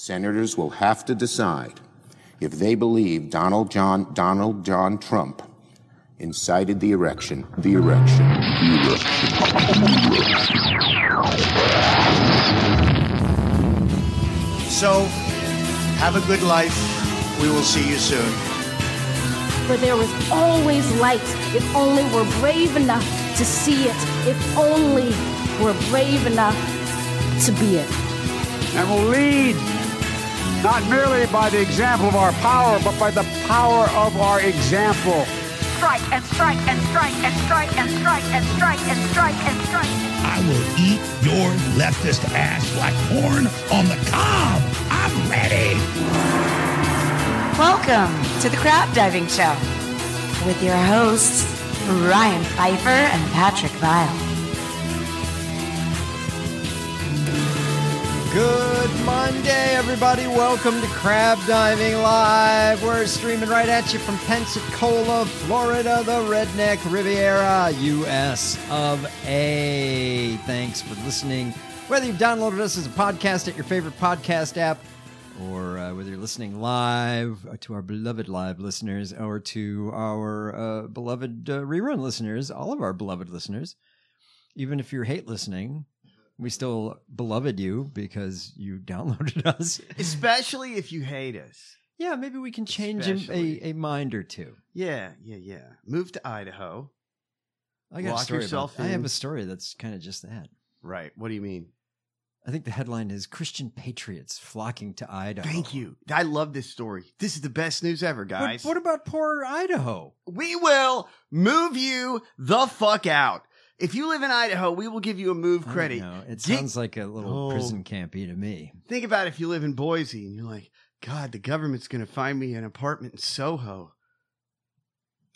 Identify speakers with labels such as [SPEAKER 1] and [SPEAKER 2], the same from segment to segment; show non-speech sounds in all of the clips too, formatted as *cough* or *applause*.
[SPEAKER 1] Senators will have to decide if they believe Donald John Donald John Trump incited the erection. The erection.
[SPEAKER 2] So, have a good life. We will see you soon.
[SPEAKER 3] For there was always light if only we're brave enough to see it, if only we're brave enough to be it.
[SPEAKER 4] And will lead not merely by the example of our power, but by the power of our example.
[SPEAKER 5] strike and strike and strike and strike and strike and strike and strike and strike.
[SPEAKER 6] I will eat your leftist ass like corn on the cob. I'm ready.
[SPEAKER 7] Welcome to the Crab Diving Show with your hosts, Ryan Pfeiffer and Patrick Vile.
[SPEAKER 8] Good Monday, everybody. Welcome to Crab Diving Live. We're streaming right at you from Pensacola, Florida, the Redneck Riviera, US of A. Thanks for listening. Whether you've downloaded us as a podcast at your favorite podcast app, or uh, whether you're listening live uh, to our beloved live listeners, or to our uh, beloved uh, rerun listeners, all of our beloved listeners, even if you hate listening, we still beloved you because you *laughs* downloaded us.
[SPEAKER 9] Especially if you hate us.
[SPEAKER 8] Yeah, maybe we can change a,
[SPEAKER 9] Especially.
[SPEAKER 8] a, a mind or two.
[SPEAKER 9] Yeah, yeah, yeah. Move to Idaho.
[SPEAKER 8] I got
[SPEAKER 9] Lock
[SPEAKER 8] a story.
[SPEAKER 9] yourself
[SPEAKER 8] about- I have
[SPEAKER 9] in.
[SPEAKER 8] a story that's kind of just that.
[SPEAKER 9] Right. What do you mean?
[SPEAKER 8] I think the headline is Christian patriots flocking to Idaho.
[SPEAKER 9] Thank you. I love this story. This is the best news ever,
[SPEAKER 8] What-
[SPEAKER 9] guys.
[SPEAKER 8] What, about poor Idaho?
[SPEAKER 9] we will move you the fuck out. If you live in Idaho, we will give you a move credit.
[SPEAKER 8] No, it
[SPEAKER 9] Get-
[SPEAKER 8] sounds like a little
[SPEAKER 9] Oh.
[SPEAKER 8] prison campy to me.
[SPEAKER 9] Think about if you live in Boise and you're like, God, the government's going to find me an apartment in Soho.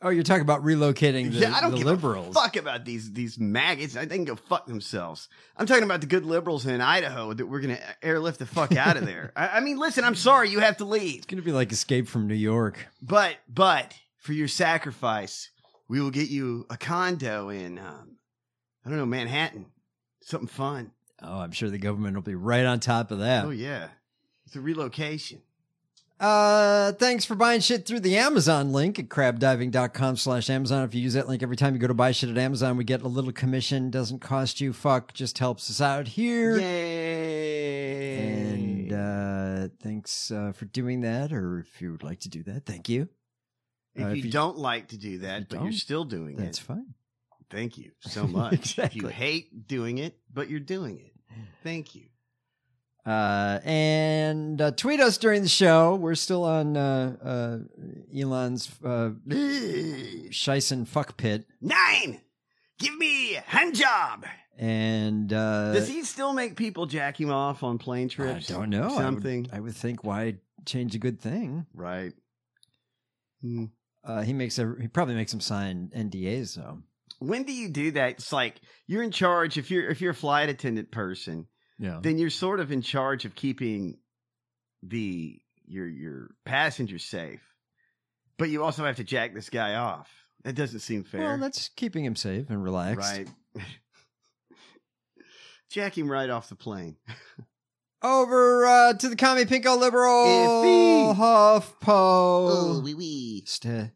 [SPEAKER 8] Oh, you're talking about relocating the,
[SPEAKER 9] yeah, I don't
[SPEAKER 8] the
[SPEAKER 9] give
[SPEAKER 8] liberals.
[SPEAKER 9] a fuck about these these maggots. I they can go fuck themselves. I'm talking about the good liberals in Idaho that we're gonna airlift the fuck out
[SPEAKER 8] *laughs*
[SPEAKER 9] of there. I, I mean, listen, I'm sorry you have to leave,
[SPEAKER 8] It's going to be like Escape from New York.
[SPEAKER 9] but but for your sacrifice, we will get you a condo in um, I don't know Manhattan, something fun.
[SPEAKER 8] Oh, I'm sure the government will be right on top of that.
[SPEAKER 9] Oh yeah, it's a relocation.
[SPEAKER 8] Uh, thanks for buying shit through the Amazon link at crabdiving.com slash Amazon. If you use that link every time you go to buy shit at Amazon, we get a little commission. Doesn't cost you fuck, just helps us out here.
[SPEAKER 9] Yay!
[SPEAKER 8] And uh, thanks uh, for doing that. Or if you would like to do that, thank you.
[SPEAKER 9] if,
[SPEAKER 8] uh,
[SPEAKER 9] you, don't like to do
[SPEAKER 8] you
[SPEAKER 9] that, but you're
[SPEAKER 8] don't,
[SPEAKER 9] still doing
[SPEAKER 8] That's
[SPEAKER 9] it,
[SPEAKER 8] fine. *laughs*
[SPEAKER 9] Thank you so much. If
[SPEAKER 8] Exactly.
[SPEAKER 9] you hate doing it, but you're doing it,
[SPEAKER 8] *laughs*
[SPEAKER 9] thank you.
[SPEAKER 8] Uh, and uh, tweet us during the show. We're still on uh, uh, Elon's uh, *clears throat*
[SPEAKER 9] Nine!
[SPEAKER 8] Shyson fuck pit.
[SPEAKER 9] Give me a hand job.
[SPEAKER 8] And uh,
[SPEAKER 9] Does he still make people jack him off on plane trips?
[SPEAKER 8] I don't know. I would-
[SPEAKER 9] Something.
[SPEAKER 8] I would, think why change a good thing?
[SPEAKER 9] Right. Hmm.
[SPEAKER 8] Uh, he makes a, he probably makes him sign NDAs though.
[SPEAKER 9] When do you do that? It's like you're in charge if you're if you're a flight attendant person,
[SPEAKER 8] Yeah.
[SPEAKER 9] then you're sort of in charge of keeping the your your passengers safe. But you also have to jack this guy off. That doesn't seem fair.
[SPEAKER 8] Well, that's keeping him safe and relaxed.
[SPEAKER 9] Right. *laughs* Jack him right off the plane.
[SPEAKER 8] Over uh, to the commie pinko liberal
[SPEAKER 9] Iffy.
[SPEAKER 8] HuffPo.
[SPEAKER 9] Oh,
[SPEAKER 8] Oh.
[SPEAKER 9] wee wee.
[SPEAKER 8] Just a,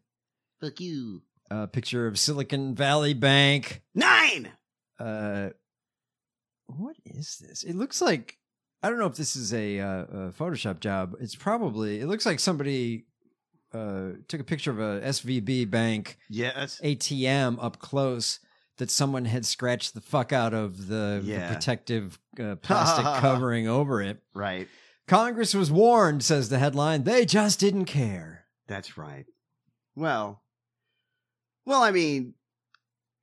[SPEAKER 9] Fuck you.
[SPEAKER 8] a Uh, picture of Silicon Valley Bank.
[SPEAKER 9] Nine!
[SPEAKER 8] Uh, what is this? It looks like I don't know if this is a, uh, a Photoshop job. It's probably it looks like somebody uh, took a picture of a SVB bank
[SPEAKER 9] Yes.
[SPEAKER 8] ATM up close that someone had scratched the fuck out of the, the
[SPEAKER 9] Yeah.
[SPEAKER 8] protective uh, plastic covering over it.
[SPEAKER 9] Right.
[SPEAKER 8] Congress was warned, says the headline. They just didn't care.
[SPEAKER 9] That's right. Well, well, I mean,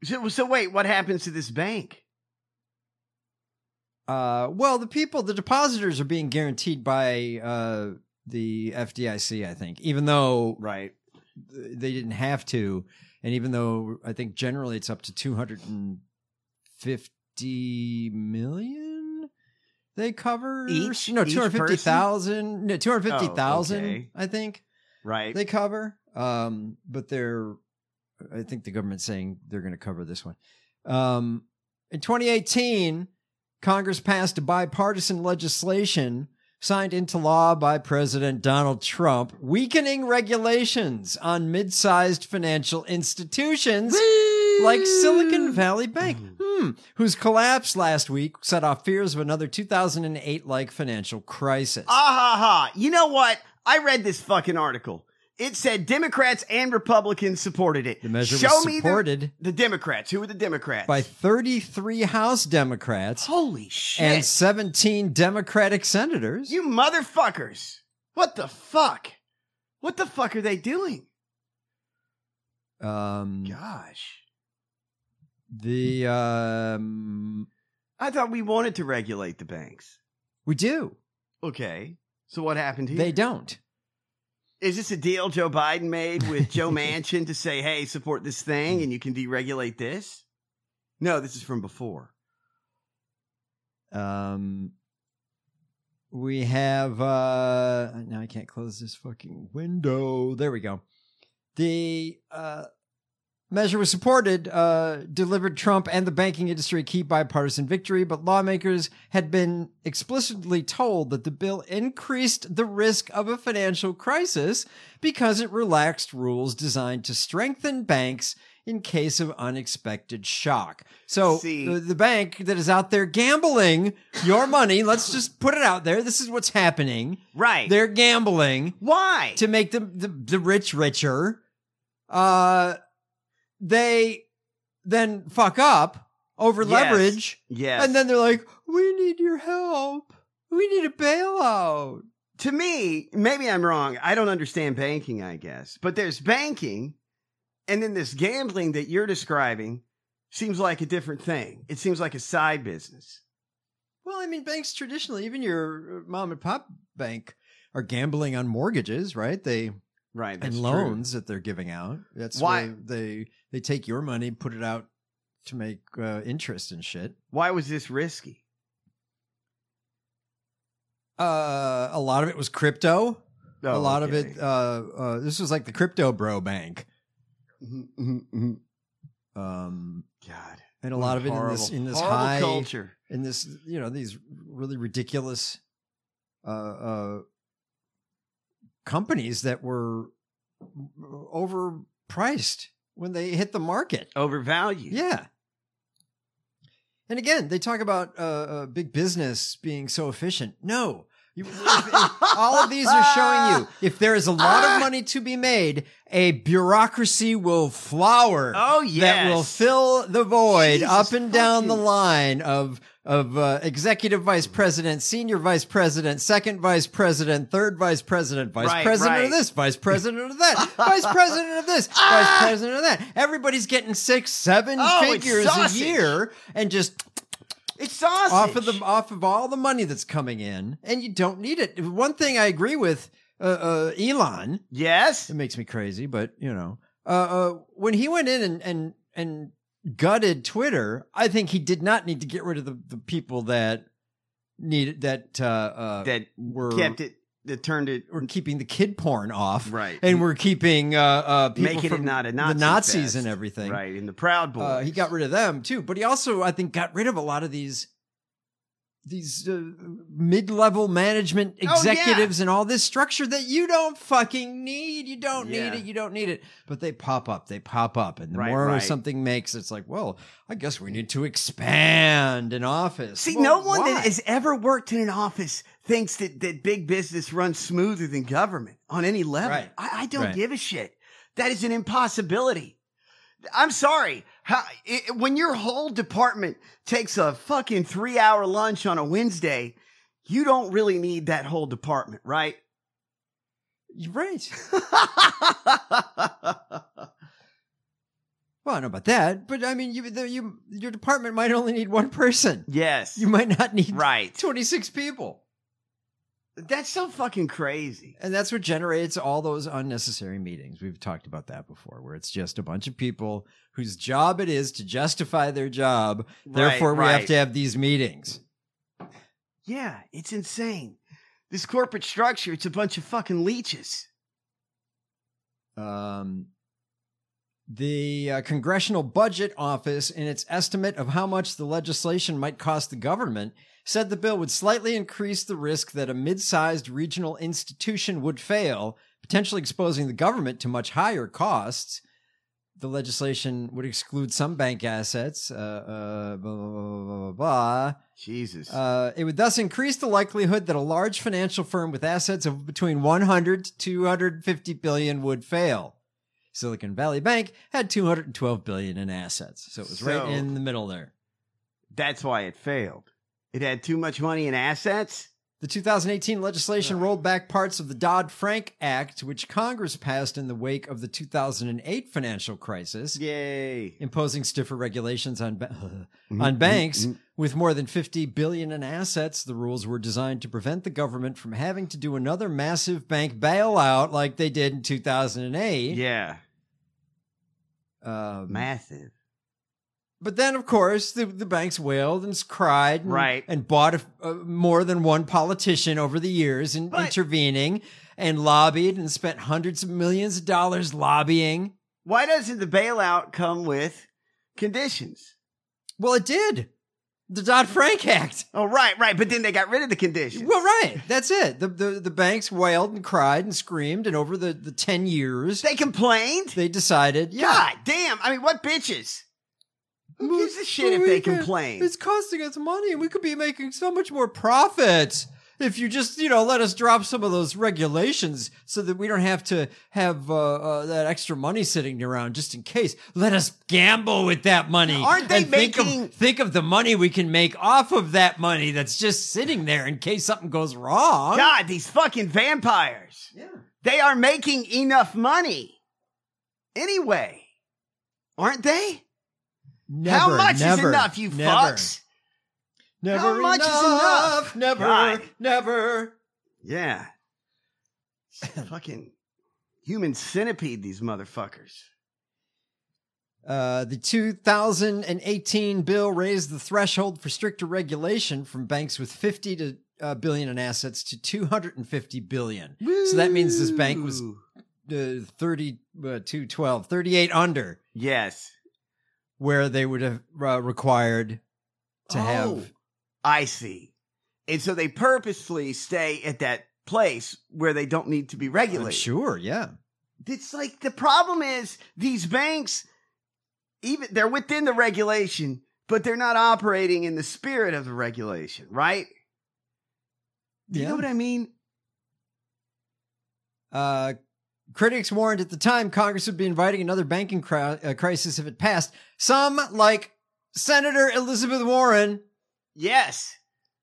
[SPEAKER 9] so, so wait, what happens to this bank?
[SPEAKER 8] Uh, well, the people, the depositors are being guaranteed by uh, the FDIC, I think, even though
[SPEAKER 9] Right.
[SPEAKER 8] they didn't have to. And even though I think generally it's up to 250 million they cover.
[SPEAKER 9] Each-
[SPEAKER 8] no,
[SPEAKER 9] each
[SPEAKER 8] 250,000. No, 250,000,
[SPEAKER 9] Oh, okay.
[SPEAKER 8] I think
[SPEAKER 9] Right.
[SPEAKER 8] they cover. Um, but they're, I think the government's saying they're going to cover this one. Um, in 2018, Congress passed a bipartisan legislation signed into law by President Donald Trump, weakening regulations on mid sized financial institutions like Silicon Valley Bank,
[SPEAKER 9] Mm-hmm.
[SPEAKER 8] hmm, whose collapse last week set off fears of another 2008 like financial crisis.
[SPEAKER 9] Ah ha ha. You know what? I read this fucking article. It said Democrats and Republicans supported it.
[SPEAKER 8] The measure
[SPEAKER 9] Show
[SPEAKER 8] was
[SPEAKER 9] me the-
[SPEAKER 8] supported-
[SPEAKER 9] the, Democrats. Who were the Democrats?
[SPEAKER 8] by 33 House Democrats
[SPEAKER 9] Holy shit.
[SPEAKER 8] and 17 Democratic senators.
[SPEAKER 9] You motherfuckers. What the fuck? What the fuck are they doing?
[SPEAKER 8] um,
[SPEAKER 9] Gosh.
[SPEAKER 8] the um,
[SPEAKER 9] I thought we wanted to regulate the banks.
[SPEAKER 8] we do.
[SPEAKER 9] Okay. So what happened here?
[SPEAKER 8] They don't.
[SPEAKER 9] Is this a deal Joe Biden made
[SPEAKER 8] *laughs*
[SPEAKER 9] with Joe Manchin to say, hey, support this thing and you can deregulate this? No, this is from before.
[SPEAKER 8] Um, we have uh, now I can't close this fucking window. There we go. The uh, measure was supported, uh, delivered Trump and the banking industry a key bipartisan victory, but lawmakers had been explicitly told that the bill increased the risk of a financial crisis because it relaxed rules designed to strengthen banks in case of unexpected shock. So
[SPEAKER 9] See-
[SPEAKER 8] the, the bank that is out there gambling your money, let's just put it out there. This is what's happening.
[SPEAKER 9] Right.
[SPEAKER 8] They're gambling
[SPEAKER 9] Why?
[SPEAKER 8] to make the, the the rich richer, uh, they then fuck up over
[SPEAKER 9] Yes.
[SPEAKER 8] leverage,
[SPEAKER 9] yes.
[SPEAKER 8] and then they're like, "We need your help. We need a bailout."
[SPEAKER 9] to me, maybe I'm wrong. I don't understand banking, I guess. But there's banking, and then this gambling that you're describing seems like a different thing. It seems like a side business.
[SPEAKER 8] Well, I mean, banks traditionally, even your uh, mom and pop bank, are gambling on mortgages, right? They
[SPEAKER 9] Right.
[SPEAKER 8] and
[SPEAKER 9] that's
[SPEAKER 8] loans that they're giving out. That's
[SPEAKER 9] Why-
[SPEAKER 8] why they they take your money, put it out to make uh, interest and shit.
[SPEAKER 9] True. Why was this risky?
[SPEAKER 8] Uh, a lot of it was crypto.
[SPEAKER 9] Oh,
[SPEAKER 8] a lot of
[SPEAKER 9] okay.
[SPEAKER 8] it. Uh, uh, this was like the crypto bro bank,
[SPEAKER 9] Mhm, mhm, mhm.
[SPEAKER 8] um,
[SPEAKER 9] God.
[SPEAKER 8] and a lot of it in this
[SPEAKER 9] Horrible,
[SPEAKER 8] in this
[SPEAKER 9] horrible
[SPEAKER 8] high
[SPEAKER 9] culture.
[SPEAKER 8] in this you know these really ridiculous uh, uh, companies that were overpriced when they hit the market.
[SPEAKER 9] Overvalued.
[SPEAKER 8] Yeah. And again, they talk about uh, uh, big business being so efficient. No. You, if-
[SPEAKER 9] *laughs*
[SPEAKER 8] if- all of these are showing you if there is a lot
[SPEAKER 9] Ah.
[SPEAKER 8] of money to be made, a bureaucracy will flower.
[SPEAKER 9] Oh,
[SPEAKER 8] That will
[SPEAKER 9] yes.
[SPEAKER 8] fill the void
[SPEAKER 9] Jesus
[SPEAKER 8] up and down the
[SPEAKER 9] fucking-
[SPEAKER 8] line of of uh, executive vice president, senior vice president, second vice president, third vice president, vice
[SPEAKER 9] Right,
[SPEAKER 8] president
[SPEAKER 9] right.
[SPEAKER 8] of this, vice president of
[SPEAKER 9] *laughs*
[SPEAKER 8] that, vice president of this, vice president of that. Everybody's getting six, seven
[SPEAKER 9] Ah! Oh, it's
[SPEAKER 8] figures a
[SPEAKER 9] sausage.
[SPEAKER 8] year and just
[SPEAKER 9] It's sausage.
[SPEAKER 8] off of the off of all the money that's coming in and you don't need it. One thing I agree with uh, uh, Elon,
[SPEAKER 9] Yes.
[SPEAKER 8] it makes me crazy, but you know, uh, uh, when he went in and and and gutted Twitter, I think he did not need to get rid of the, the people that needed that uh, uh,
[SPEAKER 9] That
[SPEAKER 8] were
[SPEAKER 9] kept it, that turned it.
[SPEAKER 8] we're keeping the kid porn off,
[SPEAKER 9] Right.
[SPEAKER 8] And we're keeping uh, uh, people
[SPEAKER 9] Making
[SPEAKER 8] from
[SPEAKER 9] it not a
[SPEAKER 8] the
[SPEAKER 9] Nazi
[SPEAKER 8] Nazis
[SPEAKER 9] fest.
[SPEAKER 8] and everything.
[SPEAKER 9] Right. And the Proud Boys.
[SPEAKER 8] Uh, he got rid of them too, but he also, I think, got rid of a lot of these these uh, mid-level management
[SPEAKER 9] Oh, yeah.
[SPEAKER 8] executives and all this structure that you don't fucking need. You don't
[SPEAKER 9] Yeah.
[SPEAKER 8] need it. You don't need it. But they pop up. They pop up, and the
[SPEAKER 9] Right,
[SPEAKER 8] more
[SPEAKER 9] right.
[SPEAKER 8] something makes, it's like, well, I guess we need to expand an office.
[SPEAKER 9] See,
[SPEAKER 8] Well,
[SPEAKER 9] no one
[SPEAKER 8] why?
[SPEAKER 9] that has ever worked in an office thinks that, that big business runs smoother than government on any level.
[SPEAKER 8] Right.
[SPEAKER 9] I, I don't
[SPEAKER 8] Right.
[SPEAKER 9] give a shit. That is an impossibility. I'm sorry. How, i when your whole department takes a fucking three hour lunch on a Wednesday, you don't really need that whole department, right? *laughs*
[SPEAKER 8] You're right. Well, I don't know about that, but I mean, you, the, you, your department might only need one person.
[SPEAKER 9] yes.
[SPEAKER 8] You might not need
[SPEAKER 9] right.
[SPEAKER 8] 26 people.
[SPEAKER 9] That's so fucking crazy.
[SPEAKER 8] And that's what generates all those unnecessary meetings. We've talked about that before, where it's just a bunch of people whose job it is to justify their job. Therefore,
[SPEAKER 9] Right,
[SPEAKER 8] we
[SPEAKER 9] right.
[SPEAKER 8] have to have these meetings.
[SPEAKER 9] Yeah, it's insane. This corporate structure, it's a bunch of fucking leeches.
[SPEAKER 8] Um, the uh, Congressional Budget Office, in its estimate of how much the legislation might cost the government, said the bill would slightly increase the risk that a mid sized regional institution would fail, potentially exposing the government to much higher costs. The legislation would exclude some bank assets, uh, uh, blah, blah, blah, blah, blah, blah.
[SPEAKER 9] Jesus.
[SPEAKER 8] Uh, it would thus increase the likelihood that a large financial firm with assets of between 100 to 250 billion would fail. Silicon Valley Bank had 212 billion in assets, so it was
[SPEAKER 9] So-
[SPEAKER 8] right in the middle there.
[SPEAKER 9] That's why it failed. It had too much money in assets.
[SPEAKER 8] The 2018 legislation rolled back parts of the Dodd Frank Act, which Congress passed in the wake of the 2008 financial crisis.
[SPEAKER 9] Yay.
[SPEAKER 8] imposing stiffer regulations on ba- *laughs*
[SPEAKER 9] Mm-hmm.
[SPEAKER 8] on banks with more than 50 billion in assets the rules were designed to prevent the government from having to do another massive bank bailout like they did in 2008
[SPEAKER 9] Yeah.
[SPEAKER 8] Um,
[SPEAKER 9] Massive.
[SPEAKER 8] but then of course the, the banks wailed and s- cried and,
[SPEAKER 9] Right.
[SPEAKER 8] and bought a, uh, more than one politician over the years and
[SPEAKER 9] But-
[SPEAKER 8] intervening and lobbied and spent hundreds of millions of dollars lobbying
[SPEAKER 9] Why doesn't the bailout come with conditions?
[SPEAKER 8] well it did the dodd-frank act
[SPEAKER 9] Oh, right, right. But then they got rid of the conditions.
[SPEAKER 8] Well, right. That's it. The, the the banks wailed and cried and screamed, and over the, the ten years,
[SPEAKER 9] They complained?
[SPEAKER 8] they decided, yeah,
[SPEAKER 9] God damn. I mean, what bitches? Who gives a shit if they
[SPEAKER 8] we can-
[SPEAKER 9] complain?
[SPEAKER 8] It's costing us money, and we could be making so much more profits if you just you know let us drop some of those regulations so that we don't have to have uh, uh, that extra money sitting around just in case. Let us gamble with that money.
[SPEAKER 9] Aren't they
[SPEAKER 8] and think of-
[SPEAKER 9] making-
[SPEAKER 8] think of the money we can make off of that money that's just sitting there in case something goes wrong?
[SPEAKER 9] God, these fucking vampires. Yeah. They are making enough money. Anyway, aren't they?
[SPEAKER 8] Never,
[SPEAKER 9] How much is
[SPEAKER 8] never,
[SPEAKER 9] enough, you
[SPEAKER 8] never,
[SPEAKER 9] fucks?
[SPEAKER 8] Never
[SPEAKER 9] How much is enough?
[SPEAKER 8] Never,
[SPEAKER 9] God.
[SPEAKER 8] never. *laughs*
[SPEAKER 9] Yeah. fucking human centipede, these motherfuckers.
[SPEAKER 8] Uh, the 2018 bill raised the threshold for stricter regulation from banks with 50 to uh, billion in assets to 250 billion. So that means this bank was
[SPEAKER 9] Woo.
[SPEAKER 8] uh, 30 uh, 212, 38 under,
[SPEAKER 9] Yes.
[SPEAKER 8] where they would have uh, required to
[SPEAKER 9] Oh,
[SPEAKER 8] have.
[SPEAKER 9] I see. And so they purposely stay at that place where they don't need to be
[SPEAKER 8] I'm
[SPEAKER 9] regulated.
[SPEAKER 8] sure, yeah.
[SPEAKER 9] It's like the problem is these banks, even they're within the regulation, but they're not operating in the spirit of the regulation, right? Do you
[SPEAKER 8] Yeah.
[SPEAKER 9] know what I mean?
[SPEAKER 8] Uh, critics warned at the time Congress would be inviting another banking cri- uh, crisis if it passed. Some, like Senator Elizabeth Warren,
[SPEAKER 9] Yes.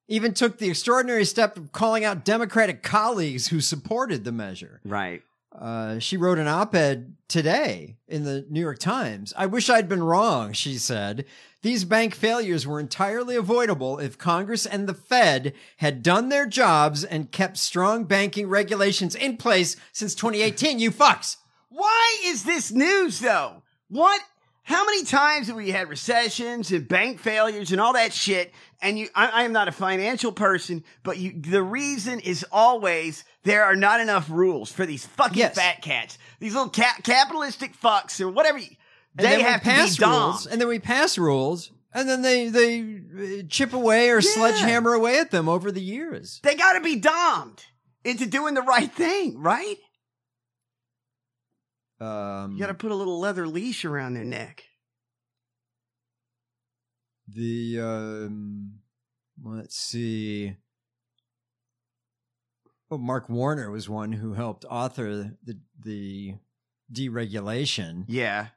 [SPEAKER 8] even took the extraordinary step of calling out Democratic colleagues who supported the measure.
[SPEAKER 9] Right.
[SPEAKER 8] Uh, she wrote an op ed today in the New York Times. I wish I'd been wrong, she said. These bank failures were entirely avoidable if Congress and the Fed had done their jobs and kept strong banking regulations in place since 2018. You fucks.
[SPEAKER 9] Why is this news though? What? How many times have we had recessions and bank failures and all that shit? And you, I, I am not a financial person, but you, the reason is always there are not enough rules for these fucking
[SPEAKER 8] Yes.
[SPEAKER 9] fat cats, these little ca- capitalistic fucks or whatever. you-
[SPEAKER 8] And
[SPEAKER 9] They
[SPEAKER 8] then we
[SPEAKER 9] have to be
[SPEAKER 8] pass rules,
[SPEAKER 9] doms.
[SPEAKER 8] and then we pass rules, and then they they uh, chip away or sledgehammer away at them over the years.
[SPEAKER 9] They got to be domed into doing the right thing, right?
[SPEAKER 8] Mm-hmm. Um,
[SPEAKER 9] You got to put a little leather leash around their neck.
[SPEAKER 8] the um let's see oh mark warner was one who helped author the the deregulation
[SPEAKER 9] Yeah.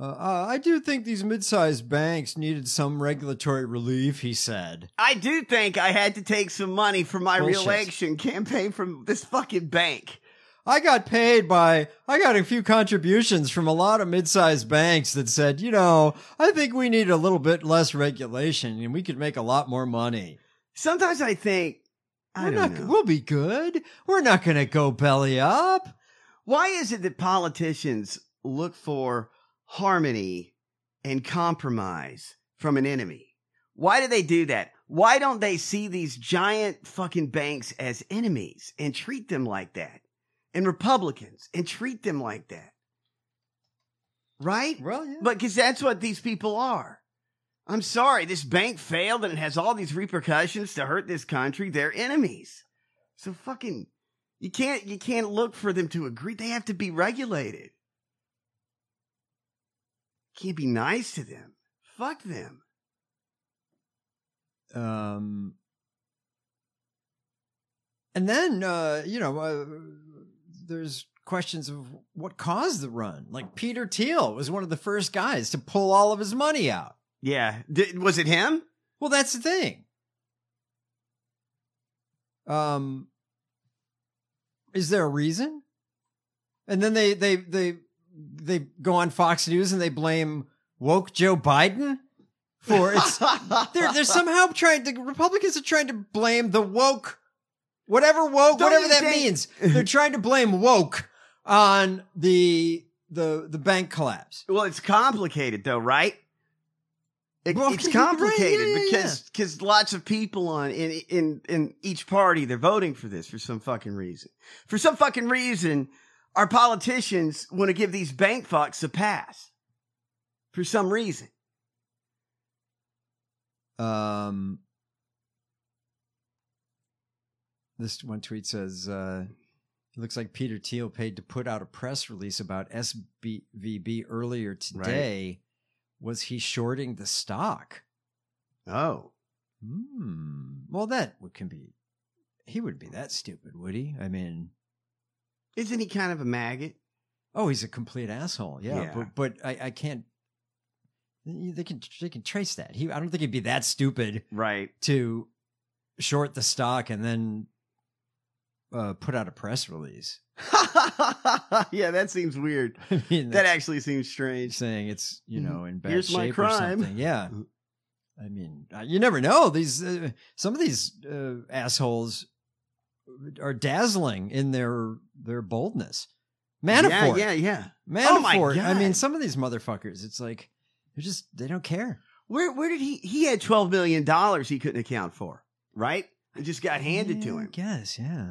[SPEAKER 8] uh, uh, i do think these mid-sized banks needed some regulatory relief he said
[SPEAKER 9] I do think I had to take some money for my
[SPEAKER 8] Bullshit.
[SPEAKER 9] reelection campaign from this fucking bank.
[SPEAKER 8] i got paid by i got a few contributions from a lot of mid-sized banks that said you know i think we need a little bit less regulation and we could make a lot more money
[SPEAKER 9] Sometimes I think, I
[SPEAKER 8] we're
[SPEAKER 9] don't
[SPEAKER 8] not,
[SPEAKER 9] know.
[SPEAKER 8] we'll be good we're not gonna go belly up
[SPEAKER 9] Why is it that politicians look for harmony and compromise from an enemy? Why do they do that? Why don't they see these giant fucking banks as enemies and treat them like that? And Republicans and treat them like that? right?
[SPEAKER 8] Well, yeah.
[SPEAKER 9] But because that's what these people are. I'm sorry, this bank failed and it has all these repercussions to hurt this country, their enemies. So fucking, you can't you can't look for them to agree. They have to be regulated. Can't be nice to them. Fuck them.
[SPEAKER 8] um and then uh you know uh, there's questions of what caused the run like peter thiel was one of the first guys to pull all of his money out
[SPEAKER 9] Yeah. Did, was it him?
[SPEAKER 8] well that's the thing um is there a reason and then they they they they go on fox news and they blame woke joe biden
[SPEAKER 9] *laughs*
[SPEAKER 8] for it's They're they're somehow trying. The Republicans are trying to blame the woke, whatever woke,
[SPEAKER 9] Don't
[SPEAKER 8] whatever
[SPEAKER 9] you
[SPEAKER 8] that
[SPEAKER 9] think-
[SPEAKER 8] means. They're trying to blame woke on the the the bank collapse.
[SPEAKER 9] Well, it's complicated though, right? It-
[SPEAKER 8] Well,
[SPEAKER 9] it's
[SPEAKER 8] you're *laughs* right. Yeah,
[SPEAKER 9] complicated
[SPEAKER 8] yeah, yeah.
[SPEAKER 9] because because lots of people on in in in each party they're voting for this for some fucking reason. For some fucking reason, our politicians want to give these bank fucks a pass. For some reason,
[SPEAKER 8] Um, this one tweet says, uh, "It looks like Peter Thiel paid to put out a press release about SVB earlier today. Was he shorting the stock?"
[SPEAKER 9] oh,
[SPEAKER 8] Hmm. Well, that would- can be. He wouldn't be that stupid, would he? I mean,
[SPEAKER 9] isn't he kind of a maggot?
[SPEAKER 8] oh, he's a complete asshole. Yeah,
[SPEAKER 9] Yeah.
[SPEAKER 8] but but I, I can't. They can they can trace that. He I don't think he'd be that stupid
[SPEAKER 9] Right.
[SPEAKER 8] to short the stock and then uh, put out a press release.
[SPEAKER 9] *laughs*
[SPEAKER 8] *laughs*
[SPEAKER 9] yeah, that seems weird.
[SPEAKER 8] I mean,
[SPEAKER 9] That
[SPEAKER 8] that's
[SPEAKER 9] actually seems strange.
[SPEAKER 8] saying it's you know in bad
[SPEAKER 9] Here's my
[SPEAKER 8] shape
[SPEAKER 9] crime. Mm-hmm.
[SPEAKER 8] or something. Yeah. I mean, uh, you never know. These uh, some of these uh, assholes are dazzling in their their boldness. Manafort,
[SPEAKER 9] Yeah, yeah, yeah.
[SPEAKER 8] Manafort.
[SPEAKER 9] Oh my
[SPEAKER 8] I mean,
[SPEAKER 9] God.
[SPEAKER 8] some of these motherfuckers. It's like they're just they don't care.
[SPEAKER 9] Where where did he he had twelve million dollars he couldn't account for, right? It just got handed to
[SPEAKER 8] Yeah,
[SPEAKER 9] him.
[SPEAKER 8] I guess, yeah.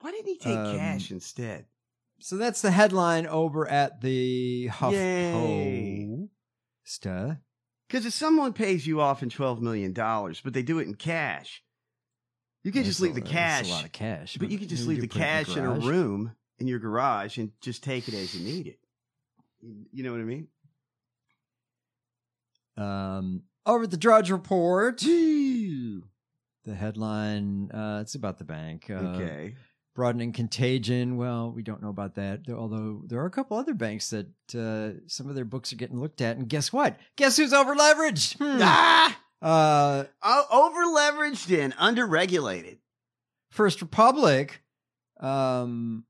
[SPEAKER 9] Why didn't he take
[SPEAKER 8] Um,
[SPEAKER 9] cash instead?
[SPEAKER 8] So that's the headline over at the
[SPEAKER 9] Yay.
[SPEAKER 8] HuffPo. Stuff.
[SPEAKER 9] Because if someone pays you off in twelve million dollars, but they do it in cash, you can just leave the cash.
[SPEAKER 8] That's a lot of cash,
[SPEAKER 9] but you can just
[SPEAKER 8] you
[SPEAKER 9] leave
[SPEAKER 8] could
[SPEAKER 9] the
[SPEAKER 8] put it in the
[SPEAKER 9] cash in a
[SPEAKER 8] garage.
[SPEAKER 9] room in your garage and just take it as you need it. You- You know what I mean?
[SPEAKER 8] Um, over at the Drudge Report, the headline uh, it's about the bank. Uh,
[SPEAKER 9] okay.
[SPEAKER 8] broadening contagion. Well, we don't know about that. There- Although there are a couple other banks that uh, some of their books are getting looked at, and guess what? Guess who's over leveraged?
[SPEAKER 9] Ah,
[SPEAKER 8] Uh,
[SPEAKER 9] oh, over leveraged and under regulated.
[SPEAKER 8] First Republic um,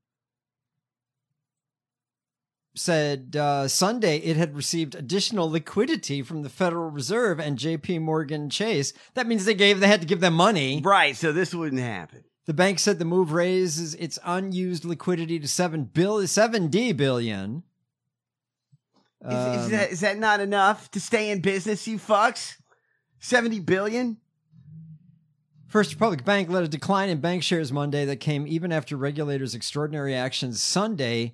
[SPEAKER 8] said uh, Sunday it had received additional liquidity from the Federal Reserve and J.P. Morgan Chase. That means they gave they had to give them money.
[SPEAKER 9] Right. So this wouldn't happen.
[SPEAKER 8] The bank said the move raises its unused liquidity to seven billion, seven D billion.
[SPEAKER 9] Is, is
[SPEAKER 8] Um,
[SPEAKER 9] that is that not enough to stay in business, you fucks? Seventy billion.
[SPEAKER 8] First Republic Bank led a decline in bank shares Monday that came even after regulators' extraordinary actions Sunday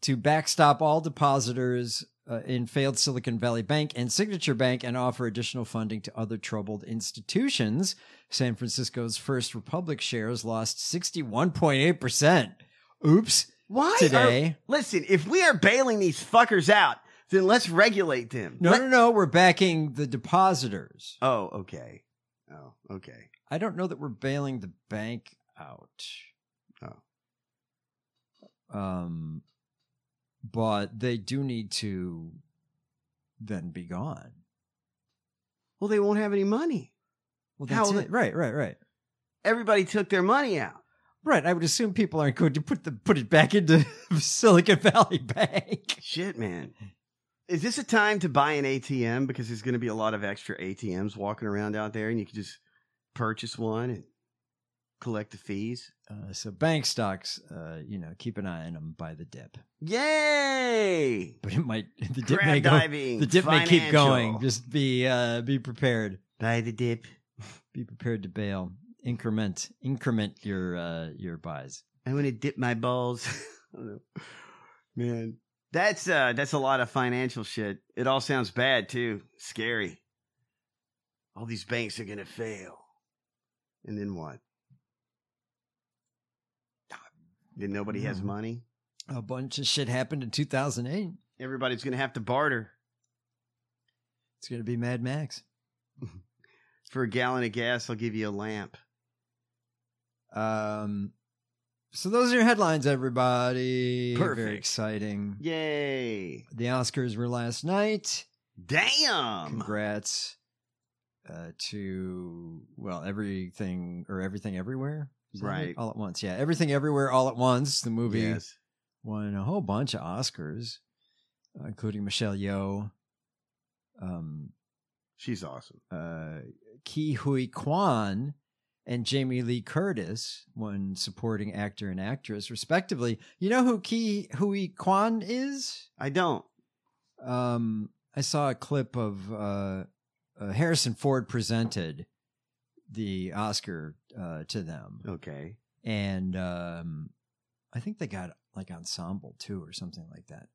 [SPEAKER 8] to backstop all depositors uh, in failed Silicon Valley Bank and Signature Bank and offer additional funding to other troubled institutions. San Francisco's First Republic shares lost 61.8%. Oops.
[SPEAKER 9] Why
[SPEAKER 8] Today.
[SPEAKER 9] are- listen, if we are bailing these fuckers out, then let's regulate them.
[SPEAKER 8] No,
[SPEAKER 9] Let-
[SPEAKER 8] no, no, we're backing the depositors.
[SPEAKER 9] Oh, okay. Oh, okay.
[SPEAKER 8] I don't know that we're bailing the bank out. Um, but they do need to then be gone.
[SPEAKER 9] Well, they won't have any money.
[SPEAKER 8] Well,
[SPEAKER 9] How
[SPEAKER 8] that's
[SPEAKER 9] will
[SPEAKER 8] it. Right, right, right,
[SPEAKER 9] Everybody took their money out.
[SPEAKER 8] right. I would assume people aren't going to put the put it back into *laughs* Silicon Valley *laughs* Bank.
[SPEAKER 9] Shit, man. Is this a time to buy an ATM because there's going to be a lot of extra ATMs walking around out there, and you can just purchase one and collect the fees?
[SPEAKER 8] Uh, so bank stocks, uh, you know, keep an eye on them by the dip.
[SPEAKER 9] Yay!
[SPEAKER 8] But it might *laughs* the dip
[SPEAKER 9] Crab
[SPEAKER 8] may go,
[SPEAKER 9] diving.
[SPEAKER 8] the dip may keep
[SPEAKER 9] financial.
[SPEAKER 8] going. Just be uh, be prepared.
[SPEAKER 9] buy the dip.
[SPEAKER 8] Be prepared to bail. Increment increment your uh, your buys.
[SPEAKER 9] *laughs* I want to dip my balls. I don't know. Man. That's uh that's a lot of financial shit. It all sounds bad too. Scary. All these banks are gonna fail. And then what? Then nobody has
[SPEAKER 8] Hmm.
[SPEAKER 9] money.
[SPEAKER 8] A bunch of shit happened in 2008.
[SPEAKER 9] Everybody's gonna have to barter
[SPEAKER 8] It's going to be Mad Max.
[SPEAKER 9] for a gallon of gas. I'll give you a lamp.
[SPEAKER 8] Um, so those are your headlines, everybody. Very
[SPEAKER 9] Perfect.
[SPEAKER 8] exciting.
[SPEAKER 9] Yay!
[SPEAKER 8] The Oscars were last night.
[SPEAKER 9] Damn!
[SPEAKER 8] Congrats uh, to well everything or everything everywhere. Is that it?
[SPEAKER 9] Right.
[SPEAKER 8] all at once. Yeah, everything everywhere all at once. The movie
[SPEAKER 9] Yes.
[SPEAKER 8] won a whole bunch of Oscars, uh, including Michelle Yeoh, um,
[SPEAKER 9] She's awesome.
[SPEAKER 8] uh, Ki Hui Kwan and Jamie Lee Curtis won supporting actor and actress, respectively. You know who Ki Hui Kwan is?
[SPEAKER 9] I don't.
[SPEAKER 8] Um, I saw a clip of uh, uh, Harrison Ford presented the Oscar uh, to them,
[SPEAKER 9] Okay.
[SPEAKER 8] and um, I think they got like ensemble too or something like that.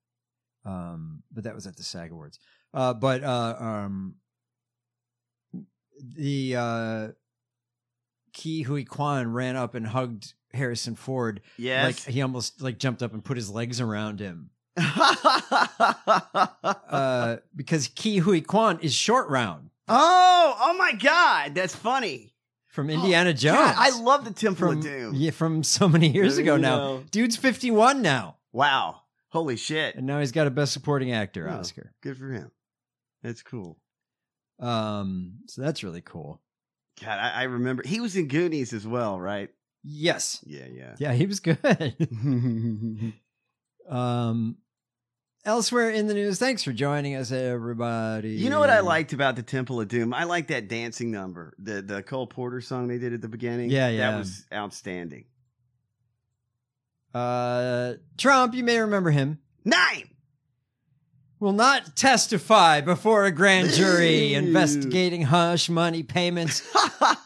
[SPEAKER 8] Um, but that was at the SAG Awards. Uh, but uh, um, the uh, Ki Hui Kwan ran up and hugged Harrison Ford.
[SPEAKER 9] Yes.
[SPEAKER 8] Like he almost like jumped up and put his legs around him. Uh, because Ki Hui Kwan is short round
[SPEAKER 9] *laughs* oh, oh my God, that's funny. *gasps*
[SPEAKER 8] from Indiana Jones.
[SPEAKER 9] God, I love the Temple
[SPEAKER 8] from
[SPEAKER 9] of Doom.
[SPEAKER 8] yeah, from so many years
[SPEAKER 9] You
[SPEAKER 8] ago now.
[SPEAKER 9] know.
[SPEAKER 8] Dude's fifty one now,
[SPEAKER 9] Wow. Holy shit.
[SPEAKER 8] and now he's got a Best Supporting Actor
[SPEAKER 9] Yeah.
[SPEAKER 8] Oscar.
[SPEAKER 9] Good for him. That's cool.
[SPEAKER 8] Um, so that's really cool.
[SPEAKER 9] God, I, I remember he was in Goonies as well, right?
[SPEAKER 8] Yes,
[SPEAKER 9] Yeah, *laughs* yeah.
[SPEAKER 8] yeah, *laughs* he was good. um, elsewhere in the news, thanks for joining us, everybody.
[SPEAKER 9] You know what I liked about the Temple of Doom? I like that dancing number, the the Cole Porter song they did at the beginning.
[SPEAKER 8] Yeah, yeah.
[SPEAKER 9] That was outstanding.
[SPEAKER 8] Uh, Trump, you may remember him.
[SPEAKER 9] Nine.
[SPEAKER 8] will not testify before a grand jury investigating hush money
[SPEAKER 9] *laughs*
[SPEAKER 8] payments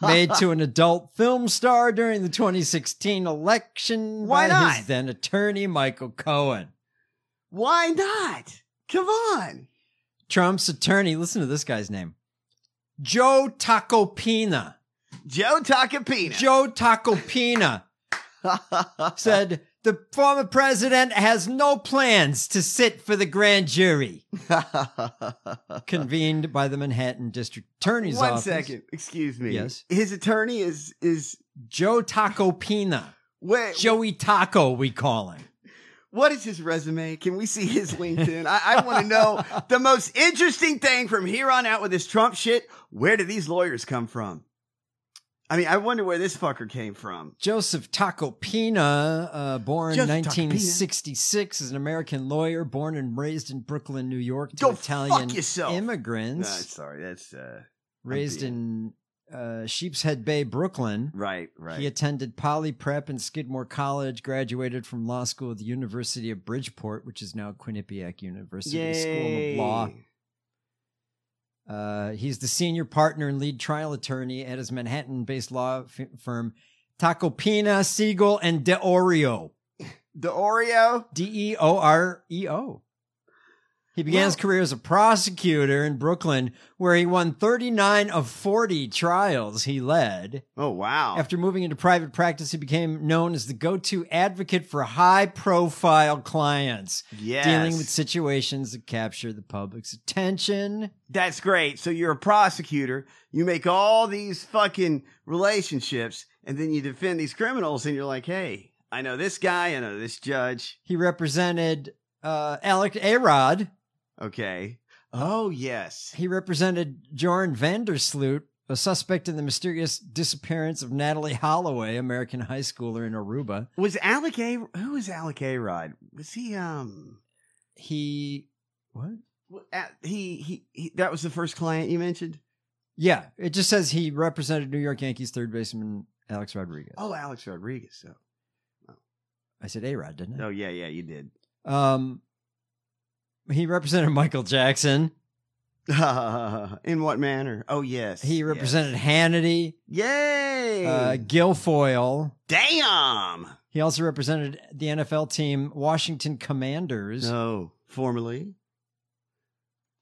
[SPEAKER 8] made to an adult film star during the 2016 election
[SPEAKER 9] Why
[SPEAKER 8] by
[SPEAKER 9] not?
[SPEAKER 8] his then attorney Michael Cohen.
[SPEAKER 9] Why not? Come on.
[SPEAKER 8] Trump's attorney, listen to this guy's name. Joe Tacopina.
[SPEAKER 9] Joe Tacopina.
[SPEAKER 8] Joe
[SPEAKER 9] *laughs*
[SPEAKER 8] Tacopina said the former president has no plans to sit for the grand jury
[SPEAKER 9] *laughs*
[SPEAKER 8] convened by the Manhattan District Attorney's
[SPEAKER 9] One
[SPEAKER 8] Office.
[SPEAKER 9] second. Excuse me.
[SPEAKER 8] Yes.
[SPEAKER 9] His attorney is is
[SPEAKER 8] Joe Taco Pina.
[SPEAKER 9] wait,
[SPEAKER 8] Joey Taco, we call him.
[SPEAKER 9] what is his resume? Can we
[SPEAKER 8] *laughs*
[SPEAKER 9] see his LinkedIn? I, I want to know the most interesting thing from here on out with this Trump shit. Where did these lawyers come from? I mean, I wonder where this fucker came from.
[SPEAKER 8] Joseph Taco Pina, uh, born
[SPEAKER 9] Joseph
[SPEAKER 8] 1966, is an American lawyer born and raised in Brooklyn, New York, to
[SPEAKER 9] Go fuck
[SPEAKER 8] Italian
[SPEAKER 9] yourself. Uh,
[SPEAKER 8] immigrants.
[SPEAKER 9] sorry, that's uh,
[SPEAKER 8] raised in uh, Sheepshead Bay, Brooklyn.
[SPEAKER 9] right, right.
[SPEAKER 8] He attended Poly Prep and Skidmore College, graduated from law school at the University of Bridgeport, which is now Quinnipiac University School of Law.
[SPEAKER 9] Yay.
[SPEAKER 8] Uh, he's the senior partner and lead trial attorney at his Manhattan-based law f- firm, Tacopina, Siegel, and DeOrio.
[SPEAKER 9] The Oreo.
[SPEAKER 8] D E O R E O. He began his
[SPEAKER 9] Well-
[SPEAKER 8] career as a prosecutor in Brooklyn, where he won 39 of 40 trials he led.
[SPEAKER 9] Oh wow.
[SPEAKER 8] After moving into private practice, he became known as the go-to advocate for high-profile clients,
[SPEAKER 9] yes.
[SPEAKER 8] dealing with situations that capture the public's attention.
[SPEAKER 9] That's great. So you're a prosecutor. You make all these fucking relationships, and then you defend these criminals, and you're like, hey, I know this guy. I know this judge.
[SPEAKER 8] He represented uh, Alec Arod.
[SPEAKER 9] Okay. Oh yes.
[SPEAKER 8] He represented Jorn Vandersloot, a suspect in the mysterious disappearance of Natalie Holloway, American high schooler in Aruba.
[SPEAKER 9] Was Alec A? Who was Alec Arod? Was he um?
[SPEAKER 8] He what?
[SPEAKER 9] a- He, he he. That was the first client you mentioned.
[SPEAKER 8] Yeah, it just says he represented New York Yankees third baseman Alex Rodriguez.
[SPEAKER 9] Oh, Alex Rodriguez. So.
[SPEAKER 8] I said Arod, didn't I?
[SPEAKER 9] Oh yeah, yeah, you did. *laughs*
[SPEAKER 8] Um, he represented Michael Jackson.
[SPEAKER 9] In what manner? Oh yes.
[SPEAKER 8] He
[SPEAKER 9] yes.
[SPEAKER 8] represented Hannity,
[SPEAKER 9] Yay!
[SPEAKER 8] uh, Guilfoyle.
[SPEAKER 9] Damn.
[SPEAKER 8] He also represented the NFL team Washington Commanders.
[SPEAKER 9] No. formerly. *laughs*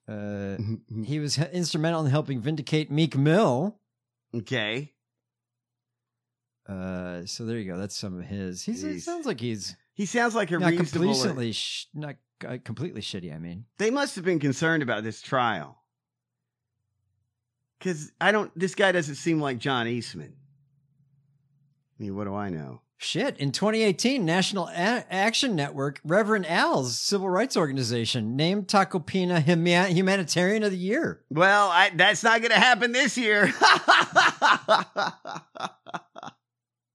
[SPEAKER 8] Uh, he was h- instrumental in helping vindicate Meek Mill.
[SPEAKER 9] Okay.
[SPEAKER 8] Uh, so there you go. That's some of his. He's, it
[SPEAKER 9] Jeez.
[SPEAKER 8] sounds like he's
[SPEAKER 9] He sounds like a
[SPEAKER 8] not
[SPEAKER 9] reasonable.
[SPEAKER 8] completely sh- not uh, completely shitty. I mean,
[SPEAKER 9] They must have been concerned about this trial. Cause I don't this guy doesn't seem like John Eastman. I mean, what do I know?
[SPEAKER 8] shit. In 2018, National A- Action Network, Reverend Al's civil rights organization, named Tacopina Huma- Humanitarian of the Year.
[SPEAKER 9] Well, I, that's not gonna happen this year. *laughs*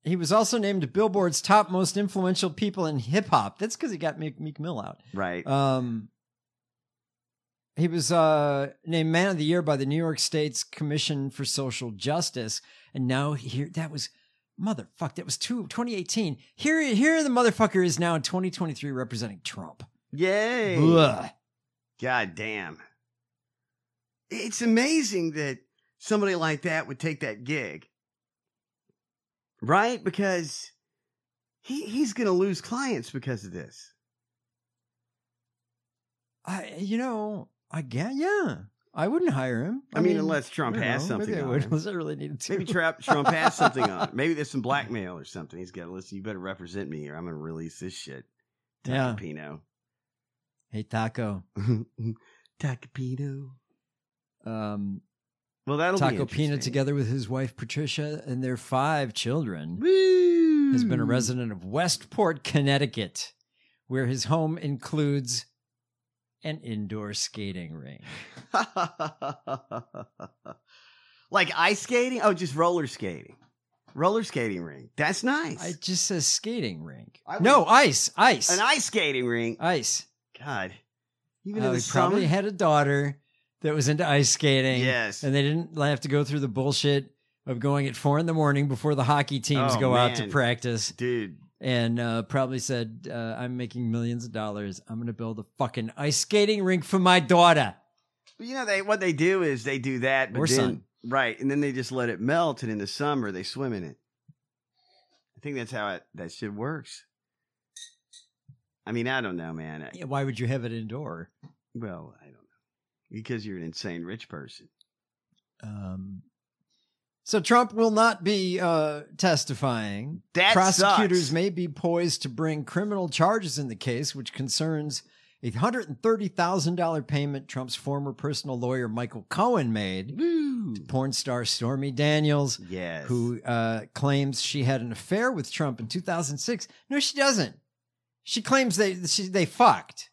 [SPEAKER 8] He was also named Billboard's top most influential people in hip hop. That's because he got Meek, Meek Mill out.
[SPEAKER 9] right.
[SPEAKER 8] Um, he was uh, named Man of the Year by the New York State's Commission for Social Justice, and now here that was motherfuck. That was two, 2018. Here, here the motherfucker is now in 2023 representing Trump.
[SPEAKER 9] Yay.
[SPEAKER 8] Ugh.
[SPEAKER 9] God damn. It's amazing that somebody like that would take that gig. Right? Because he he's gonna lose clients because of this.
[SPEAKER 8] I, you know, I guess yeah. I wouldn't hire him.
[SPEAKER 9] I mean, unless Trump
[SPEAKER 8] I don't
[SPEAKER 9] has
[SPEAKER 8] know,
[SPEAKER 9] something
[SPEAKER 8] Maybe I
[SPEAKER 9] on
[SPEAKER 8] would.
[SPEAKER 9] him.
[SPEAKER 8] Unless I really needed to.
[SPEAKER 9] Maybe Trump, Trump has something
[SPEAKER 8] *laughs*
[SPEAKER 9] on it. Maybe there's some blackmail or something. He's got to listen. You better represent me, or I'm going to release this shit.
[SPEAKER 8] Yeah.
[SPEAKER 9] *laughs* Tacopino.
[SPEAKER 8] *laughs* Hey Taco.
[SPEAKER 9] Tacopino.
[SPEAKER 8] Um,
[SPEAKER 9] Well, that'll be
[SPEAKER 8] Taco Pina
[SPEAKER 9] interesting.
[SPEAKER 8] together with his wife Patricia and their five children.
[SPEAKER 9] Woo!
[SPEAKER 8] has been a resident of Westport, Connecticut, where his home includes an indoor skating rink.
[SPEAKER 9] *laughs* like ice skating? Oh, just roller skating. Roller skating ring. That's nice.
[SPEAKER 8] It just says skating rink.
[SPEAKER 9] I
[SPEAKER 8] no, ice, ice,
[SPEAKER 9] An ice skating ring.
[SPEAKER 8] ice.
[SPEAKER 9] God. Even
[SPEAKER 8] Uh,
[SPEAKER 9] in
[SPEAKER 8] he
[SPEAKER 9] the summer.
[SPEAKER 8] probably had a daughter that was into ice skating.
[SPEAKER 9] Yes.
[SPEAKER 8] And they didn't have to go through the bullshit of going at four in the morning before the hockey teams
[SPEAKER 9] Oh,
[SPEAKER 8] go out to
[SPEAKER 9] man.
[SPEAKER 8] practice.
[SPEAKER 9] Dude.
[SPEAKER 8] And uh, probably said, uh, I'm making millions of dollars. I'm going to build a fucking ice skating rink for my daughter.
[SPEAKER 9] But you know they what they do is they do that, but
[SPEAKER 8] Or
[SPEAKER 9] then,
[SPEAKER 8] sun.
[SPEAKER 9] right, and then they just let it melt, and in the summer they swim in it. I think that's how it, that shit works. I mean, I don't know, man. I-
[SPEAKER 8] Yeah, Why would you have it indoor?
[SPEAKER 9] well, I don't know because you're an insane rich person.
[SPEAKER 8] Um, so Trump will not be uh, testifying.
[SPEAKER 9] That
[SPEAKER 8] Prosecutors
[SPEAKER 9] sucks.
[SPEAKER 8] may be poised to bring criminal charges in the case, which concerns a hundred and thirty thousand dollar payment Trump's former personal lawyer Michael Cohen made
[SPEAKER 9] Woo.
[SPEAKER 8] to porn star Stormy Daniels,
[SPEAKER 9] Yes.
[SPEAKER 8] who uh, claims she had an affair with Trump in two thousand six. No, she doesn't. She claims they she, they fucked.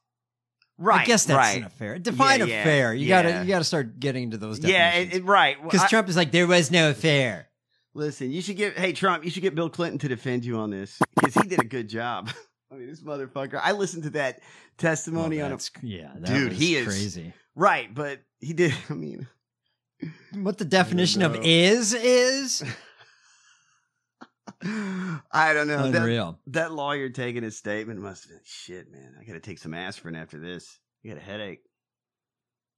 [SPEAKER 9] Right.
[SPEAKER 8] I guess that's
[SPEAKER 9] right.
[SPEAKER 8] an affair. Define
[SPEAKER 9] Yeah, yeah,
[SPEAKER 8] affair. You
[SPEAKER 9] yeah.
[SPEAKER 8] gotta you gotta start getting into those.
[SPEAKER 9] Yeah.
[SPEAKER 8] definitions.
[SPEAKER 9] It, it- right. Well,
[SPEAKER 8] Because
[SPEAKER 9] I-
[SPEAKER 8] Trump is like, there was no affair.
[SPEAKER 9] listen, you should get. Hey, Trump, you should get Bill Clinton to defend you on this because he did a good job. *laughs* I mean, this motherfucker. I listened to that testimony on a
[SPEAKER 8] yeah,
[SPEAKER 9] that Dude, was he is-
[SPEAKER 8] crazy.
[SPEAKER 9] right, but he did. *laughs* I mean.
[SPEAKER 8] What the definition of
[SPEAKER 9] know.
[SPEAKER 8] is is
[SPEAKER 9] I don't know. Uh, That,
[SPEAKER 8] unreal.
[SPEAKER 9] that lawyer taking his statement must have been shit, man. I gotta take some aspirin after this. I got a headache.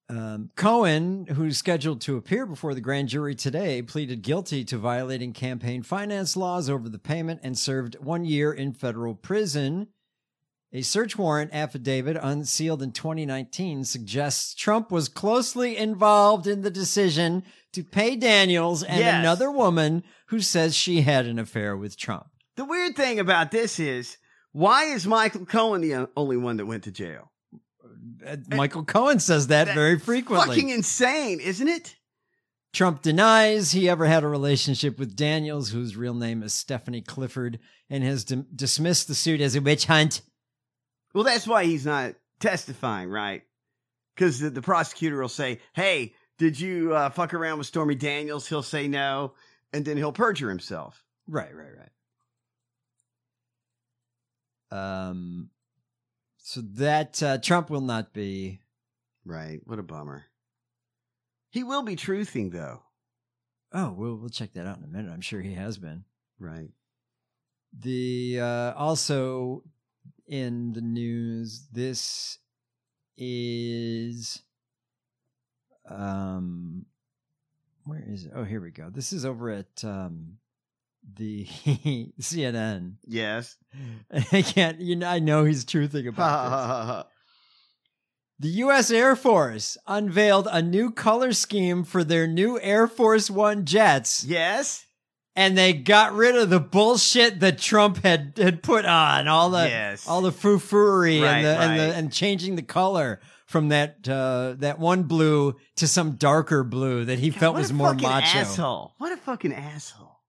[SPEAKER 8] Um, Cohen, who's scheduled to appear before the grand jury today, pleaded guilty to violating campaign finance laws over the payment and served one year in federal prison. A search warrant affidavit unsealed in 2019 suggests Trump was closely involved in the decision to pay Daniels and
[SPEAKER 9] Yes.
[SPEAKER 8] another woman who says she had an affair with Trump.
[SPEAKER 9] The weird thing about this is, why is Michael Cohen the o- only one that went to jail?
[SPEAKER 8] Uh, Michael Cohen says that,
[SPEAKER 9] That-
[SPEAKER 8] very frequently.
[SPEAKER 9] Fucking insane, isn't it?
[SPEAKER 8] Trump denies he ever had a relationship with Daniels, whose real name is Stephanie Clifford, and has dim- dismissed the suit as a witch hunt.
[SPEAKER 9] Well, that's why he's not testifying, right? Because the, the prosecutor will say, "Hey, did you uh, fuck around with Stormy Daniels?" He'll say no, and then he'll perjure himself.
[SPEAKER 8] Right, right, right. Um, so that uh, Trump will not be.
[SPEAKER 9] Right? What a bummer. He will be truthing though.
[SPEAKER 8] Oh, we'll we'll check that out in a minute. I'm sure he has been.
[SPEAKER 9] Right.
[SPEAKER 8] The uh, also in the news, this is um, where is it? Oh, here we go. This is over at um, the *laughs* CNN. *laughs*
[SPEAKER 9] Yes. *laughs*
[SPEAKER 8] I can't. You know, I know he's truthing about this. The U.S. Air Force unveiled a new color scheme for their new Air Force One jets,
[SPEAKER 9] *laughs* Yes.
[SPEAKER 8] and they got rid of the bullshit that Trump had, had put on all the
[SPEAKER 9] Yes.
[SPEAKER 8] all the frou frouery
[SPEAKER 9] Right,
[SPEAKER 8] and the, and
[SPEAKER 9] right.
[SPEAKER 8] the and changing the color from that uh, that one blue to some darker blue that he felt
[SPEAKER 9] What
[SPEAKER 8] was
[SPEAKER 9] a
[SPEAKER 8] more
[SPEAKER 9] fucking
[SPEAKER 8] macho.
[SPEAKER 9] Asshole. What a fucking asshole.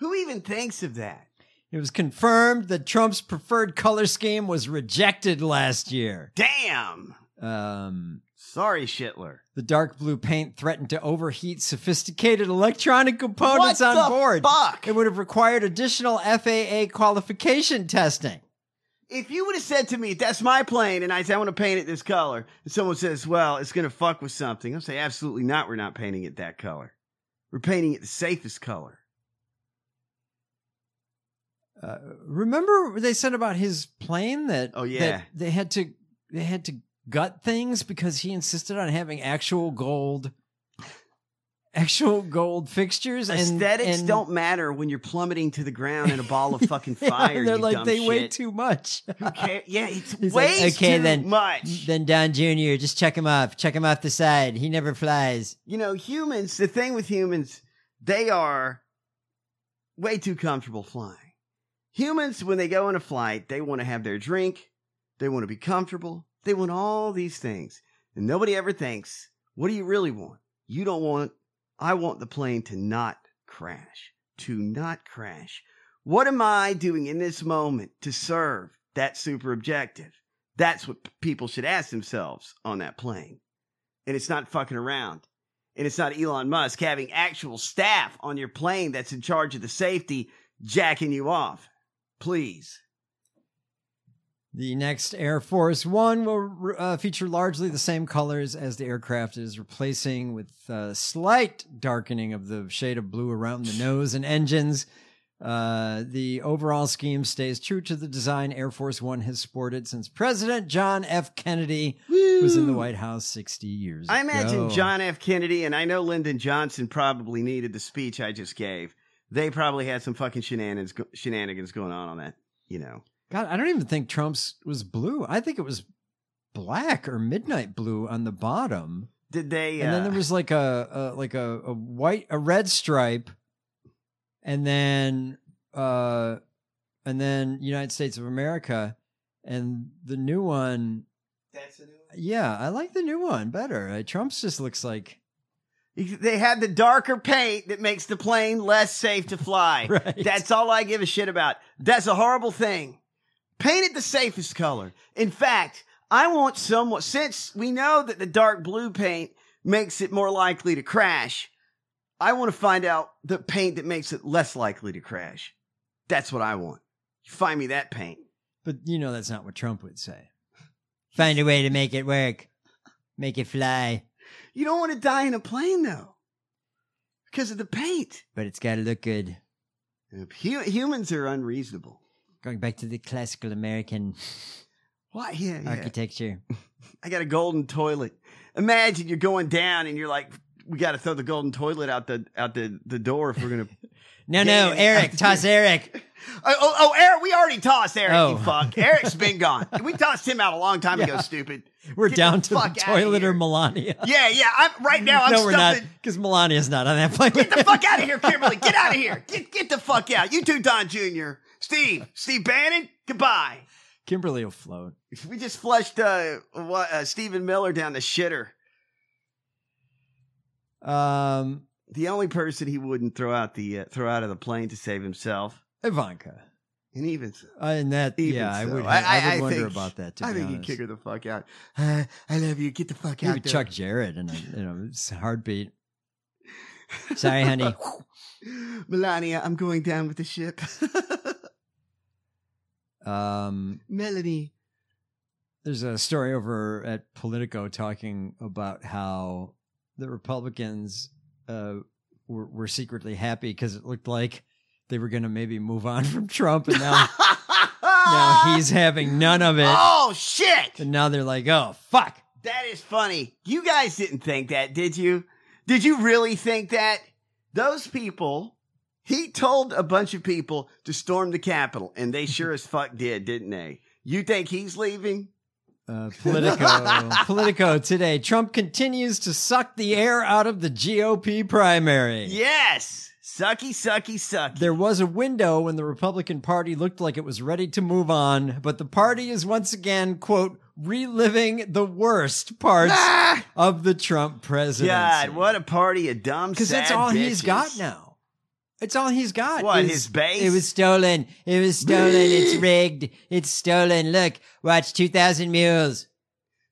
[SPEAKER 9] Who even thinks of that?
[SPEAKER 8] It was confirmed that Trump's preferred color scheme was rejected last year.
[SPEAKER 9] Damn.
[SPEAKER 8] Um,
[SPEAKER 9] Sorry, Shitler.
[SPEAKER 8] the dark blue paint threatened to overheat sophisticated electronic components on
[SPEAKER 9] What the
[SPEAKER 8] board.
[SPEAKER 9] fuck?
[SPEAKER 8] It would have required additional FAA qualification testing.
[SPEAKER 9] If you would have said to me, that's my plane, and I said, I want to paint it this color, and someone says, well, it's going to fuck with something, I'll say, absolutely not. We're not painting it that color. We're painting it the safest color.
[SPEAKER 8] Remember what they said about his plane that
[SPEAKER 9] Oh, yeah.
[SPEAKER 8] that they had to they had to gut things because he insisted on having actual gold actual gold fixtures and
[SPEAKER 9] Aesthetics
[SPEAKER 8] and-
[SPEAKER 9] don't matter when you're plummeting to the ground in a ball of fucking
[SPEAKER 8] *laughs* Yeah,
[SPEAKER 9] fire.
[SPEAKER 8] and they're
[SPEAKER 9] you
[SPEAKER 8] like
[SPEAKER 9] dumb
[SPEAKER 8] they
[SPEAKER 9] shit.
[SPEAKER 8] weigh too much.
[SPEAKER 9] Who cares? Yeah, it's
[SPEAKER 8] He's like,
[SPEAKER 9] way
[SPEAKER 8] okay,
[SPEAKER 9] too
[SPEAKER 8] then,
[SPEAKER 9] much.
[SPEAKER 8] Then Don Jr., just check him off. Check him off the side. He never flies.
[SPEAKER 9] you know, humans, the thing with humans, they are way too comfortable flying. Humans, when they go on a flight, they want to have their drink, they want to be comfortable, they want all these things. And nobody ever thinks, what do you really want? You don't want, I want the plane to not crash, to not crash. What am I doing in this moment to serve that super objective? That's what p- people should ask themselves on that plane and it's not fucking around. And it's not Elon Musk having actual staff on your plane that's in charge of the safety jacking you off. Please.
[SPEAKER 8] The next Air Force One will uh, feature largely the same colors as the aircraft is replacing, with uh, slight darkening of the shade of blue around the nose and engines. Uh, the overall scheme stays true to the design Air Force One has sported since President John F. Kennedy was in the White House 60 years
[SPEAKER 9] I
[SPEAKER 8] ago.
[SPEAKER 9] imagine John F. Kennedy and I know Lyndon Johnson probably needed the speech I just gave. They probably had some fucking shenanigans, shenanigans going on on that, you know.
[SPEAKER 8] God, I don't even think Trump's was blue. I think it was black or midnight blue on the bottom,
[SPEAKER 9] Did they?
[SPEAKER 8] and then
[SPEAKER 9] uh,
[SPEAKER 8] there was like a, a like a, a white a red stripe, and then uh, and then United States of America, and the new one. Yeah, I like the new one better. Uh, Trump's just looks like *laughs*
[SPEAKER 9] They had the darker paint that makes the plane less safe to fly.
[SPEAKER 8] Right.
[SPEAKER 9] That's all I give a shit about. That's a horrible thing. Paint it the safest color. In fact, I want someone, since we know that the dark blue paint makes it more likely to crash, I want to find out the paint that makes it less likely to crash. That's what I want. You find me that paint.
[SPEAKER 8] But you know that's not what Trump would say. Find a way to make it work. Make it fly.
[SPEAKER 9] You don't want to die in a plane, though, because of the paint.
[SPEAKER 8] But it's gotta look good.
[SPEAKER 9] Hu- humans are unreasonable.
[SPEAKER 8] Going back to the classical American
[SPEAKER 9] Why? Yeah, yeah.
[SPEAKER 8] architecture.
[SPEAKER 9] I got a golden toilet. Imagine you're going down and you're like, we got to throw the golden toilet out the out the, the door if we're
[SPEAKER 8] *laughs*
[SPEAKER 9] gonna.
[SPEAKER 8] No,
[SPEAKER 9] Yeah,
[SPEAKER 8] no,
[SPEAKER 9] yeah, yeah.
[SPEAKER 8] Eric, toss Eric.
[SPEAKER 9] oh, oh, oh, Eric, we already tossed Eric.
[SPEAKER 8] Oh.
[SPEAKER 9] You fuck. Eric's
[SPEAKER 8] *laughs*
[SPEAKER 9] been gone. We tossed him out a long time ago. Stupid.
[SPEAKER 8] We're
[SPEAKER 9] Get the
[SPEAKER 8] down to the
[SPEAKER 9] fuck outta
[SPEAKER 8] toilet or
[SPEAKER 9] here.
[SPEAKER 8] Melania.
[SPEAKER 9] Yeah, yeah. I'm right now. I'm
[SPEAKER 8] no, we're not,
[SPEAKER 9] stuffing.
[SPEAKER 8] because Melania's not on that plane.
[SPEAKER 9] Get the fuck out of here, Kimberly. Get out of here. Get get the fuck out. You too, Don Jr. Steve, Steve Bannon. Goodbye.
[SPEAKER 8] *laughs* Kimberly will float.
[SPEAKER 9] We just flushed uh, what, uh Stephen Miller down the shitter.
[SPEAKER 8] Um,
[SPEAKER 9] The only person he wouldn't throw out the uh, throw out of the plane to save himself.
[SPEAKER 8] Ivanka.
[SPEAKER 9] And even so,
[SPEAKER 8] Uh, and that,
[SPEAKER 9] Even
[SPEAKER 8] yeah, I
[SPEAKER 9] so,
[SPEAKER 8] would,
[SPEAKER 9] I-
[SPEAKER 8] I,
[SPEAKER 9] I-
[SPEAKER 8] would
[SPEAKER 9] I
[SPEAKER 8] wonder
[SPEAKER 9] think-
[SPEAKER 8] about that. To
[SPEAKER 9] I
[SPEAKER 8] be
[SPEAKER 9] think
[SPEAKER 8] honest.
[SPEAKER 9] he'd kick her the fuck out. Uh, I love you. Get the fuck out.
[SPEAKER 8] You're
[SPEAKER 9] there.
[SPEAKER 8] Chuck Jarrett in a, in a heartbeat. Sorry, honey.
[SPEAKER 9] *laughs* Melania, I'm going down with the ship. *laughs*
[SPEAKER 8] Um,
[SPEAKER 9] Melanie.
[SPEAKER 8] there's a story over at Politico talking about how the Republicans uh, were, were secretly happy because it looked like they were going to maybe move on *laughs* from Trump, and now now
[SPEAKER 9] *laughs*
[SPEAKER 8] he's having none of it.
[SPEAKER 9] Oh shit!
[SPEAKER 8] And now they're like, oh fuck,
[SPEAKER 9] That is funny. You guys didn't think that, did you? Did you really think that? Those people. He told a bunch of people
[SPEAKER 8] *laughs*
[SPEAKER 9] to storm the Capitol, and they sure as fuck did, didn't they? You think he's leaving?
[SPEAKER 8] Uh,
[SPEAKER 9] *laughs*
[SPEAKER 8] Politico, Politico today. Trump continues to suck the air out of the GOP primary.
[SPEAKER 9] Yes. Sucky, sucky, sucky.
[SPEAKER 8] There was a window when the Republican Party looked like it was ready to move on, but the party is once again, quote, reliving the worst parts of the Trump presidency.
[SPEAKER 9] Ah! God, what a party of dumb.
[SPEAKER 8] Because that's
[SPEAKER 9] sad
[SPEAKER 8] all he's
[SPEAKER 9] bitches.
[SPEAKER 8] got now. It's all he's got.
[SPEAKER 9] What,
[SPEAKER 8] is,
[SPEAKER 9] his base?
[SPEAKER 8] It was stolen. It was stolen.
[SPEAKER 9] *gasps*
[SPEAKER 8] it's rigged. It's stolen. Look, watch 2,000 mules.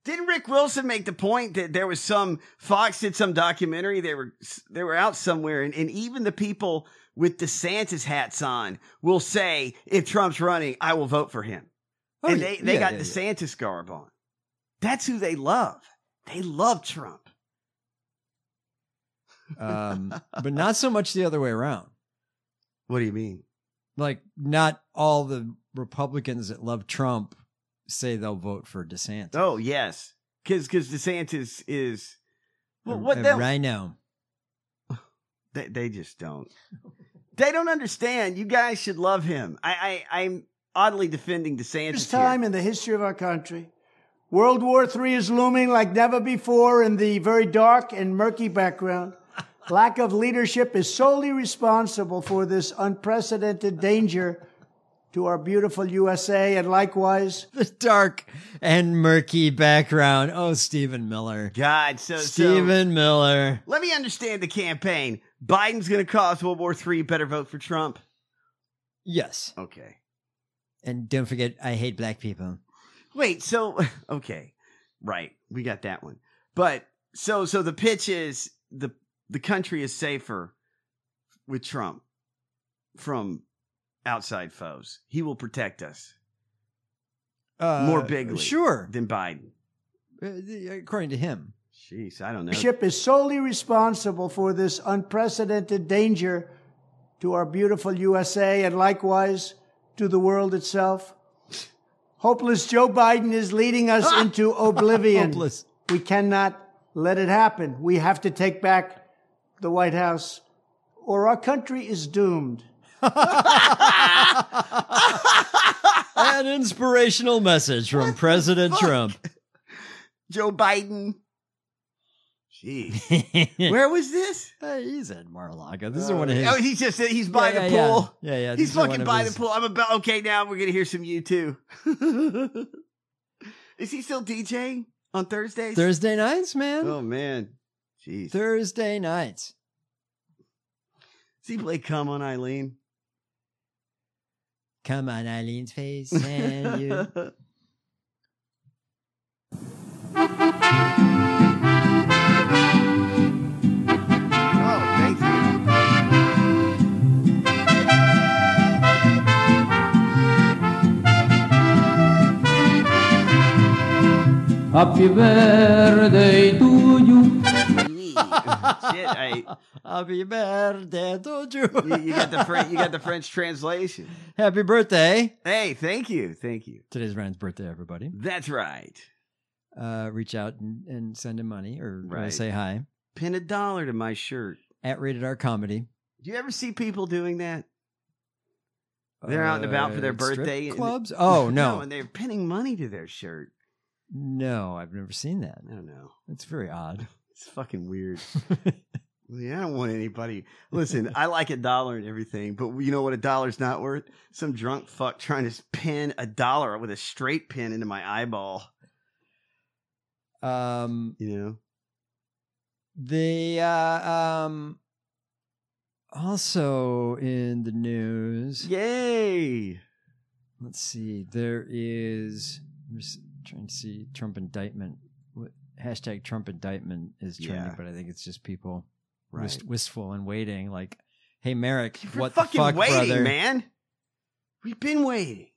[SPEAKER 9] Didn't Rick Wilson make the point that there was some Fox did some documentary? They were they were out somewhere, and, and even the people with DeSantis hats on will say, if Trump's running, I will vote for him.
[SPEAKER 8] Oh,
[SPEAKER 9] and
[SPEAKER 8] yeah,
[SPEAKER 9] they, they
[SPEAKER 8] yeah,
[SPEAKER 9] got
[SPEAKER 8] yeah, yeah.
[SPEAKER 9] DeSantis garb on. That's who they love. They love Trump.
[SPEAKER 8] um, but not so much the other way around.
[SPEAKER 9] What do you mean?
[SPEAKER 8] Like, not all the Republicans that love Trump say they'll vote for DeSantis.
[SPEAKER 9] Oh yes, because because DeSantis is well,
[SPEAKER 8] Uh,
[SPEAKER 9] what
[SPEAKER 8] uh,
[SPEAKER 9] the-
[SPEAKER 8] Rhino.
[SPEAKER 9] they they just don't. They don't understand. You guys should love him. I, I I'm oddly defending DeSantis.
[SPEAKER 10] First
[SPEAKER 9] here.
[SPEAKER 10] time in the history of our country, World War III is looming like never before in the very dark and murky background. Lack of leadership is solely responsible for this unprecedented danger to our beautiful USA and likewise
[SPEAKER 8] The dark and murky background. Oh, Stephen Miller.
[SPEAKER 9] God, so so
[SPEAKER 8] Stephen Miller.
[SPEAKER 9] Let me understand the campaign. Biden's going to cause World War III. Better vote for Trump.
[SPEAKER 8] Yes.
[SPEAKER 9] Okay.
[SPEAKER 8] And don't forget, I hate black people.
[SPEAKER 9] Wait. So *laughs* okay, right. We got that one. But so so the pitch is the the country is safer with Trump from outside foes. He will protect us
[SPEAKER 8] Uh,
[SPEAKER 9] more bigly,
[SPEAKER 8] Sure.
[SPEAKER 9] than Biden.
[SPEAKER 8] Uh, the- According to him.
[SPEAKER 9] Jeez, I don't know.
[SPEAKER 10] leadership is solely responsible for this unprecedented danger to our beautiful USA and likewise to the world itself. Hopeless Joe Biden is leading us
[SPEAKER 9] Ah!
[SPEAKER 10] into
[SPEAKER 9] *laughs*
[SPEAKER 10] oblivion.
[SPEAKER 8] Hopeless.
[SPEAKER 10] We cannot let it happen. We have to take back the White House or our country is doomed.
[SPEAKER 8] An inspirational message from President Trump.
[SPEAKER 9] *laughs*
[SPEAKER 8] *laughs*
[SPEAKER 9] Joe Biden.
[SPEAKER 8] *laughs*
[SPEAKER 9] Jeez, where was this?
[SPEAKER 8] Uh, he's at Mar-a-Lago. This is one of his.
[SPEAKER 9] Oh, he's just he's by
[SPEAKER 8] Yeah,
[SPEAKER 9] the
[SPEAKER 8] yeah,
[SPEAKER 9] pool.
[SPEAKER 8] Yeah, yeah. yeah. This
[SPEAKER 9] He's
[SPEAKER 8] is one
[SPEAKER 9] fucking
[SPEAKER 8] of
[SPEAKER 9] by
[SPEAKER 8] his-
[SPEAKER 9] the pool. I'm about okay. Now we're gonna hear some you too. *laughs* Is he still DJing on Thursdays?
[SPEAKER 8] Thursday nights, man.
[SPEAKER 9] Oh man, jeez.
[SPEAKER 8] Thursday nights.
[SPEAKER 9] Does he play "Come on, Eileen"?
[SPEAKER 8] Come on, Eileen's
[SPEAKER 9] *laughs*
[SPEAKER 8] face. And you.
[SPEAKER 11] Oh,
[SPEAKER 9] Oh, thank you.
[SPEAKER 11] Happy birthday to you.
[SPEAKER 9] *laughs* Shit, I,
[SPEAKER 8] Happy birthday to
[SPEAKER 9] you,
[SPEAKER 8] you.
[SPEAKER 9] you got the French, you got the French translation.
[SPEAKER 8] *laughs* Happy birthday.
[SPEAKER 9] Hey, thank you, thank you.
[SPEAKER 8] Today's Ryan's birthday, everybody.
[SPEAKER 9] That's right.
[SPEAKER 8] Uh, reach out and, and send him money or uh,
[SPEAKER 9] Right.
[SPEAKER 8] say hi.
[SPEAKER 9] Pin a dollar to my shirt.
[SPEAKER 8] At Rated R Comedy.
[SPEAKER 9] Do you ever see people doing that? They're out and about for their
[SPEAKER 8] Uh, strip
[SPEAKER 9] birthday and- *laughs*
[SPEAKER 8] clubs. *laughs* Oh no,
[SPEAKER 9] and they're pinning money to their shirt.
[SPEAKER 8] no, I've never seen that.
[SPEAKER 9] I don't know.
[SPEAKER 8] That's very
[SPEAKER 9] *laughs*
[SPEAKER 8] odd.
[SPEAKER 9] It's fucking
[SPEAKER 8] *laughs*
[SPEAKER 9] weird. Yeah, I don't want anybody. Listen, I like a dollar and everything, but you know what a dollar's not worth? Some drunk fuck trying to pin a dollar with a straight pin into my eyeball.
[SPEAKER 8] um,
[SPEAKER 9] You know?
[SPEAKER 8] the uh, um, also in the news.
[SPEAKER 9] Yay!
[SPEAKER 8] Let's see. There is. I'm just trying to see Trump indictment. What, hashtag Trump indictment is trending,
[SPEAKER 9] Yeah.
[SPEAKER 8] but I think it's just people wist-
[SPEAKER 9] Right.
[SPEAKER 8] wistful and waiting. Like, hey, Merrick,
[SPEAKER 9] We're
[SPEAKER 8] what
[SPEAKER 9] fucking
[SPEAKER 8] the fuck,
[SPEAKER 9] waiting,
[SPEAKER 8] brother?
[SPEAKER 9] man. We've been waiting.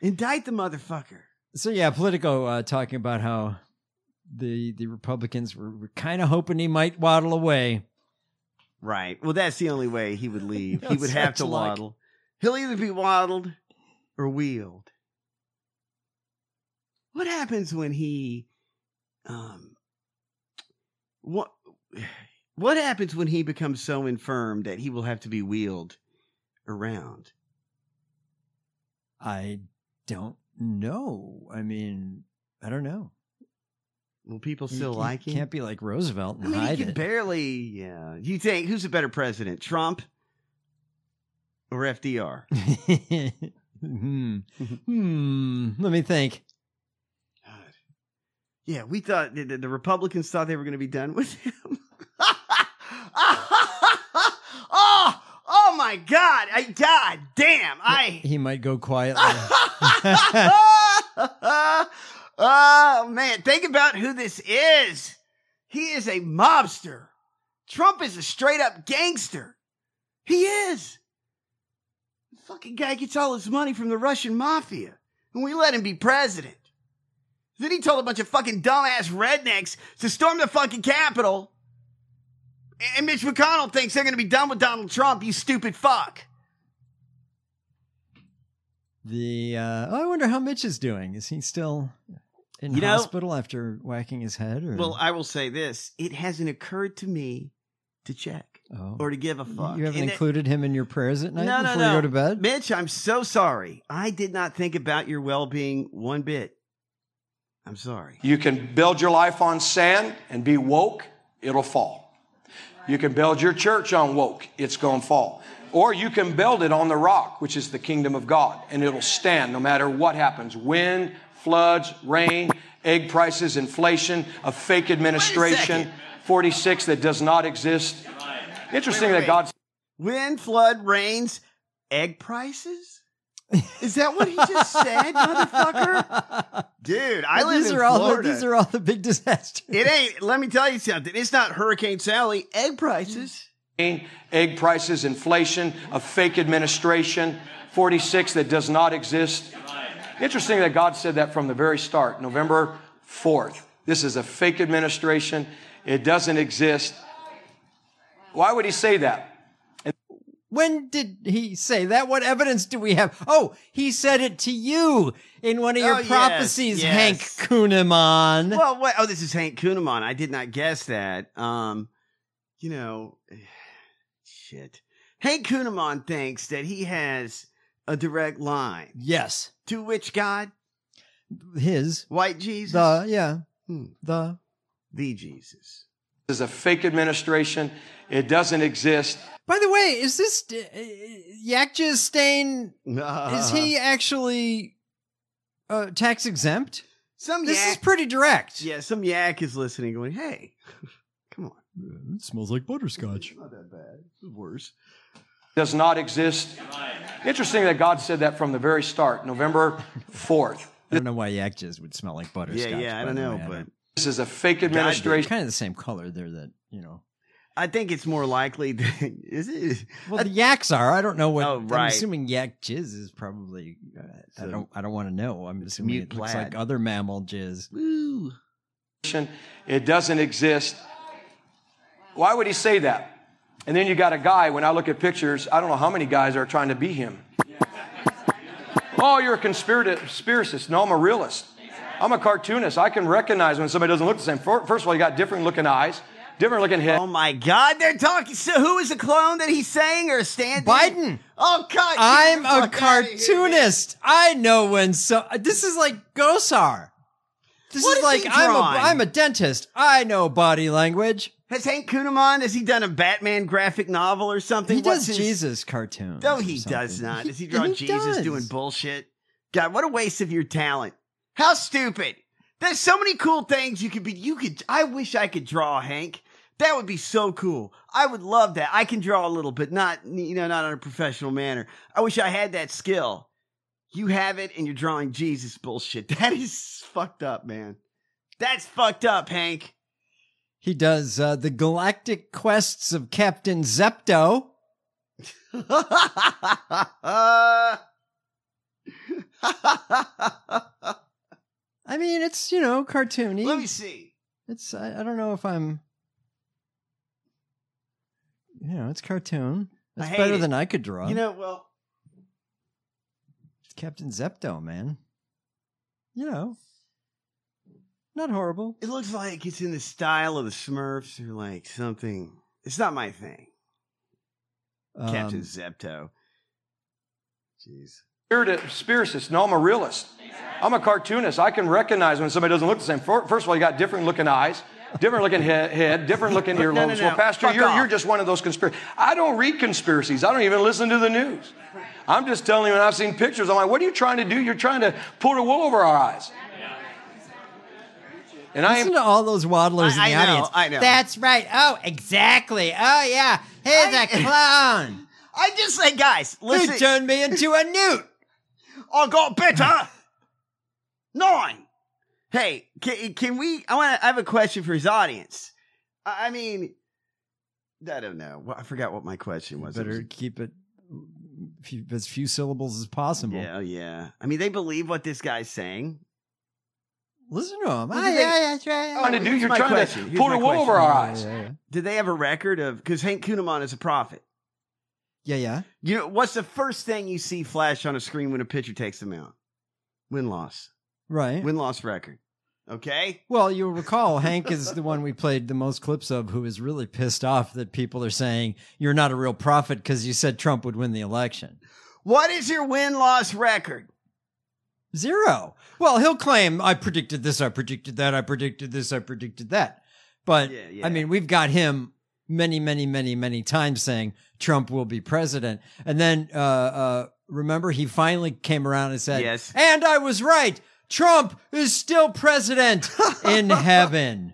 [SPEAKER 9] Indict the motherfucker.
[SPEAKER 8] So yeah, Politico uh, talking about how the the Republicans were, were kind of hoping he might waddle away.
[SPEAKER 9] Right. Well, that's the only way he would leave.
[SPEAKER 8] No
[SPEAKER 9] he would have
[SPEAKER 8] such
[SPEAKER 9] to
[SPEAKER 8] luck.
[SPEAKER 9] waddle. He'll either be waddled or wheeled. What happens when he um what what happens when he becomes so infirm that he will have to be wheeled around?
[SPEAKER 8] I don't know. I mean, I don't know.
[SPEAKER 9] Will people
[SPEAKER 8] You
[SPEAKER 9] still
[SPEAKER 8] can't-
[SPEAKER 9] like him?
[SPEAKER 8] Can't be like Roosevelt and
[SPEAKER 9] I mean,
[SPEAKER 8] hide
[SPEAKER 9] he can
[SPEAKER 8] it.
[SPEAKER 9] barely. Yeah. You think who's a better president, Trump or FDR?
[SPEAKER 8] *laughs* hmm.
[SPEAKER 9] Mm-hmm.
[SPEAKER 8] hmm. Let me think.
[SPEAKER 9] yeah, we thought the, the Republicans thought they were going to be done with him. *laughs* Ah, oh, oh my God! I, God damn! I
[SPEAKER 8] He might go quietly.
[SPEAKER 9] *laughs* oh man, think about who this is. He is a mobster. Trump is a straight up gangster. He is. The fucking guy gets all his money from the Russian mafia, and we let him be president. Then he told a bunch of fucking dumbass rednecks to storm the fucking Capitol. And Mitch McConnell thinks they're going to be done with Donald Trump, you stupid fuck.
[SPEAKER 8] The uh, oh, I wonder how Mitch is doing. Is he still in
[SPEAKER 9] You know-
[SPEAKER 8] hospital after whacking his head? Or
[SPEAKER 9] Well, I will say this: it hasn't occurred to me to check
[SPEAKER 8] Oh.
[SPEAKER 9] or to give a
[SPEAKER 8] You-
[SPEAKER 9] fuck.
[SPEAKER 8] you haven't
[SPEAKER 9] And it-
[SPEAKER 8] included him in your prayers at night
[SPEAKER 9] no, no,
[SPEAKER 8] before
[SPEAKER 9] no.
[SPEAKER 8] you go to bed.
[SPEAKER 9] Mitch, I'm so sorry. I did not think about your well-being one bit. I'm sorry.
[SPEAKER 12] You can build your life on sand and be woke, it'll fall. You can build your church on woke, it's going to fall. Or you can build it on the rock, which is the kingdom of God, and it'll stand no matter what happens wind, floods, rain, egg prices, inflation, a fake administration, 46 that does not exist. Interesting that God.
[SPEAKER 9] Wind, flood, rains, egg prices. Is that what he just said, motherfucker? *laughs* Dude, I live
[SPEAKER 8] these
[SPEAKER 9] in
[SPEAKER 8] are all
[SPEAKER 9] Florida.
[SPEAKER 8] The, these are all the big *laughs* disasters.
[SPEAKER 9] it ain't. Let me tell you something. It's not Hurricane Sally. Egg prices.
[SPEAKER 12] egg prices, inflation, a fake administration, 46 that does not exist. Interesting that God said that from the very start, November 4th. This is a fake administration. It doesn't exist. Why would he say that?
[SPEAKER 8] When did he say that? What evidence do we have? Oh, he said it to you in one of your
[SPEAKER 9] Oh, yes,
[SPEAKER 8] prophecies,
[SPEAKER 9] yes.
[SPEAKER 8] Hank Kuhneman.
[SPEAKER 9] *laughs* Well, wait, oh, this is Hank Kuhneman. I did not guess that. Um, you know, shit. Hank Kuhneman thinks that he has a direct line.
[SPEAKER 8] Yes.
[SPEAKER 9] To which God?
[SPEAKER 8] His
[SPEAKER 9] white Jesus.
[SPEAKER 8] The yeah. Hmm, The
[SPEAKER 9] the Jesus.
[SPEAKER 12] This is a fake administration. It doesn't exist.
[SPEAKER 8] By the way, is this uh, Yakja Stain? is he actually uh, tax exempt?
[SPEAKER 9] *laughs* Some
[SPEAKER 8] this is
[SPEAKER 9] yak-
[SPEAKER 8] pretty direct.
[SPEAKER 9] Yeah, some yak is listening, going, "Hey, come
[SPEAKER 8] on." It smells like butterscotch.
[SPEAKER 9] Not that bad. It's worse.
[SPEAKER 12] does not exist. Interesting that God said that from the very start, November 4th.
[SPEAKER 8] I don't know why Yakjas would smell like butterscotch.
[SPEAKER 12] yeah, I
[SPEAKER 8] by
[SPEAKER 12] don't
[SPEAKER 8] the
[SPEAKER 12] know,
[SPEAKER 8] way.
[SPEAKER 12] but-
[SPEAKER 8] don't-
[SPEAKER 12] This is a fake
[SPEAKER 8] God, they're
[SPEAKER 12] administration.
[SPEAKER 8] kind of the same color there. That you know.
[SPEAKER 9] I think it's more likely *laughs* that is it.
[SPEAKER 8] Well, the yaks are. I don't know what.
[SPEAKER 9] Oh, right.
[SPEAKER 8] I'm assuming yak jizz is probably. Uh, I
[SPEAKER 9] So-
[SPEAKER 8] don't. I don't want to know. I'm assuming
[SPEAKER 12] mute
[SPEAKER 8] it looks like
[SPEAKER 12] plaid.
[SPEAKER 8] other mammal jizz.
[SPEAKER 9] Woo.
[SPEAKER 12] It doesn't exist. Why would he say that? And then you got a guy, when I look at pictures, I don't know how many guys are trying to be him. Oh, you're a conspirati- conspiracist. No, I'm a realist. I'm a cartoonist. I can recognize when somebody doesn't look the same. Fir- First of all, you got different looking eyes, different looking head.
[SPEAKER 9] Oh my God, they're talking. So who is a clone that he's saying or stand?
[SPEAKER 8] Biden. Uh,
[SPEAKER 9] Oh God,
[SPEAKER 8] I'm a cartoonist. I know when so. This is like Gosar. This
[SPEAKER 9] What
[SPEAKER 8] is
[SPEAKER 9] is
[SPEAKER 8] like
[SPEAKER 9] he
[SPEAKER 8] I'm a
[SPEAKER 9] drawing?
[SPEAKER 8] I'm a dentist. I know body language.
[SPEAKER 9] Has Hank Kuhneman, has he done a Batman graphic novel or something?
[SPEAKER 8] He does
[SPEAKER 9] What's his-
[SPEAKER 8] Jesus cartoons.
[SPEAKER 9] No,
[SPEAKER 8] or
[SPEAKER 9] he does
[SPEAKER 8] something. *laughs*
[SPEAKER 9] not. Does he draw Jesus
[SPEAKER 8] does.
[SPEAKER 9] doing bullshit? God, what a waste of your talent. How stupid. There's so many cool things you could be. You could, I wish I could draw, Hank. That would be so cool. I would love that. I can draw a little, but not, you know, not in a professional manner. I wish I had that skill. You have it and you're drawing Jesus bullshit. *laughs* That is fucked up, man. That's fucked
[SPEAKER 8] *laughs*
[SPEAKER 9] up, Hank.
[SPEAKER 8] He does uh, the galactic quests of Captain Zepto. I mean, it's you know cartoony.
[SPEAKER 9] Let me see.
[SPEAKER 8] It's I, I don't know if I'm. You know, it's cartoon.
[SPEAKER 9] I
[SPEAKER 8] It's
[SPEAKER 9] hate
[SPEAKER 8] better
[SPEAKER 9] it.
[SPEAKER 8] than I could draw.
[SPEAKER 9] You know, well,
[SPEAKER 8] it's Captain Zepto, man. You know, not horrible.
[SPEAKER 9] It looks like it's in the style of the Smurfs or like something. It's not my thing. Captain
[SPEAKER 12] Um,
[SPEAKER 9] Zepto. Jeez.
[SPEAKER 12] Spirit- Spiricist. No, I'm a realist. I'm a cartoonist. I can recognize when somebody doesn't look the same. Fir- First of all, you got different looking eyes, different looking he- head, different
[SPEAKER 9] *laughs*
[SPEAKER 12] looking
[SPEAKER 9] No,
[SPEAKER 12] earlobes.
[SPEAKER 9] no, no.
[SPEAKER 12] Well, Pastor,
[SPEAKER 9] Fuck
[SPEAKER 12] you're,
[SPEAKER 9] off.
[SPEAKER 12] you're just one of those conspiracies. I don't read conspiracies. I don't even listen to the news. I'm just telling you, and I've seen pictures. I'm like, what are you trying to do? You're trying to pull the wool over our eyes. And I
[SPEAKER 8] Listen to all those waddlers
[SPEAKER 12] I-
[SPEAKER 8] in the
[SPEAKER 12] I know,
[SPEAKER 8] audience.
[SPEAKER 12] I know.
[SPEAKER 8] That's right. Oh, exactly. Oh, yeah. He's a clown.
[SPEAKER 9] I just say, guys, listen. Oh,
[SPEAKER 8] He turned me into a newt.
[SPEAKER 9] I got better. Nine. Hey, can, can we? I want. to. I have a question for his audience. I I mean, I don't know. Well, I forgot what my question was. It
[SPEAKER 8] Better
[SPEAKER 9] was-
[SPEAKER 8] keep it few, as few syllables as possible.
[SPEAKER 9] Yeah, oh, yeah. I mean, they believe what this guy's saying.
[SPEAKER 8] Listen to him.
[SPEAKER 9] Well,
[SPEAKER 8] Oh,
[SPEAKER 9] do they-
[SPEAKER 8] yeah, that's right.
[SPEAKER 9] Oh,
[SPEAKER 12] Trying to do-
[SPEAKER 9] here's
[SPEAKER 12] you're
[SPEAKER 9] my
[SPEAKER 12] trying to
[SPEAKER 9] question. Here's
[SPEAKER 12] pull
[SPEAKER 9] my
[SPEAKER 12] the wool
[SPEAKER 9] question.
[SPEAKER 12] over our eyes.
[SPEAKER 8] Yeah, yeah.
[SPEAKER 9] Did they have a record of? Because Hank Kuhneman is a prophet.
[SPEAKER 8] yeah, yeah.
[SPEAKER 9] You know, what's the first thing you see flash on a screen when a pitcher takes them out? Win loss.
[SPEAKER 8] Right.
[SPEAKER 9] Win loss record. Okay.
[SPEAKER 8] Well, you'll recall Hank is the one we played the most clips of who is really pissed off that people are saying you're not a real prophet because you said Trump would win the election.
[SPEAKER 9] What is your win loss record?
[SPEAKER 8] Zero. Well, he'll claim I predicted this, I predicted that, I predicted this, I predicted that. But
[SPEAKER 9] Yeah, yeah.
[SPEAKER 8] I mean, we've got him many, many, many, many times saying Trump will be president, and then uh, uh, remember he finally came around and said,
[SPEAKER 9] Yes.
[SPEAKER 8] and I was right. Trump is still president
[SPEAKER 9] *laughs*
[SPEAKER 8] in heaven."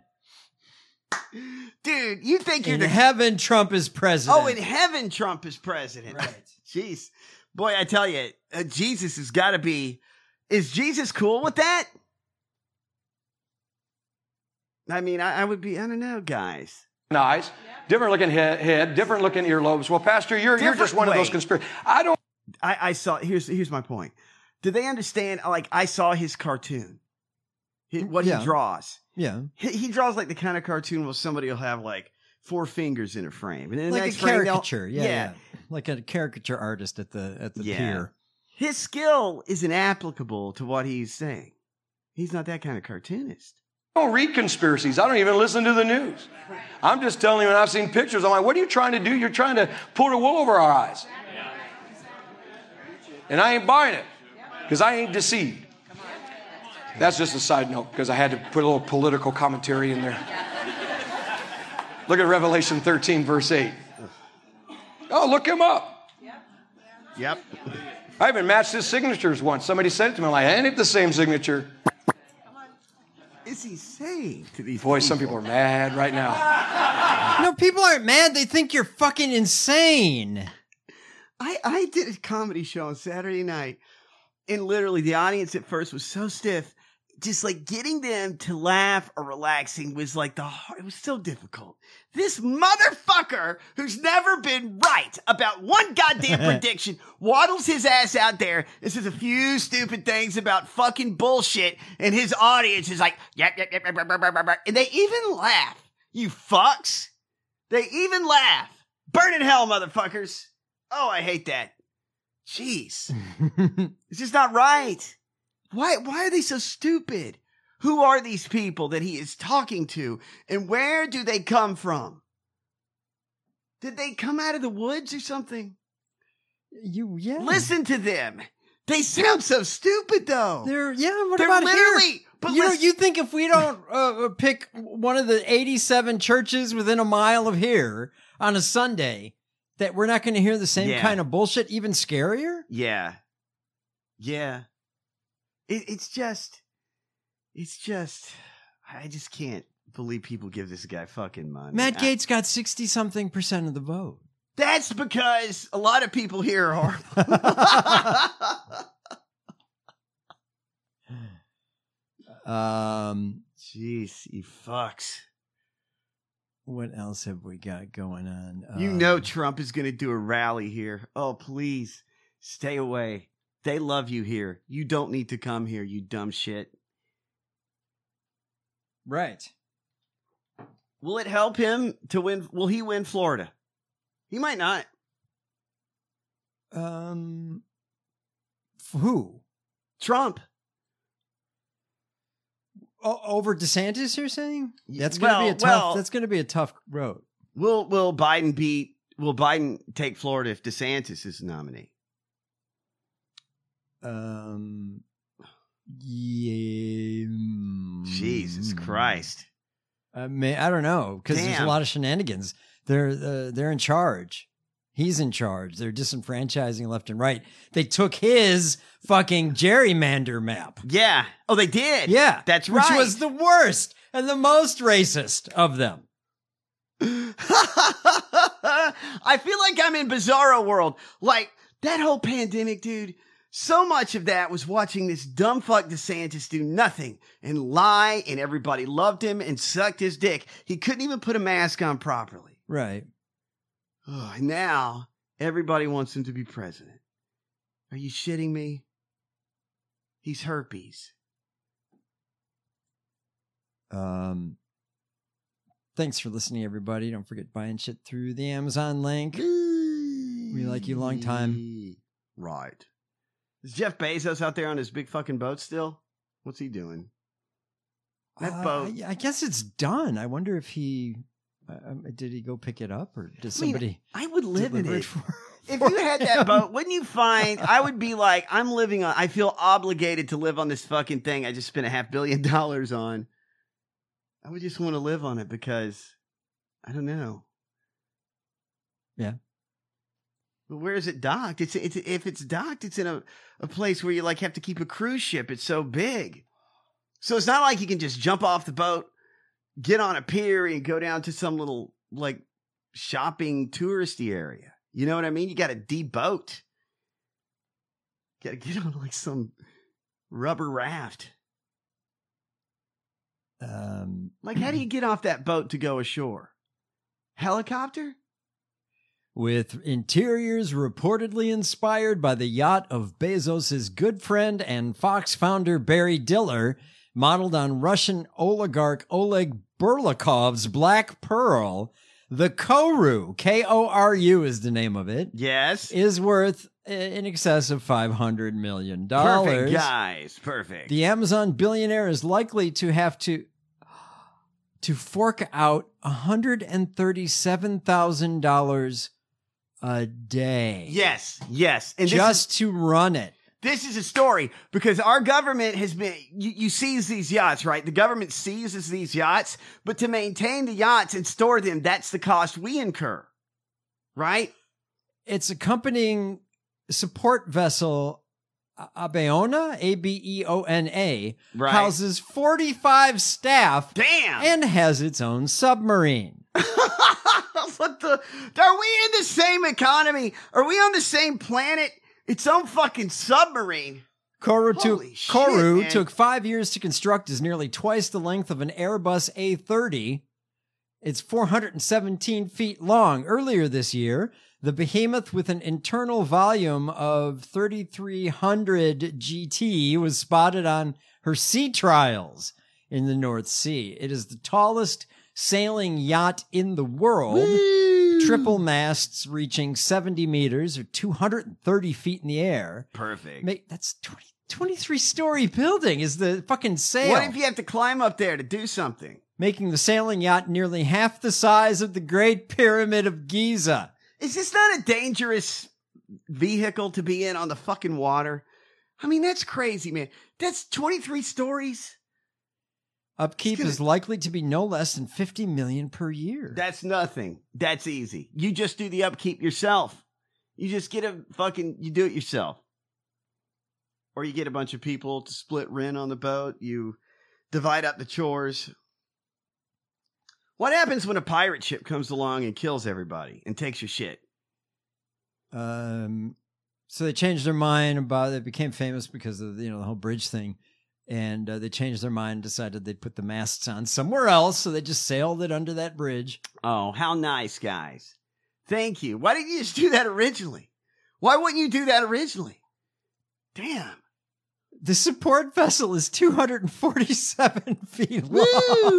[SPEAKER 9] Dude, you think you're
[SPEAKER 8] in
[SPEAKER 9] the
[SPEAKER 8] heaven, Trump is president.
[SPEAKER 9] Oh, in heaven, Trump is president. Right. *laughs* Jeez. Boy, I tell you, uh, Jesus has got to be. Is Jesus cool with that? I mean, I, I would be, I don't know, guys.
[SPEAKER 12] eyes, different looking he- head, different looking earlobes. Well, Pastor, you're, you're just
[SPEAKER 9] Different-
[SPEAKER 12] one of those
[SPEAKER 9] wait.
[SPEAKER 12] conspiracies. I don't.
[SPEAKER 9] I, I saw, here's, here's my point. Do they understand? Like, I saw his cartoon, He- what
[SPEAKER 8] Yeah.
[SPEAKER 9] he draws.
[SPEAKER 8] yeah,
[SPEAKER 9] He, he draws like the kind of cartoon where somebody will have like four fingers in a frame. And then the
[SPEAKER 8] like a
[SPEAKER 9] next frame, they'll-
[SPEAKER 8] caricature. Yeah, yeah, like a caricature artist at the at the
[SPEAKER 9] Yeah.
[SPEAKER 8] pier.
[SPEAKER 9] his skill isn't applicable to what he's saying. He's not that kind of cartoonist.
[SPEAKER 12] I don't read conspiracies. I don't even listen to the news. I'm just telling you, and I've seen pictures. I'm like, what are you trying to do? You're trying to pull the wool over our eyes. And I ain't buying it because I ain't deceived. That's just a side note because I had to put a little political commentary in there. Look at Revelation 13, verse 8. Oh, look him up.
[SPEAKER 9] Yep.
[SPEAKER 12] I even matched his signatures once. Somebody sent it to me, like, ain't it the same signature?
[SPEAKER 9] Is he saying to these
[SPEAKER 12] Boy, some people are mad right now.
[SPEAKER 8] No, people aren't mad. They think you're fucking insane.
[SPEAKER 9] I, I did a comedy show on Saturday night, and literally the audience at first was so stiff. Just like getting them to laugh or relaxing was like the hard, it was so difficult. This motherfucker who's never been right about one goddamn prediction waddles his ass out there and says a few stupid things about fucking bullshit, and his audience is like, yep, yep, yep, yep, yep, yep, yep, yep, and they even laugh. You fucks. They even laugh. Burn in hell, motherfuckers. Oh, I hate that.
[SPEAKER 8] *laughs*
[SPEAKER 9] Jeez. it's just not right. Why why are they so stupid? Who are these people that he is talking to and where do they come from? Did they come out of the woods or something?
[SPEAKER 8] You yeah.
[SPEAKER 9] Listen to them. They sound so stupid though.
[SPEAKER 8] They're yeah. What
[SPEAKER 9] They're
[SPEAKER 8] about
[SPEAKER 9] literally
[SPEAKER 8] here?
[SPEAKER 9] but
[SPEAKER 8] you know,
[SPEAKER 9] listen-
[SPEAKER 8] you think if we don't uh, pick one of the 87 churches within a mile of here on a Sunday, that we're not going to hear the same
[SPEAKER 9] Yeah.
[SPEAKER 8] kind of bullshit, even scarier?
[SPEAKER 9] Yeah. Yeah. It, it's just, it's just, I just can't believe people give this guy fucking money.
[SPEAKER 8] Matt
[SPEAKER 9] I-
[SPEAKER 8] Gates got 60 something percent of the vote.
[SPEAKER 9] that's because a lot of people here are *laughs* horrible.
[SPEAKER 8] Um,
[SPEAKER 9] Jeez, you fucks.
[SPEAKER 8] what else have we got going on?
[SPEAKER 9] You
[SPEAKER 8] Um,
[SPEAKER 9] know Trump is going to do a rally here. Oh, please stay away. They love you here. You don't need to come here, you dumb shit.
[SPEAKER 8] right?
[SPEAKER 9] Will it help him to win? Will he win Florida? He might not.
[SPEAKER 8] Um, f- who?
[SPEAKER 9] Trump.
[SPEAKER 8] O- over DeSantis, you're saying?
[SPEAKER 9] Y-
[SPEAKER 8] That's gonna be
[SPEAKER 9] well-
[SPEAKER 8] a tough.
[SPEAKER 9] well-
[SPEAKER 8] that's gonna be a tough road.
[SPEAKER 9] Will Will Biden beat? Will Biden take Florida if DeSantis is the nominee?
[SPEAKER 8] Um,
[SPEAKER 10] Jesus Christ.
[SPEAKER 8] mm. I mean, I don't know because there's a
[SPEAKER 10] Damn.
[SPEAKER 8] lot of shenanigans. They're uh, they're in charge. He's in charge. They're disenfranchising left and right. They took his fucking gerrymander map.
[SPEAKER 10] Yeah. Oh, they did.
[SPEAKER 8] Yeah,
[SPEAKER 10] That's
[SPEAKER 8] which
[SPEAKER 10] right.
[SPEAKER 8] was the worst and the most racist of them.
[SPEAKER 10] *laughs* I feel like I'm in Bizarro World. Like that whole pandemic, dude. So much of that was watching this dumb fuck DeSantis do nothing and lie, and everybody loved him and sucked his dick. He couldn't even put a mask on properly.
[SPEAKER 8] Right.
[SPEAKER 10] Ugh, and now everybody wants him to be president. Are you shitting me? He's herpes.
[SPEAKER 8] Um. Thanks for listening, everybody. Don't forget buying shit through the Amazon link. We like you long time.
[SPEAKER 10] Right. Is Jeff Bezos out there on his big fucking boat still? What's he doing? That
[SPEAKER 8] Uh,
[SPEAKER 10] boat.
[SPEAKER 8] I, I guess it's done. I wonder if he uh, um, did he go pick it up or did
[SPEAKER 10] I mean,
[SPEAKER 8] somebody?
[SPEAKER 10] I would live in
[SPEAKER 8] deliver
[SPEAKER 10] it.
[SPEAKER 8] for-
[SPEAKER 10] If you had that boat, wouldn't you find I would be like, I'm living on I feel obligated to live on this fucking thing I just spent a half billion *laughs* dollars on. I would just want to live on it because I don't know.
[SPEAKER 8] Yeah.
[SPEAKER 10] But where is it docked? It's it's if it's docked, it's in a, a place where you like have to keep a cruise ship. It's so big. So it's not like you can just jump off the boat, get on a pier, and go down to some little like shopping touristy area. You know what I mean? You gotta deboat. Gotta get *laughs* on like some rubber raft.
[SPEAKER 8] Um,
[SPEAKER 10] Like how do *clears throat* you get off that boat to go ashore? Helicopter?
[SPEAKER 8] with interiors reportedly inspired by the yacht of Bezos's good friend and Fox founder Barry Diller, modeled on Russian oligarch Oleg Burlikov's Black Pearl, the Koru K O R U is the name of it.
[SPEAKER 10] Yes.
[SPEAKER 8] is worth uh, in excess of five hundred million dollars.
[SPEAKER 10] Perfect guys. Perfect.
[SPEAKER 8] The Amazon billionaire is likely to have to to fork out $137,000 a day
[SPEAKER 10] Yes, yes. And this
[SPEAKER 8] just to run it.
[SPEAKER 10] this is a story because our government has been you, you seize these yachts right the government seizes these yachts but to maintain the yachts and store them that's the cost we incur right
[SPEAKER 8] It's accompanying support vessel A- Abeona, A B E O N A,
[SPEAKER 10] Right.
[SPEAKER 8] houses 45 staff
[SPEAKER 10] Damn.
[SPEAKER 8] and has its own submarine.
[SPEAKER 10] *laughs* what the are we in the same economy are we on the same planet its own fucking submarine
[SPEAKER 8] Koru, took,
[SPEAKER 10] Holy shit,
[SPEAKER 8] Koru
[SPEAKER 10] man.
[SPEAKER 8] took five years to construct, is nearly twice the length of an Airbus A30. It's 417 feet long. Earlier this year, the behemoth with an internal volume of 3,300 GT was spotted on her sea trials in the North Sea. It is the tallest sailing yacht in the world. Triple masts reaching 70 meters or 230 feet in the air.
[SPEAKER 10] perfect
[SPEAKER 8] Mate, that's 20, 23 story building is the fucking sail.
[SPEAKER 10] what if you have to climb up there to do something
[SPEAKER 8] Making the sailing yacht nearly half the size of the Great Pyramid of Giza.
[SPEAKER 10] Is this not a dangerous vehicle to be in on the fucking water? I mean, that's crazy, man. That's 23 stories.
[SPEAKER 8] Upkeep is likely to be no less than 50 million per year.
[SPEAKER 10] That's nothing. That's easy. You just do the upkeep yourself. You just get a fucking, you do it yourself. Or you get a bunch of people to split rent on the boat. You divide up the chores. What happens when a pirate ship comes along and kills everybody and takes your shit?
[SPEAKER 8] Um, so they changed their mind about it. Became famous because of you know the whole bridge thing, and uh, they changed their mind. Decided they'd put the masts on somewhere else, so they just sailed it under that bridge.
[SPEAKER 10] Oh, how nice, guys. Thank you. Why didn't you just do that originally? Why wouldn't you do that originally?
[SPEAKER 8] *laughs*
[SPEAKER 10] Damn.
[SPEAKER 8] The support vessel is 247 feet long. *laughs*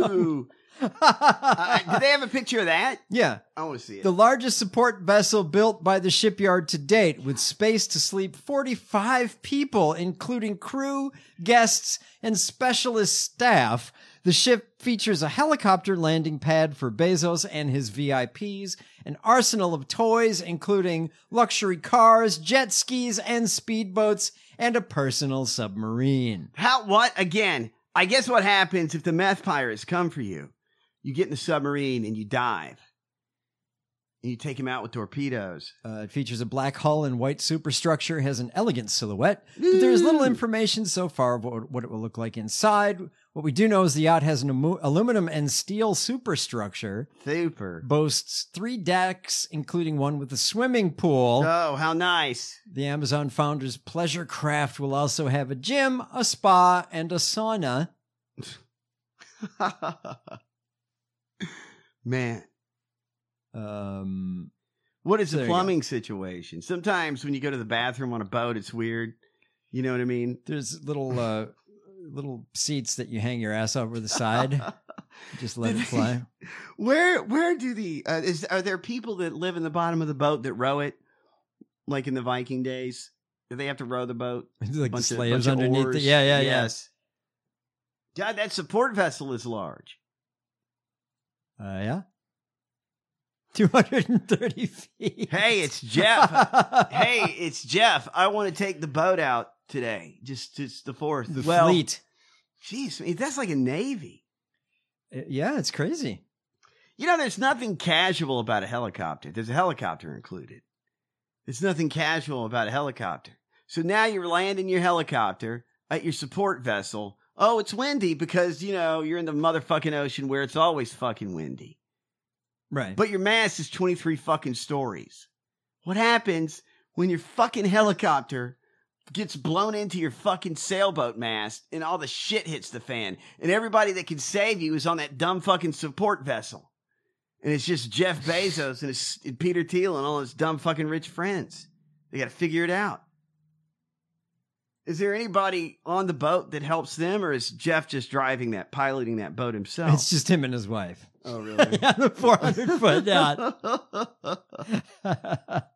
[SPEAKER 10] Woo! uh, do they have a picture of that?
[SPEAKER 8] Yeah.
[SPEAKER 10] I want to see it.
[SPEAKER 8] The largest support vessel built by the shipyard to date, with space to sleep 45 people, including crew, guests, and specialist staff. The ship features a helicopter landing pad for Bezos and his VIPs, an arsenal of toys, including luxury cars, jet skis, and speedboats, and a personal submarine.
[SPEAKER 10] How? What? Again?
[SPEAKER 9] I guess what happens if the meth pirates come for you? You get in the submarine and you dive. And you take him out with torpedoes.
[SPEAKER 8] Uh, it features a black hull and white superstructure, has an elegant silhouette. But there is little information so far about what it will look like inside. What we do know is the yacht has an amu- aluminum and steel superstructure,
[SPEAKER 9] Super.
[SPEAKER 8] boasts three decks, including one with a swimming pool.
[SPEAKER 9] Oh, how nice.
[SPEAKER 8] The Amazon Founders Pleasure Craft will also have a gym, a spa, and a sauna.
[SPEAKER 10] *laughs*
[SPEAKER 9] Man.
[SPEAKER 8] Um,
[SPEAKER 9] What is the
[SPEAKER 8] There you go.
[SPEAKER 9] plumbing situation? Sometimes when you go to the bathroom on a boat, it's weird. You know what I mean?
[SPEAKER 8] there's little uh, little seats that you hang your ass over the side. Just let it fly.
[SPEAKER 9] Where where do the uh, is are there people that live in the bottom of the boat that row it, like in the Viking days? Do they have to row the boat?
[SPEAKER 8] *laughs* like the
[SPEAKER 9] Bunch of-
[SPEAKER 8] slaves
[SPEAKER 9] bunch of
[SPEAKER 8] underneath. The,
[SPEAKER 9] oars.
[SPEAKER 8] yeah, yeah, yeah.
[SPEAKER 9] yes. God, that support vessel is large.
[SPEAKER 8] Uh, yeah. 230 *laughs* feet.
[SPEAKER 9] Hey,
[SPEAKER 8] *laughs*
[SPEAKER 9] it's Jeff. hey, it's Jeff. I want to take the boat out today. Just just the fourth.
[SPEAKER 8] The
[SPEAKER 9] well,
[SPEAKER 8] fleet.
[SPEAKER 9] Jeez, that's like a navy.
[SPEAKER 8] Uh, Yeah, it's crazy.
[SPEAKER 9] You know, there's nothing casual about a helicopter. There's a helicopter included. There's nothing casual about a helicopter. So now you're landing your helicopter at your support vessel. Oh, it's windy because, you know, you're in the motherfucking ocean where it's always fucking windy.
[SPEAKER 8] Right.
[SPEAKER 9] But your mass is 23 fucking stories. What happens when your fucking helicopter gets blown into your fucking sailboat mast and all the shit hits the fan and everybody that can save you is on that dumb fucking support vessel? And it's just Jeff Bezos and, his, and Peter Thiel and all his dumb fucking rich friends. They got to figure it out. Is there anybody on the boat that helps them, or is Jeff just driving that, piloting that boat himself?
[SPEAKER 8] It's just him and his wife. *laughs*
[SPEAKER 9] oh, really?
[SPEAKER 8] yeah, the 400 foot
[SPEAKER 9] *laughs*
[SPEAKER 8] yacht.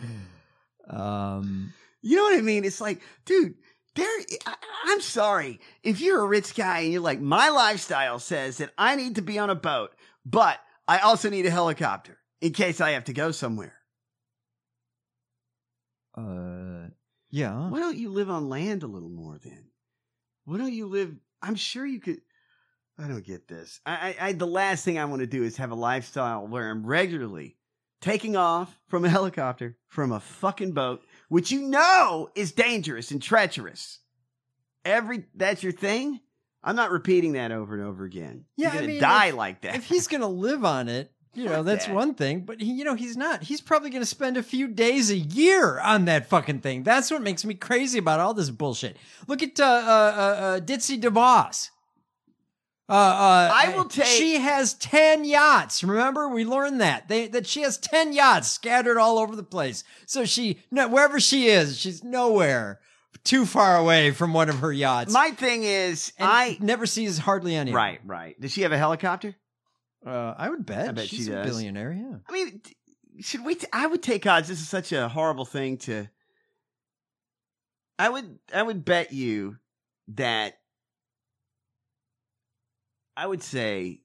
[SPEAKER 8] *laughs* um,
[SPEAKER 9] You know what I mean? It's like, dude, there. I, I'm sorry if you're a rich guy and you're like, my lifestyle says that I need to be on a boat, but I also need a helicopter in case I have to go somewhere.
[SPEAKER 8] uh, yeah.
[SPEAKER 9] Why don't you live on land a little more then? Why don't you live? I'm sure you could. I don't get this. I, I, I the last thing I want to do is have a lifestyle where I'm regularly taking off from a *laughs* helicopter from a fucking boat, which you know is dangerous and treacherous. Every that's your thing. I'm not repeating that over and over again.
[SPEAKER 8] Yeah,
[SPEAKER 9] You're
[SPEAKER 8] I
[SPEAKER 9] gonna
[SPEAKER 8] mean,
[SPEAKER 9] die
[SPEAKER 8] if-
[SPEAKER 9] like that.
[SPEAKER 8] If he's going to live on it, you know,
[SPEAKER 9] Fuck
[SPEAKER 8] that's
[SPEAKER 9] that.
[SPEAKER 8] one thing. But, he, you know, he's not. He's probably going to spend a few days a year on that fucking thing. That's what makes me crazy about all this bullshit. Look at uh, uh, uh, uh, Ditsy DeVos. Uh, uh,
[SPEAKER 9] I will take-
[SPEAKER 8] She has ten yachts. Remember, we learned that they that she has ten yachts scattered all over the place. So she, no, wherever she is, she's nowhere too far away from one of her yachts.
[SPEAKER 9] My thing is,
[SPEAKER 8] and *laughs*
[SPEAKER 9] I
[SPEAKER 8] never sees hardly any. of them.
[SPEAKER 9] right, right. Does she have a helicopter?
[SPEAKER 8] Uh, I would bet.
[SPEAKER 9] I bet
[SPEAKER 8] she's
[SPEAKER 9] she
[SPEAKER 8] a
[SPEAKER 9] does.
[SPEAKER 8] billionaire. Yeah.
[SPEAKER 9] I mean, t- should we? T- I would take odds. This is such a horrible thing to. I would. I would bet you that. I would say.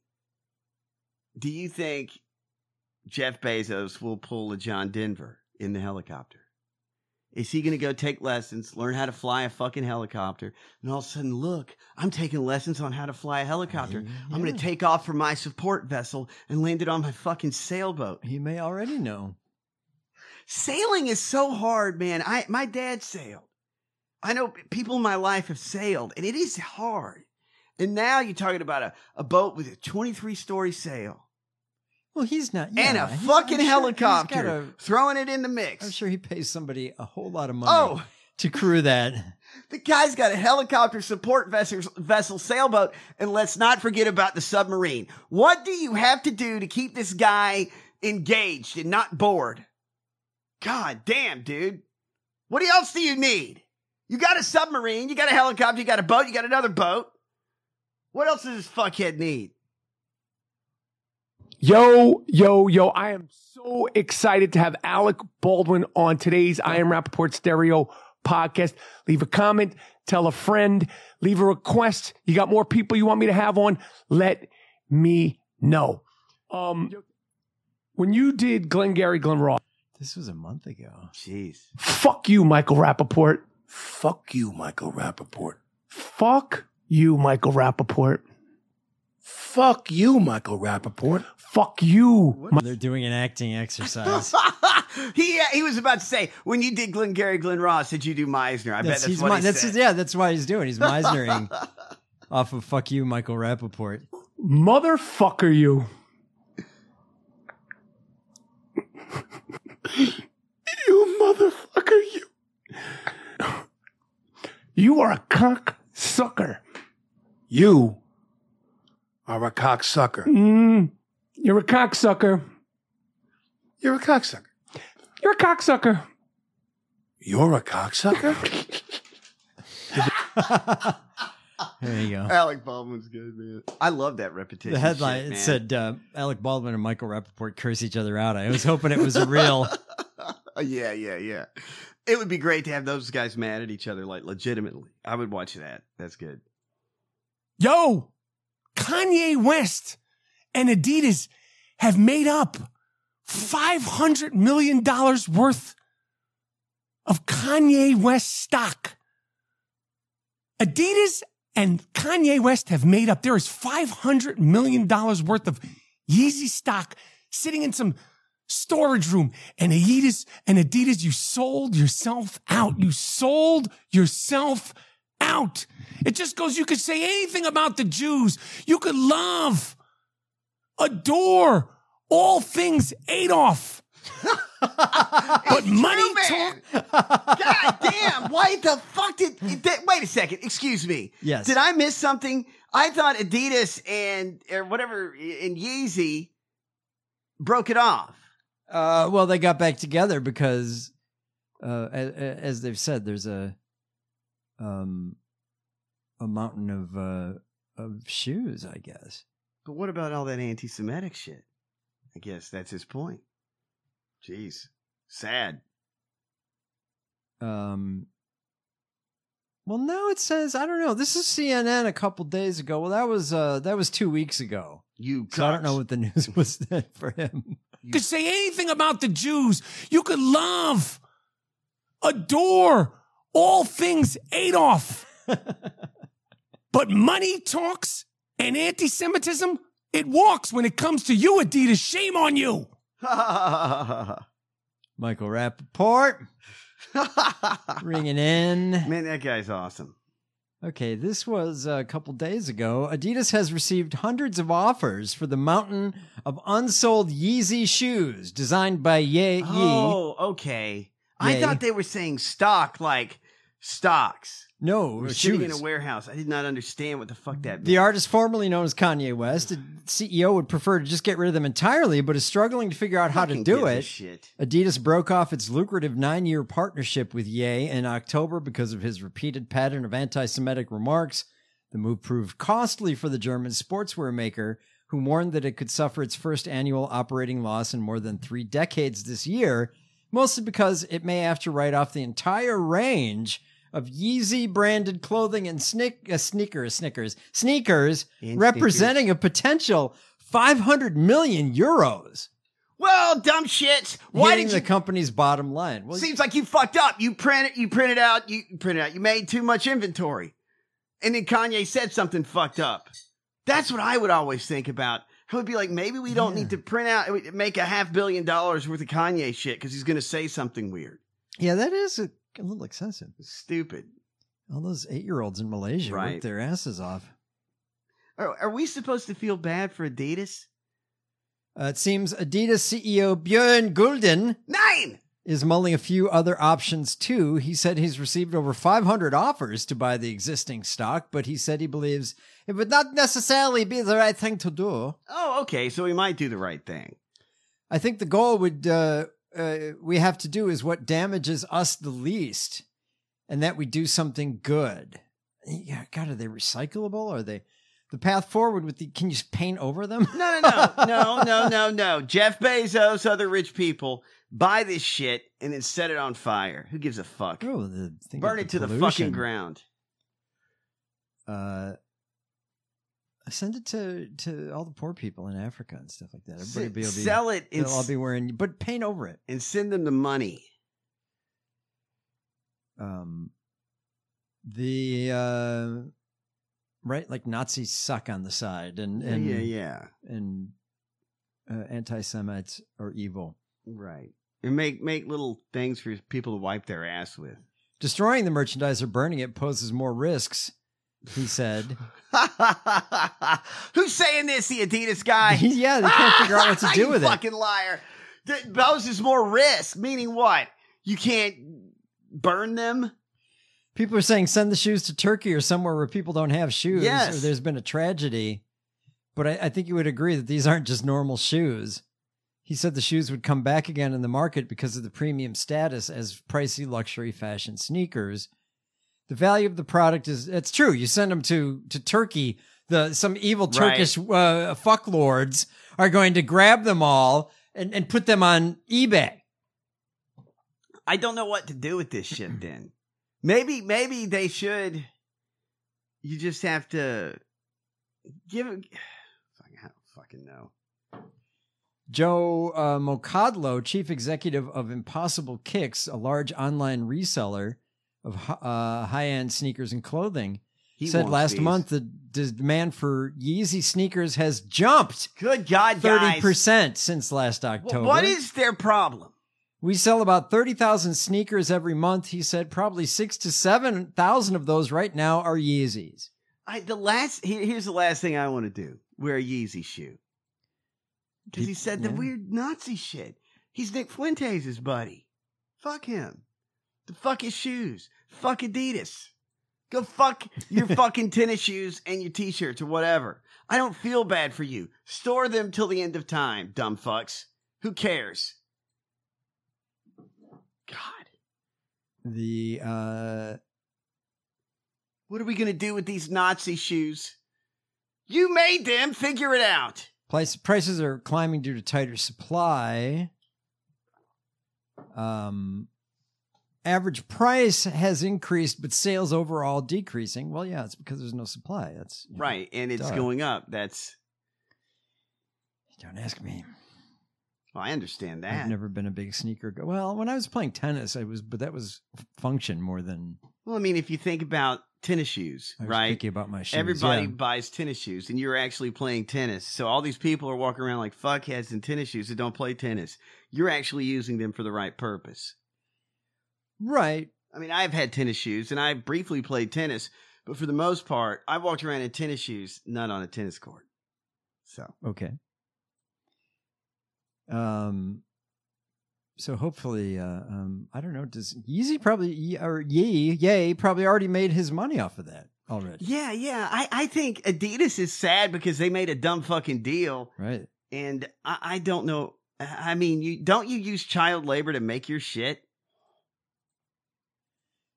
[SPEAKER 9] Do you think Jeff Bezos will pull a John Denver in the helicopter? Is he going to go take lessons, learn how to fly a fucking helicopter, and all of a sudden, look, I'm taking lessons on how to fly a helicopter. I'm going
[SPEAKER 8] Yeah.
[SPEAKER 9] to take off from my support vessel and land it on my fucking sailboat.
[SPEAKER 8] He may already know.
[SPEAKER 9] Sailing is so hard, man. I my dad sailed. I know people in my life have sailed, and it is hard. And now you're talking about a, a boat with a 23 story sail
[SPEAKER 8] Well, he's not.
[SPEAKER 9] and
[SPEAKER 8] yeah,
[SPEAKER 9] a
[SPEAKER 8] he's-
[SPEAKER 9] fucking
[SPEAKER 8] I'm sure
[SPEAKER 9] helicopter
[SPEAKER 8] he's got a-
[SPEAKER 9] throwing it in the
[SPEAKER 8] I'm
[SPEAKER 9] mix.
[SPEAKER 8] sure he pays somebody a whole lot of money
[SPEAKER 9] Oh,
[SPEAKER 8] to crew that. *laughs*
[SPEAKER 9] the guy's got a helicopter support vessel, vessel sailboat, and let's not forget about the submarine. What do you have to do to keep this guy engaged and not bored? God damn, dude. What else do you need? You got a submarine, you got a helicopter, you got a boat, you got another boat. What else does this fuckhead need? *laughs*
[SPEAKER 13] Yo, yo, yo. I am so excited to have Alec Baldwin on today's I Am Rappaport Stereo podcast. Leave a comment, tell a friend, leave a request. You got more people you want me to have on? Let me know. Um, when you did Glengarry Glen Ross,
[SPEAKER 8] This was a month ago.
[SPEAKER 9] Jeez.
[SPEAKER 13] fuck you, Michael Rappaport. Fuck you, Michael Rappaport. Fuck you, Michael Rappaport.
[SPEAKER 14] Fuck you, Michael Rappaport.
[SPEAKER 13] Fuck you.
[SPEAKER 8] They're doing an acting
[SPEAKER 9] *laughs*
[SPEAKER 8] exercise.
[SPEAKER 9] he he was about to say when you did Glengarry Glenn Ross, did you do Meisner? I bet that's
[SPEAKER 8] he's
[SPEAKER 9] what
[SPEAKER 8] Mi-
[SPEAKER 9] he
[SPEAKER 8] that's
[SPEAKER 9] said.
[SPEAKER 8] yeah, that's why he's
[SPEAKER 9] *laughs*
[SPEAKER 8] doing. He's Meisnering off of "Fuck You, Michael Rappaport."
[SPEAKER 13] Motherfucker, you. you motherfucker, you. You are a cock sucker.
[SPEAKER 14] You are a cocksucker.
[SPEAKER 13] Mm, you're a cocksucker.
[SPEAKER 14] You're a cocksucker.
[SPEAKER 13] You're a cocksucker.
[SPEAKER 14] You're
[SPEAKER 13] *laughs*
[SPEAKER 14] a cocksucker?
[SPEAKER 8] There you go.
[SPEAKER 9] Alec Baldwin's good, man. I love that repetition.
[SPEAKER 8] The headline
[SPEAKER 9] shit,
[SPEAKER 8] it
[SPEAKER 9] man.
[SPEAKER 8] said uh, Alec Baldwin and Michael Rappaport curse each other out. I was hoping it was a
[SPEAKER 9] *laughs*
[SPEAKER 8] real.
[SPEAKER 9] Uh, yeah, yeah, yeah. It would be great to have those guys mad at each other, like legitimately. I would watch that. That's good.
[SPEAKER 14] Yo, Kanye West and Adidas have made up $500 million worth of Kanye West stock. Adidas and Kanye West have made up. There is $500 million worth of Yeezy stock sitting in some storage room. And Adidas and Adidas, you sold yourself out. You sold yourself out. It just goes, you could say anything about the Jews. You could love, adore all things Adolf. but money talk.
[SPEAKER 8] *laughs*
[SPEAKER 9] God damn! Why the fuck did that, wait a second? Excuse me.
[SPEAKER 8] Yes.
[SPEAKER 9] Did I miss something? I thought Adidas and or whatever and Yeezy broke it off.
[SPEAKER 8] Uh, well, they got back together because, uh, as, as they've said, there's a, um, a mountain of uh, of shoes. I guess.
[SPEAKER 9] But what about all that anti-Semitic shit? I guess that's his point. Jeez, sad.
[SPEAKER 8] Um. Well, now it says I don't know. This is CNN a couple days ago. Well, that was uh that was two weeks ago.
[SPEAKER 9] You
[SPEAKER 8] so I don't know what the *laughs* news was then for him.
[SPEAKER 14] You could say anything about the Jews. You could love, adore all things Adolf. but money talks and anti Semitism, it walks when it comes to you, Adidas. Shame on you.
[SPEAKER 8] Michael Rappaport ringing in.
[SPEAKER 9] Man, that guy's awesome.
[SPEAKER 8] Okay, this was a couple days ago. Adidas has received hundreds of offers for the mountain of unsold Yeezy shoes designed by Ye Yee.
[SPEAKER 9] Oh, okay. I
[SPEAKER 8] Yay.
[SPEAKER 9] thought they were saying stock like stocks.
[SPEAKER 8] no,
[SPEAKER 9] We're sitting in
[SPEAKER 8] shoes.
[SPEAKER 9] a warehouse. I did not understand what the fuck that meant.
[SPEAKER 8] The artist formerly known as Kanye West, the CEO would prefer to just get rid of them entirely, but is struggling to figure out how to
[SPEAKER 9] Fucking
[SPEAKER 8] do
[SPEAKER 9] gives a
[SPEAKER 8] it.
[SPEAKER 9] shit.
[SPEAKER 8] Adidas broke off its lucrative nine year partnership with Ye in October because of his repeated pattern of anti Semitic remarks. The move proved costly for the German sportswear maker, who warned that it could suffer its first annual operating loss in more than three decades this year, mostly because it may have to write off the entire range of Yeezy branded clothing and snick, uh, sneakers, snickers, sneakers,
[SPEAKER 9] And
[SPEAKER 8] representing a potential 500 million euros.
[SPEAKER 9] Well, dumb shits. Why
[SPEAKER 8] hitting
[SPEAKER 9] did
[SPEAKER 8] the
[SPEAKER 9] you?
[SPEAKER 8] company's bottom line? Well,
[SPEAKER 9] *laughs* Seems like you fucked up. You printed, you printed out, you printed out. You made too much inventory, and then Kanye said something fucked up. That's what I would always think about. I would be like, maybe we don't need to print out, make a half billion dollars worth of Kanye shit because he's going to say something weird,
[SPEAKER 8] yeah, that is a, a little excessive.
[SPEAKER 9] stupid.
[SPEAKER 8] All those eight-year-olds in Malaysia
[SPEAKER 9] Right.
[SPEAKER 8] work their asses off.
[SPEAKER 9] Are, are we supposed to feel bad for Adidas?
[SPEAKER 8] Uh, it seems Adidas E CEO Björn Gulden
[SPEAKER 9] Nine.
[SPEAKER 8] is mulling a few other options too. He said he's received over 500 offers to buy the existing stock, but he said he believes it would not necessarily be the right thing to do.
[SPEAKER 9] Oh, okay. So we might do the right thing.
[SPEAKER 8] I think the goal would uh, uh, we have to do is what damages us the least, and that we do something good. Yeah, God, are they recyclable? Are they the path forward with the? Can you just paint over them? *laughs*
[SPEAKER 9] No, no, no, no, no, no, no. Jeff Bezos, other rich people, buy this shit and then set it on fire. Who gives a fuck?
[SPEAKER 8] Oh, the thing
[SPEAKER 9] Burn
[SPEAKER 8] of
[SPEAKER 9] it to the
[SPEAKER 8] pollution.
[SPEAKER 9] fucking ground.
[SPEAKER 8] Uh, send it to to all the poor people in Africa and stuff like that. Everybody
[SPEAKER 9] S-
[SPEAKER 8] be, will be
[SPEAKER 9] sell it and
[SPEAKER 8] They'll all
[SPEAKER 9] s-
[SPEAKER 8] be wearing, but paint over it.
[SPEAKER 9] and send them the money.
[SPEAKER 8] Um, the uh, right? Like Nazis suck on the side, and
[SPEAKER 9] Yeah,
[SPEAKER 8] and
[SPEAKER 9] yeah, yeah.
[SPEAKER 8] and uh, anti-Semites are evil.
[SPEAKER 9] Right. And make make little things for people to wipe their ass with.
[SPEAKER 8] Destroying the merchandise or burning it poses more risks, he said.
[SPEAKER 9] *laughs* Who's saying this? The Adidas *laughs* guy.
[SPEAKER 8] *laughs* yeah, they can't figure out what to
[SPEAKER 9] *laughs*
[SPEAKER 8] do
[SPEAKER 9] you
[SPEAKER 8] with it.
[SPEAKER 9] Fucking liar. Th- Those is more risk. Meaning what? You can't burn them.
[SPEAKER 8] People are saying send the shoes to Turkey or somewhere where people don't have shoes.
[SPEAKER 9] Yes.
[SPEAKER 8] Or there's been a tragedy. But I, I think you would agree that these aren't just normal shoes. He said the shoes would come back again in the market because of the premium status as pricey luxury fashion sneakers. The value of the product is it's true. You send them to to Turkey, the some evil
[SPEAKER 9] Right.
[SPEAKER 8] Turkish uh, fucklords are going to grab them all and, and put them on eBay.
[SPEAKER 9] I don't know what to do with this shit. Then maybe maybe they should. You just have to give. it- *sighs* Fuck, I don't fucking know.
[SPEAKER 8] Joe uh, Mocadlo, chief executive of Impossible Kicks, a large online reseller of hi- uh, high-end sneakers and clothing,
[SPEAKER 9] He
[SPEAKER 8] said
[SPEAKER 9] wants
[SPEAKER 8] last
[SPEAKER 9] these.
[SPEAKER 8] month the d- demand for Yeezy sneakers has jumped
[SPEAKER 9] Good God,
[SPEAKER 8] thirty
[SPEAKER 9] guys.
[SPEAKER 8] percent since last October.
[SPEAKER 9] What is their problem?
[SPEAKER 8] we sell about thirty thousand sneakers every month? He said probably six to seven thousand of those right now are Yeezys.
[SPEAKER 9] I the last here, here's the last thing I want to do: wear a Yeezy shoe. Because he said the
[SPEAKER 8] yeah.
[SPEAKER 9] weird Nazi shit. He's Nick Fuentes' buddy. Fuck him. The fuck his shoes. Fuck Adidas. Go fuck
[SPEAKER 8] *laughs*
[SPEAKER 9] your fucking tennis shoes and your t-shirts or whatever. I don't feel bad for you. Store them till the end of time, dumb fucks. Who cares?
[SPEAKER 8] The uh,
[SPEAKER 9] What are we gonna do with these Nazi shoes? You made them. Figure it out.
[SPEAKER 8] Price, prices are climbing due to tighter supply. Um, average price has increased, but sales overall decreasing. Well, yeah, it's because there's no supply. That's
[SPEAKER 9] Right, and it's
[SPEAKER 8] Duh.
[SPEAKER 9] going up. That's
[SPEAKER 8] don't ask me.
[SPEAKER 9] well, I understand that.
[SPEAKER 8] I've never been a big sneaker. Go- well, when I was playing tennis, I was, but that was f- function more than
[SPEAKER 9] Well, I mean, if you think about tennis shoes,
[SPEAKER 8] I was
[SPEAKER 9] right?
[SPEAKER 8] picky about my shoes.
[SPEAKER 9] Everybody
[SPEAKER 8] yeah.
[SPEAKER 9] buys tennis shoes, and you're actually playing tennis. So all these people are walking around like fuckheads in tennis shoes that don't play tennis. You're actually using them for the right purpose.
[SPEAKER 8] right.
[SPEAKER 9] I mean, I've had tennis shoes, and I briefly played tennis, but for the most part, I walked around in tennis shoes, not on a tennis court. So
[SPEAKER 8] Okay. Um. So hopefully, uh, um, I don't know. Does Yeezy probably Ye- or Yee Yay probably already made his money off of that already?
[SPEAKER 9] yeah, yeah, I I think Adidas is sad because they made a dumb fucking deal.
[SPEAKER 8] Right.
[SPEAKER 9] and I, I don't know. I I mean, you don't you use child labor to make your shit?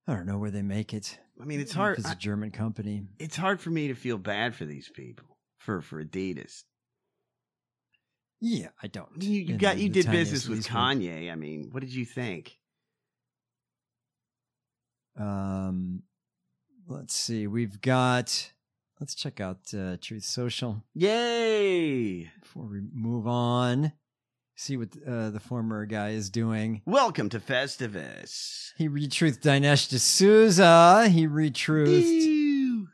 [SPEAKER 8] I don't know where they make it.
[SPEAKER 9] I mean, it's
[SPEAKER 8] If
[SPEAKER 9] hard.
[SPEAKER 8] Mm, It's a
[SPEAKER 9] I-
[SPEAKER 8] German company.
[SPEAKER 9] It's hard for me to feel bad for these people for for Adidas.
[SPEAKER 8] Yeah, I don't.
[SPEAKER 9] You, you
[SPEAKER 8] in
[SPEAKER 9] got
[SPEAKER 8] the-
[SPEAKER 9] you
[SPEAKER 8] the
[SPEAKER 9] did
[SPEAKER 8] tiniest
[SPEAKER 9] business with
[SPEAKER 8] least way.
[SPEAKER 9] Kanye. I mean, what did you think?
[SPEAKER 8] Um, let's see. We've got. Let's check out uh, Truth Social.
[SPEAKER 9] Yay!
[SPEAKER 8] before we move on. See what uh, the former guy is doing.
[SPEAKER 9] Welcome to Festivus.
[SPEAKER 8] He retruthed Dinesh D'Souza. He retruthed
[SPEAKER 9] Ew.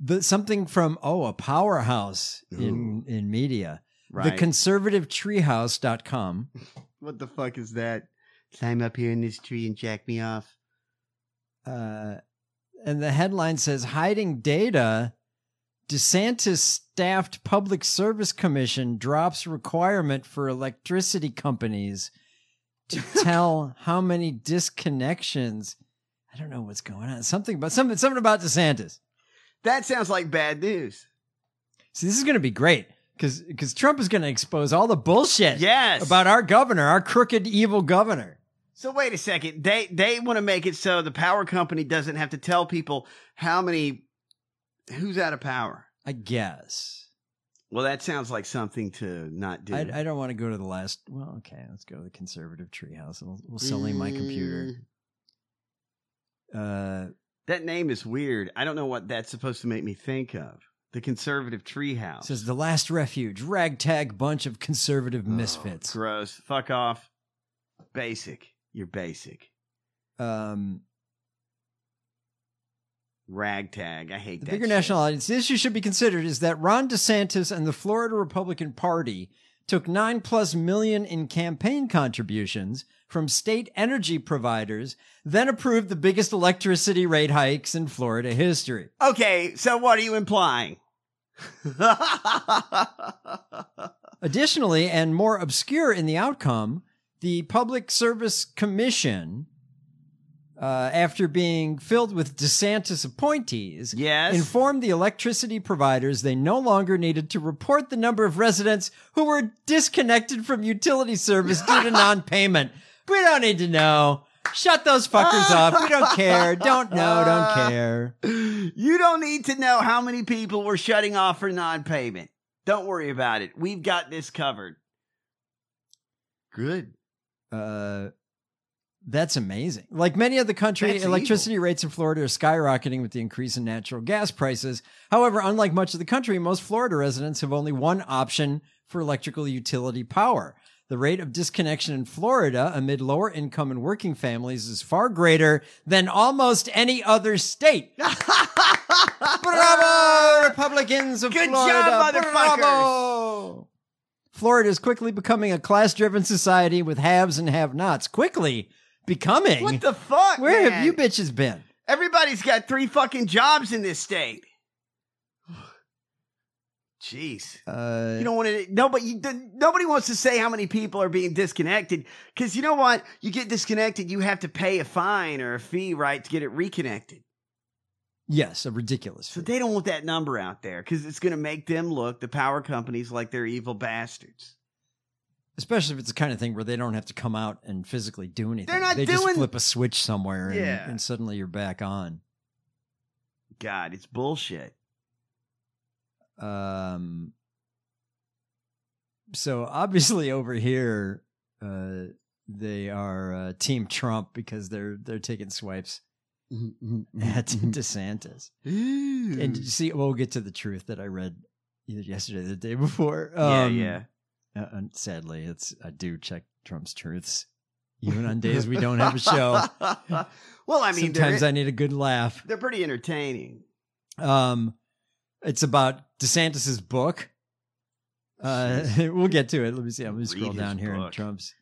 [SPEAKER 8] the, something from oh a powerhouse in in media.
[SPEAKER 9] Right.
[SPEAKER 8] The conservativetreehouse.com.
[SPEAKER 9] What the fuck is that? Climb up here in this tree and jack me off.
[SPEAKER 8] Uh, and the headline says hiding data. DeSantis staffed public service commission drops requirement for electricity companies to tell how many disconnections. I don't know what's going on. Something about something something about DeSantis.
[SPEAKER 9] That sounds like bad news.
[SPEAKER 8] See, this is going to be great because Trump is going to expose all the bullshit
[SPEAKER 9] Yes.
[SPEAKER 8] about our governor, our crooked, evil governor.
[SPEAKER 9] So wait a second. They they want to make it so the power company doesn't have to tell people how many who's out of power.
[SPEAKER 8] I guess.
[SPEAKER 9] Well, that sounds like something to not do.
[SPEAKER 8] I, I don't want to go to the last. Well, okay, let's go to the conservative treehouse. We'll, we'll selling my computer. Uh,
[SPEAKER 9] Mm, That name is weird. I don't know what that's supposed to make me think of. The conservative treehouse.
[SPEAKER 8] says the last refuge, ragtag bunch of conservative misfits.
[SPEAKER 9] Gross. Fuck off. Basic. You're basic.
[SPEAKER 8] Um,
[SPEAKER 9] Ragtag. I hate
[SPEAKER 8] The
[SPEAKER 9] that.
[SPEAKER 8] bigger
[SPEAKER 9] shit.
[SPEAKER 8] national audience. The issue should be considered is that Ron DeSantis and the Florida Republican Party took nine plus million in campaign contributions from state energy providers, then approved the biggest electricity rate hikes in Florida history.
[SPEAKER 9] Okay, so what are you implying?
[SPEAKER 8] Additionally, and more obscure in the outcome, the Public Service Commission, uh, after being filled with DeSantis appointees,
[SPEAKER 9] Yes.
[SPEAKER 8] informed the electricity providers they no longer needed to report the number of residents who were disconnected from utility service due to non payment. We don't need to know. Shut those fuckers up. We don't care. Don't know. Don't care.
[SPEAKER 9] You don't need to know how many people were shutting off for non payment. Don't worry about it. We've got this covered. Good.
[SPEAKER 8] Uh, that's amazing. Like many other country,
[SPEAKER 9] That's
[SPEAKER 8] electricity rates in Florida are skyrocketing with the increase in natural gas prices. However, unlike much of the country, most Florida residents have only one option for electrical utility power. The rate of disconnection in Florida amid lower income and working families is far greater than almost any other
[SPEAKER 9] *laughs*
[SPEAKER 8] state. Bravo, Republicans of
[SPEAKER 9] Good
[SPEAKER 8] Florida.
[SPEAKER 9] job, motherfuckers.
[SPEAKER 8] Bravo. Florida is quickly becoming a class driven society with haves and have nots. Quickly becoming.
[SPEAKER 9] What the fuck?
[SPEAKER 8] Where
[SPEAKER 9] man?
[SPEAKER 8] have you bitches been?
[SPEAKER 9] Everybody's got three fucking jobs in
[SPEAKER 8] *sighs*
[SPEAKER 9] this state. Jeez.
[SPEAKER 8] Uh,
[SPEAKER 9] You don't want to. Nobody. You, nobody wants to say how many people are being disconnected because you know what? You get disconnected, you have to pay a fine or a fee, right, to get it reconnected.
[SPEAKER 8] yes, a ridiculous.
[SPEAKER 9] So they don't want that number out there because it's going to make them look the power companies like they're evil bastards.
[SPEAKER 8] Especially if it's the kind of thing where they don't have to come out and physically do anything.
[SPEAKER 9] They're not
[SPEAKER 8] they
[SPEAKER 9] doing-
[SPEAKER 8] just flip a switch somewhere and,
[SPEAKER 9] Yeah.
[SPEAKER 8] and suddenly you're back on.
[SPEAKER 9] God, it's bullshit.
[SPEAKER 8] Um, so obviously over here, uh, they are uh, Team Trump because they're they're taking swipes at DeSantis. And
[SPEAKER 9] Mm.
[SPEAKER 8] you see, we'll get to the truth that I read either yesterday or the day before.
[SPEAKER 9] Yeah, yeah.
[SPEAKER 8] uh, and sadly, it's I do check Trump's
[SPEAKER 9] *laughs*
[SPEAKER 8] truths even on days we don't have a show.
[SPEAKER 9] well, I mean,
[SPEAKER 8] sometimes
[SPEAKER 9] they're,
[SPEAKER 8] I need a good laugh.
[SPEAKER 9] they're pretty entertaining.
[SPEAKER 8] Um, it's about DeSantis's book. Uh, *laughs* we'll get to it. Let me see. I'm gonna scroll
[SPEAKER 9] his
[SPEAKER 8] down here in Trump's,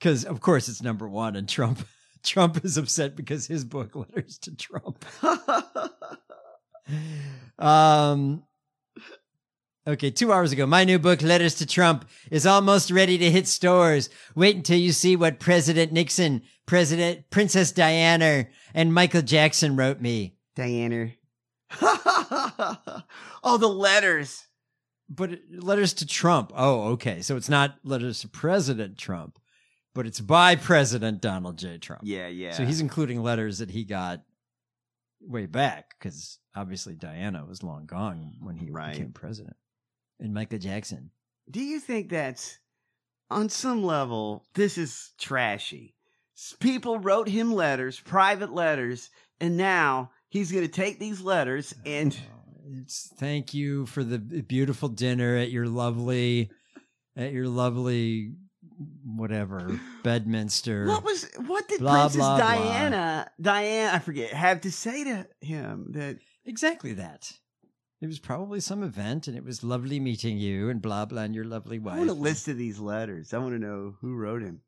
[SPEAKER 8] because of course it's number one, and Trump *laughs* Trump is upset because his book *laughs* letters to Trump. um. Okay, two hours ago, my new book, Letters to Trump, is almost ready to hit stores. Wait until you see what President Nixon, President Princess Diana, and Michael Jackson wrote me.
[SPEAKER 9] Diana. oh, the letters.
[SPEAKER 8] But it- letters to Trump. Oh, okay. So it's not letters to President Trump, but it's by President Donald J. Trump.
[SPEAKER 9] Yeah, yeah.
[SPEAKER 8] So he's including letters that he got way back because obviously Diana was long gone when he became president. And Michael Jackson.
[SPEAKER 9] Do you think that's on some level this is trashy? S- People wrote him letters, private letters, and now he's going to take these letters and
[SPEAKER 8] Oh, It's, thank you for the beautiful dinner at your lovely, at your lovely,
[SPEAKER 9] *laughs*
[SPEAKER 8] whatever, Bedminster.
[SPEAKER 9] what was what did
[SPEAKER 8] Blah,
[SPEAKER 9] Princess
[SPEAKER 8] blah, blah.
[SPEAKER 9] Diana Diana I forget have to say to him that
[SPEAKER 8] Exactly that. It was probably some event, and it was lovely meeting you, and blah blah, and your lovely wife.
[SPEAKER 9] I want a list of these letters. I want to know who wrote him.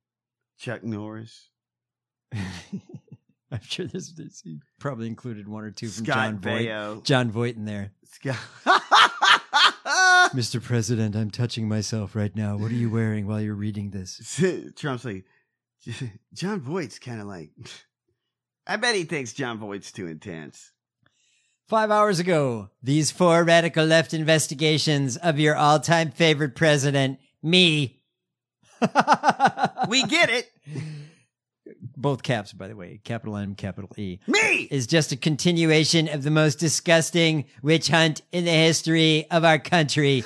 [SPEAKER 9] Chuck Norris,
[SPEAKER 8] *laughs*
[SPEAKER 9] *laughs*
[SPEAKER 8] I'm sure there's, there's he probably included one or two from
[SPEAKER 9] Scott
[SPEAKER 8] John
[SPEAKER 9] Baio.
[SPEAKER 8] Voight. John Voight in there.
[SPEAKER 9] Scott.
[SPEAKER 8] Mr. President, I'm touching myself right now. What are you wearing while you're reading this?
[SPEAKER 9] *laughs* Trump's like John Voight's kind of like *laughs* I bet he thinks John Voight's too intense.
[SPEAKER 8] Five hours ago, these four radical left investigations of your all time favorite president, me. *laughs*
[SPEAKER 9] we get it.
[SPEAKER 8] Both caps, by the way, capital M, capital E. *laughs*
[SPEAKER 9] Me!
[SPEAKER 8] Is just a continuation of the most disgusting witch hunt in the history of our country.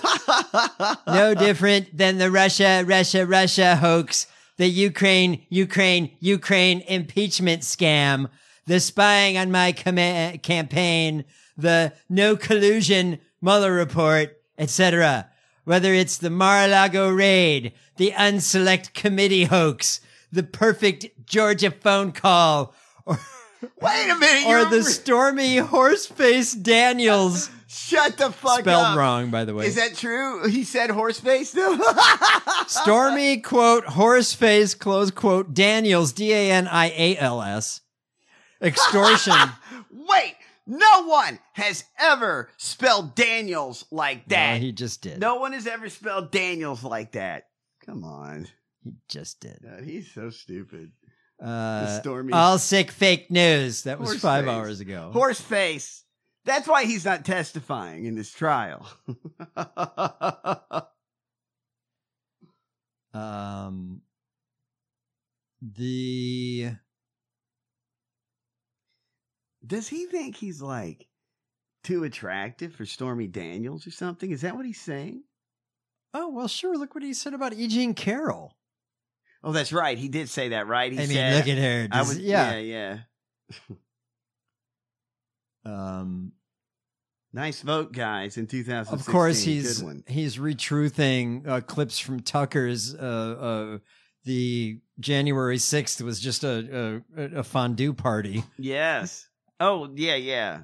[SPEAKER 8] no different than the Russia, Russia, Russia hoax, the Ukraine, Ukraine, Ukraine impeachment scam, the spying on my com- campaign, the no collusion Mueller report, etc. Whether it's the Mar-a-Lago raid, the unselect committee hoax, the perfect Georgia phone call, or,
[SPEAKER 9] Wait a minute.
[SPEAKER 8] or
[SPEAKER 9] you're
[SPEAKER 8] the
[SPEAKER 9] over-
[SPEAKER 8] Stormy Horseface Daniels.
[SPEAKER 9] *laughs* Shut the fuck
[SPEAKER 8] Spelled
[SPEAKER 9] up.
[SPEAKER 8] wrong, by the way.
[SPEAKER 9] Is that true? He said horse face *laughs* though.
[SPEAKER 8] Stormy quote Horseface close quote Daniels D A N I A L S
[SPEAKER 9] *laughs*
[SPEAKER 8] extortion.
[SPEAKER 9] Wait, no one has ever spelled Daniels like that.
[SPEAKER 8] he just did.
[SPEAKER 9] No one has ever spelled Daniels like that. Come on.
[SPEAKER 8] He just did.
[SPEAKER 9] God, he's so stupid.
[SPEAKER 8] Uh,
[SPEAKER 9] Stormy-
[SPEAKER 8] all sick fake news. That was
[SPEAKER 9] Horse
[SPEAKER 8] five
[SPEAKER 9] face.
[SPEAKER 8] hours ago.
[SPEAKER 9] Horse face. That's why he's not testifying in this trial. *laughs*
[SPEAKER 8] um, the
[SPEAKER 9] Does he think he's like too attractive for Stormy Daniels or something? Is that what he's saying?
[SPEAKER 8] oh well, sure. Look what he said about E. Jean Carroll.
[SPEAKER 9] Oh, that's right. He did say that, right? He
[SPEAKER 8] I mean,
[SPEAKER 9] said,
[SPEAKER 8] look at her.
[SPEAKER 9] I
[SPEAKER 8] Does-
[SPEAKER 9] was,
[SPEAKER 8] yeah.
[SPEAKER 9] yeah, yeah.
[SPEAKER 8] Um,
[SPEAKER 9] Nice vote, guys, in 2016.
[SPEAKER 8] of course,
[SPEAKER 9] Good
[SPEAKER 8] he's
[SPEAKER 9] one.
[SPEAKER 8] he's retruthing uh, clips from Tucker's. Uh, uh, the January sixth was just a, a a fondue party.
[SPEAKER 9] Yes. Oh, yeah, yeah.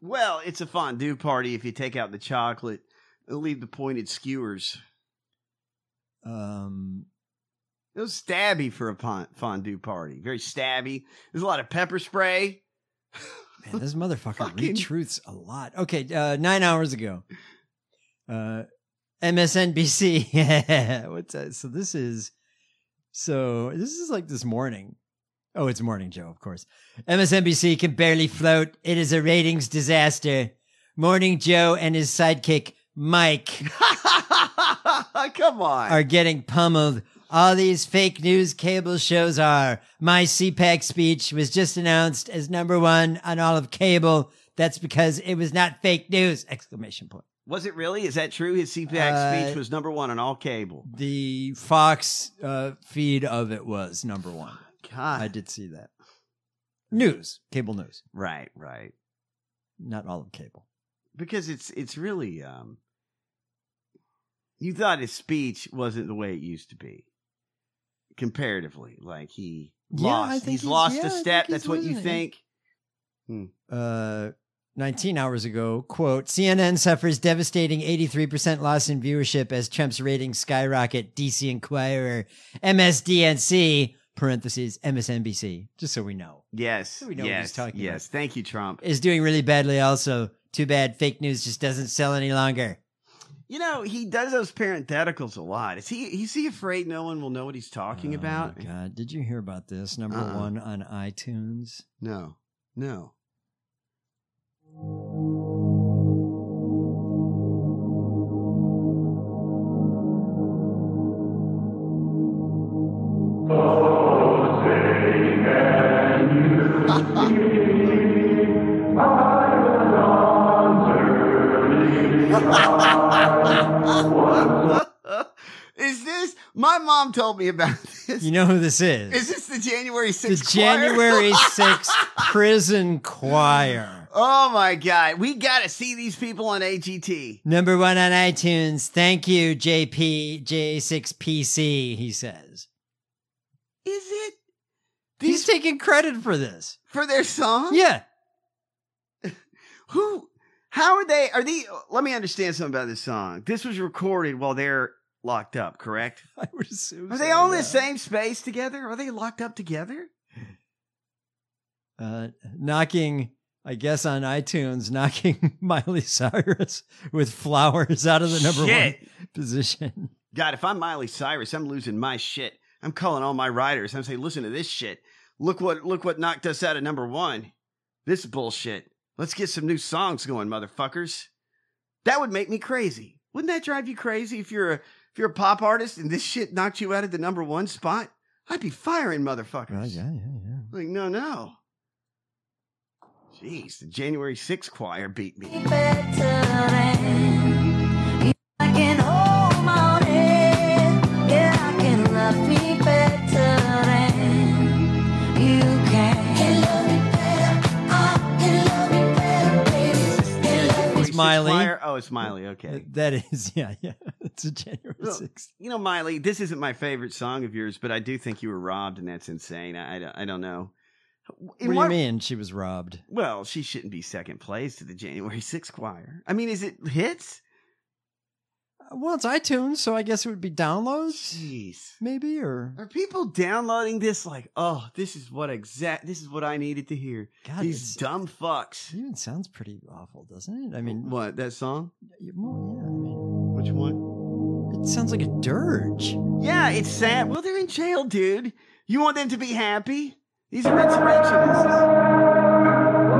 [SPEAKER 9] Well, it's a fondue party if you take out the chocolate and leave the pointed skewers.
[SPEAKER 8] Um,
[SPEAKER 9] It was stabby for a pon- fondue party. Very stabby. There's a lot of pepper spray.
[SPEAKER 8] Man, this motherfucker retruths a lot. Okay, uh, nine hours ago, uh, *laughs* MSNBC. What's that? So this is, so this is like this morning. Oh, it's morning, Joe. Of course, MSNBC can barely float. It is a ratings disaster. Morning Joe and his sidekick Mike
[SPEAKER 9] *laughs* Come on.
[SPEAKER 8] are getting pummeled. All these fake news cable shows are. My CPAC speech was just announced as number one on all of cable. That's because it was not fake news! Exclamation point.
[SPEAKER 9] Was it really? Is that true? His CPAC
[SPEAKER 8] Uh,
[SPEAKER 9] speech was number one on all cable.
[SPEAKER 8] The Fox uh, feed of it was number one.
[SPEAKER 9] God.
[SPEAKER 8] I did see that. News, cable news,
[SPEAKER 9] Right, right.
[SPEAKER 8] not all of cable.
[SPEAKER 9] Because it's it's really um you thought his speech wasn't the way it used to be. Comparatively. Like he
[SPEAKER 8] Yeah,
[SPEAKER 9] lost
[SPEAKER 8] I think
[SPEAKER 9] he's,
[SPEAKER 8] he's-
[SPEAKER 9] lost
[SPEAKER 8] yeah, I
[SPEAKER 9] a
[SPEAKER 8] think
[SPEAKER 9] step.
[SPEAKER 8] he's
[SPEAKER 9] That's what you
[SPEAKER 8] losing it.
[SPEAKER 9] think.
[SPEAKER 8] uh, 19 hours ago, quote, CNN suffers devastating 83% loss in viewership as Trump's ratings skyrocket, DC Inquirer, MSDNC, parentheses, MSNBC, just so we know,
[SPEAKER 9] Yes.
[SPEAKER 8] we know what he's
[SPEAKER 9] yes,
[SPEAKER 8] talking about.
[SPEAKER 9] Yes. Thank you, Trump.
[SPEAKER 8] is doing really badly also. Too bad fake news just doesn't sell any longer.
[SPEAKER 9] You know, he does those parentheticals a lot. Is he is he afraid no one will know what he's talking
[SPEAKER 8] Oh,
[SPEAKER 9] about?
[SPEAKER 8] my God, did you hear about this? Number
[SPEAKER 9] Uh-uh.
[SPEAKER 8] one on iTunes.
[SPEAKER 9] No. No. Is this my mom told me about *laughs* this?
[SPEAKER 8] You know who this is?
[SPEAKER 9] Is this the January 6th?
[SPEAKER 8] the
[SPEAKER 9] choir?
[SPEAKER 8] January 6th prison choir.
[SPEAKER 9] *laughs* oh my god, we gotta see these people on AGT.
[SPEAKER 8] Number one on iTunes. Thank you, JP J6PC. He says
[SPEAKER 9] Is it
[SPEAKER 8] he's taking credit for this.
[SPEAKER 9] for their song?
[SPEAKER 8] Yeah, *laughs*
[SPEAKER 9] Who? How are they? Are they? Let me understand something about this song. This was recorded while they're locked up, correct?
[SPEAKER 8] I would assume.
[SPEAKER 9] Are they all in the same space together? Are they locked up together?
[SPEAKER 8] Uh, knocking, I guess, on iTunes, *laughs* knocking Miley Cyrus with flowers out of the number
[SPEAKER 9] Shit.
[SPEAKER 8] one *laughs* position.
[SPEAKER 9] God, if I'm Miley Cyrus, I'm losing my shit. I'm calling all my writers. I'm saying, listen to this shit. Look what look what knocked us out of number one. This bullshit. Let's get some new songs going, motherfuckers. That would make me crazy. Wouldn't that drive you crazy if you're a if you're a pop artist and this shit knocked you out of the number one spot? I'd be firing motherfuckers.
[SPEAKER 8] Well, yeah, yeah, yeah.
[SPEAKER 9] Like, no, no. Jeez, the January 6th choir beat me.
[SPEAKER 8] It's Miley.
[SPEAKER 9] Choir- Oh, it's Miley. Okay.
[SPEAKER 8] Uh, That is, *laughs* yeah, yeah. It's a January
[SPEAKER 9] Well,
[SPEAKER 8] sixth.
[SPEAKER 9] You know, Miley, this isn't my favorite song of yours, but I do think you were robbed, and that's insane. I, I, don't- I don't know.
[SPEAKER 10] in
[SPEAKER 8] what do
[SPEAKER 10] what-
[SPEAKER 8] you mean she was robbed?
[SPEAKER 10] Well, she shouldn't be second place to the January
[SPEAKER 9] *laughs*
[SPEAKER 10] 6th choir. I mean, is it hits?
[SPEAKER 8] Uh, Well, it's iTunes, so I guess it would be downloads.
[SPEAKER 10] Jeez.
[SPEAKER 8] Maybe or
[SPEAKER 10] Are people downloading this like, oh, this is what exact this is what I needed to hear.
[SPEAKER 8] God,
[SPEAKER 10] These
[SPEAKER 8] it's-
[SPEAKER 10] dumb fucks.
[SPEAKER 8] it even sounds pretty awful, doesn't it? I mean,
[SPEAKER 10] What, that song?
[SPEAKER 8] you- well, yeah, I mean,
[SPEAKER 10] Which one?
[SPEAKER 8] it sounds like a dirge.
[SPEAKER 10] Yeah, it's sad. Well, they're in jail, dude. You want them to be happy? These are insurrectionists.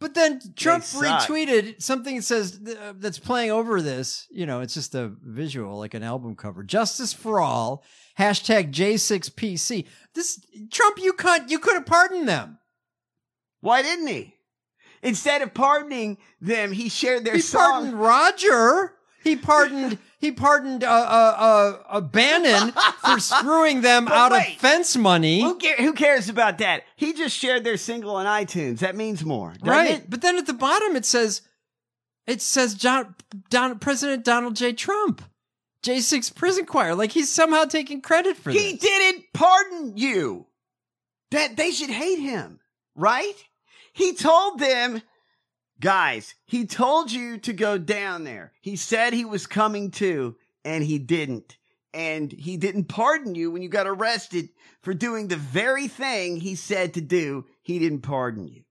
[SPEAKER 8] But then Trump
[SPEAKER 10] suck.
[SPEAKER 8] retweeted something that says uh, that's playing over this. You know, it's just a visual, like an album cover. Justice for all. Hashtag J6PC. This Trump, you cunt, you could have pardoned them.
[SPEAKER 10] Why didn't he? Instead of pardoning them, he shared their
[SPEAKER 8] He
[SPEAKER 10] song.
[SPEAKER 8] pardoned Roger. He pardoned. He pardoned uh, uh, uh,
[SPEAKER 10] *laughs*
[SPEAKER 8] uh, Bannon for screwing them
[SPEAKER 10] But
[SPEAKER 8] out
[SPEAKER 10] wait.
[SPEAKER 8] of fence money.
[SPEAKER 10] Who, care, who cares about that? He just shared their single on iTunes. That means more, doesn't
[SPEAKER 8] right.
[SPEAKER 10] it?
[SPEAKER 8] But then at the bottom it says, it says John, Don, President Donald J. Trump, J6 Prison Choir. Like he's somehow taking credit for
[SPEAKER 10] He
[SPEAKER 8] this.
[SPEAKER 10] didn't pardon you. That they should hate him, right? He told them, guys, he told you to go down there. He said he was coming to, and he didn't. And he didn't pardon you when you got arrested for doing the very thing he said to do. He didn't pardon you.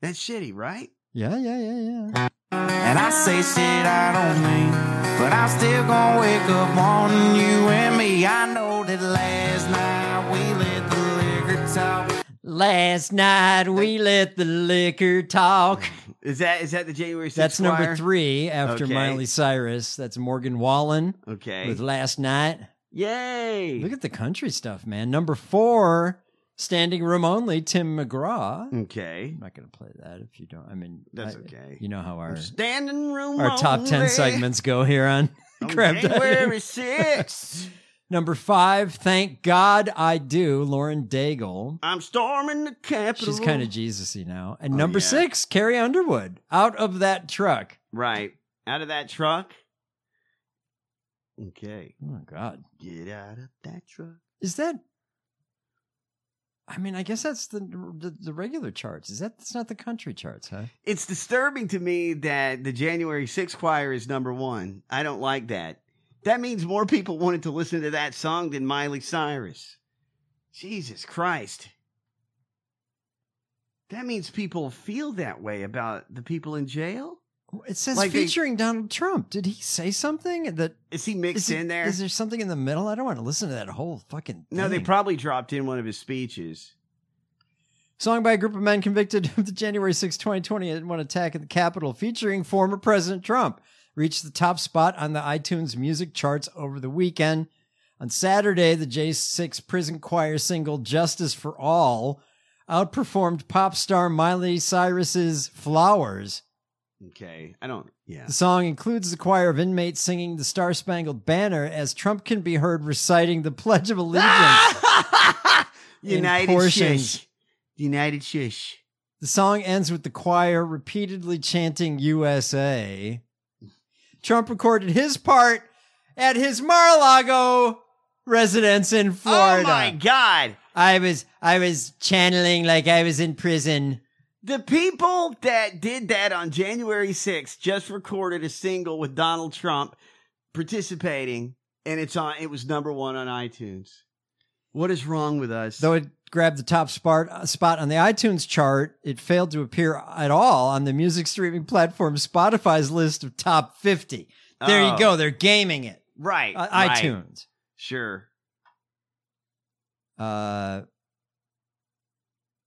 [SPEAKER 10] That's shitty, right?
[SPEAKER 8] Yeah, yeah, yeah, yeah.
[SPEAKER 15] And I say shit I don't mean, but I'm still gonna wake up on you and me. I know that last night we let the liquor talk.
[SPEAKER 8] Last night we let the liquor talk.
[SPEAKER 10] Is that is that the January 6th
[SPEAKER 8] That's number
[SPEAKER 10] choir?
[SPEAKER 8] three after
[SPEAKER 10] Okay.
[SPEAKER 8] Miley Cyrus. That's Morgan Wallen
[SPEAKER 10] Okay.
[SPEAKER 8] with Last Night.
[SPEAKER 10] Yay.
[SPEAKER 8] Look at the country stuff, man. Number four, standing room only, Tim McGraw.
[SPEAKER 10] Okay.
[SPEAKER 8] I'm not going to play that if you don't. I mean,
[SPEAKER 10] Mm. That's
[SPEAKER 8] I-
[SPEAKER 10] okay.
[SPEAKER 8] You know how our
[SPEAKER 10] Standing room
[SPEAKER 8] our top ten
[SPEAKER 10] only.
[SPEAKER 8] segments go here
[SPEAKER 10] *laughs*
[SPEAKER 8] on
[SPEAKER 10] On
[SPEAKER 8] Crab
[SPEAKER 10] January
[SPEAKER 8] Dining. *laughs*
[SPEAKER 10] 6th.
[SPEAKER 8] Number five, thank God I do, Lauren Daigle.
[SPEAKER 10] I'm storming the Capitol.
[SPEAKER 8] She's kind of Jesusy now. And
[SPEAKER 10] Oh,
[SPEAKER 8] number
[SPEAKER 10] yeah.
[SPEAKER 8] six, Carrie Underwood, out of that truck.
[SPEAKER 10] right out of that truck. Okay,
[SPEAKER 8] Oh God,
[SPEAKER 10] get out of that truck.
[SPEAKER 8] is that? I mean, I guess that's the the, the regular charts. Is that? That's not the country charts, huh?
[SPEAKER 10] It's disturbing to me that the January 6th choir is number one. I don't like that. That means more people wanted to listen to that song than Miley Cyrus. Jesus Christ. That means people feel that way about the people in jail?
[SPEAKER 8] It says
[SPEAKER 10] Like they-
[SPEAKER 8] featuring Donald Trump. Did he say something that
[SPEAKER 10] Is he mixed
[SPEAKER 8] is it-
[SPEAKER 10] in there?
[SPEAKER 8] Is there something in the middle? I don't want to listen to that whole fucking.
[SPEAKER 10] No, they
[SPEAKER 8] thing.
[SPEAKER 10] probably dropped in one of his speeches.
[SPEAKER 8] Song by a group of men convicted *laughs* of the January 6, 2020 one attack at the Capitol featuring former President Trump reached the top spot on the iTunes music charts over the weekend. On Saturday, the J6 prison choir single Justice for All outperformed pop star Miley Cyrus's Flowers.
[SPEAKER 10] Okay, I don't. Yeah,
[SPEAKER 8] The song includes the choir of inmates singing the Star Spangled Banner as Trump can be heard reciting the Pledge
[SPEAKER 10] *laughs*
[SPEAKER 8] of Allegiance. in
[SPEAKER 10] United
[SPEAKER 8] portions.
[SPEAKER 10] Shish. United Shish.
[SPEAKER 8] The song ends with the choir repeatedly chanting USA. Trump recorded his part at his Mar-a-Lago residence in Florida.
[SPEAKER 10] Oh my God!
[SPEAKER 8] I was I was channeling like I was in prison.
[SPEAKER 10] The people that did that on January 6th just recorded a single with Donald Trump participating, and it's on. It was number one on iTunes. What is wrong with us?
[SPEAKER 8] Though it grabbed the top spot uh, spot on the iTunes chart, it failed to appear at all on the music streaming platform Spotify's list of top 50. There
[SPEAKER 10] Oh.
[SPEAKER 8] you go, they're gaming it.
[SPEAKER 10] right,
[SPEAKER 8] Uh,
[SPEAKER 10] right.
[SPEAKER 8] iTunes.
[SPEAKER 10] Sure.
[SPEAKER 8] Uh,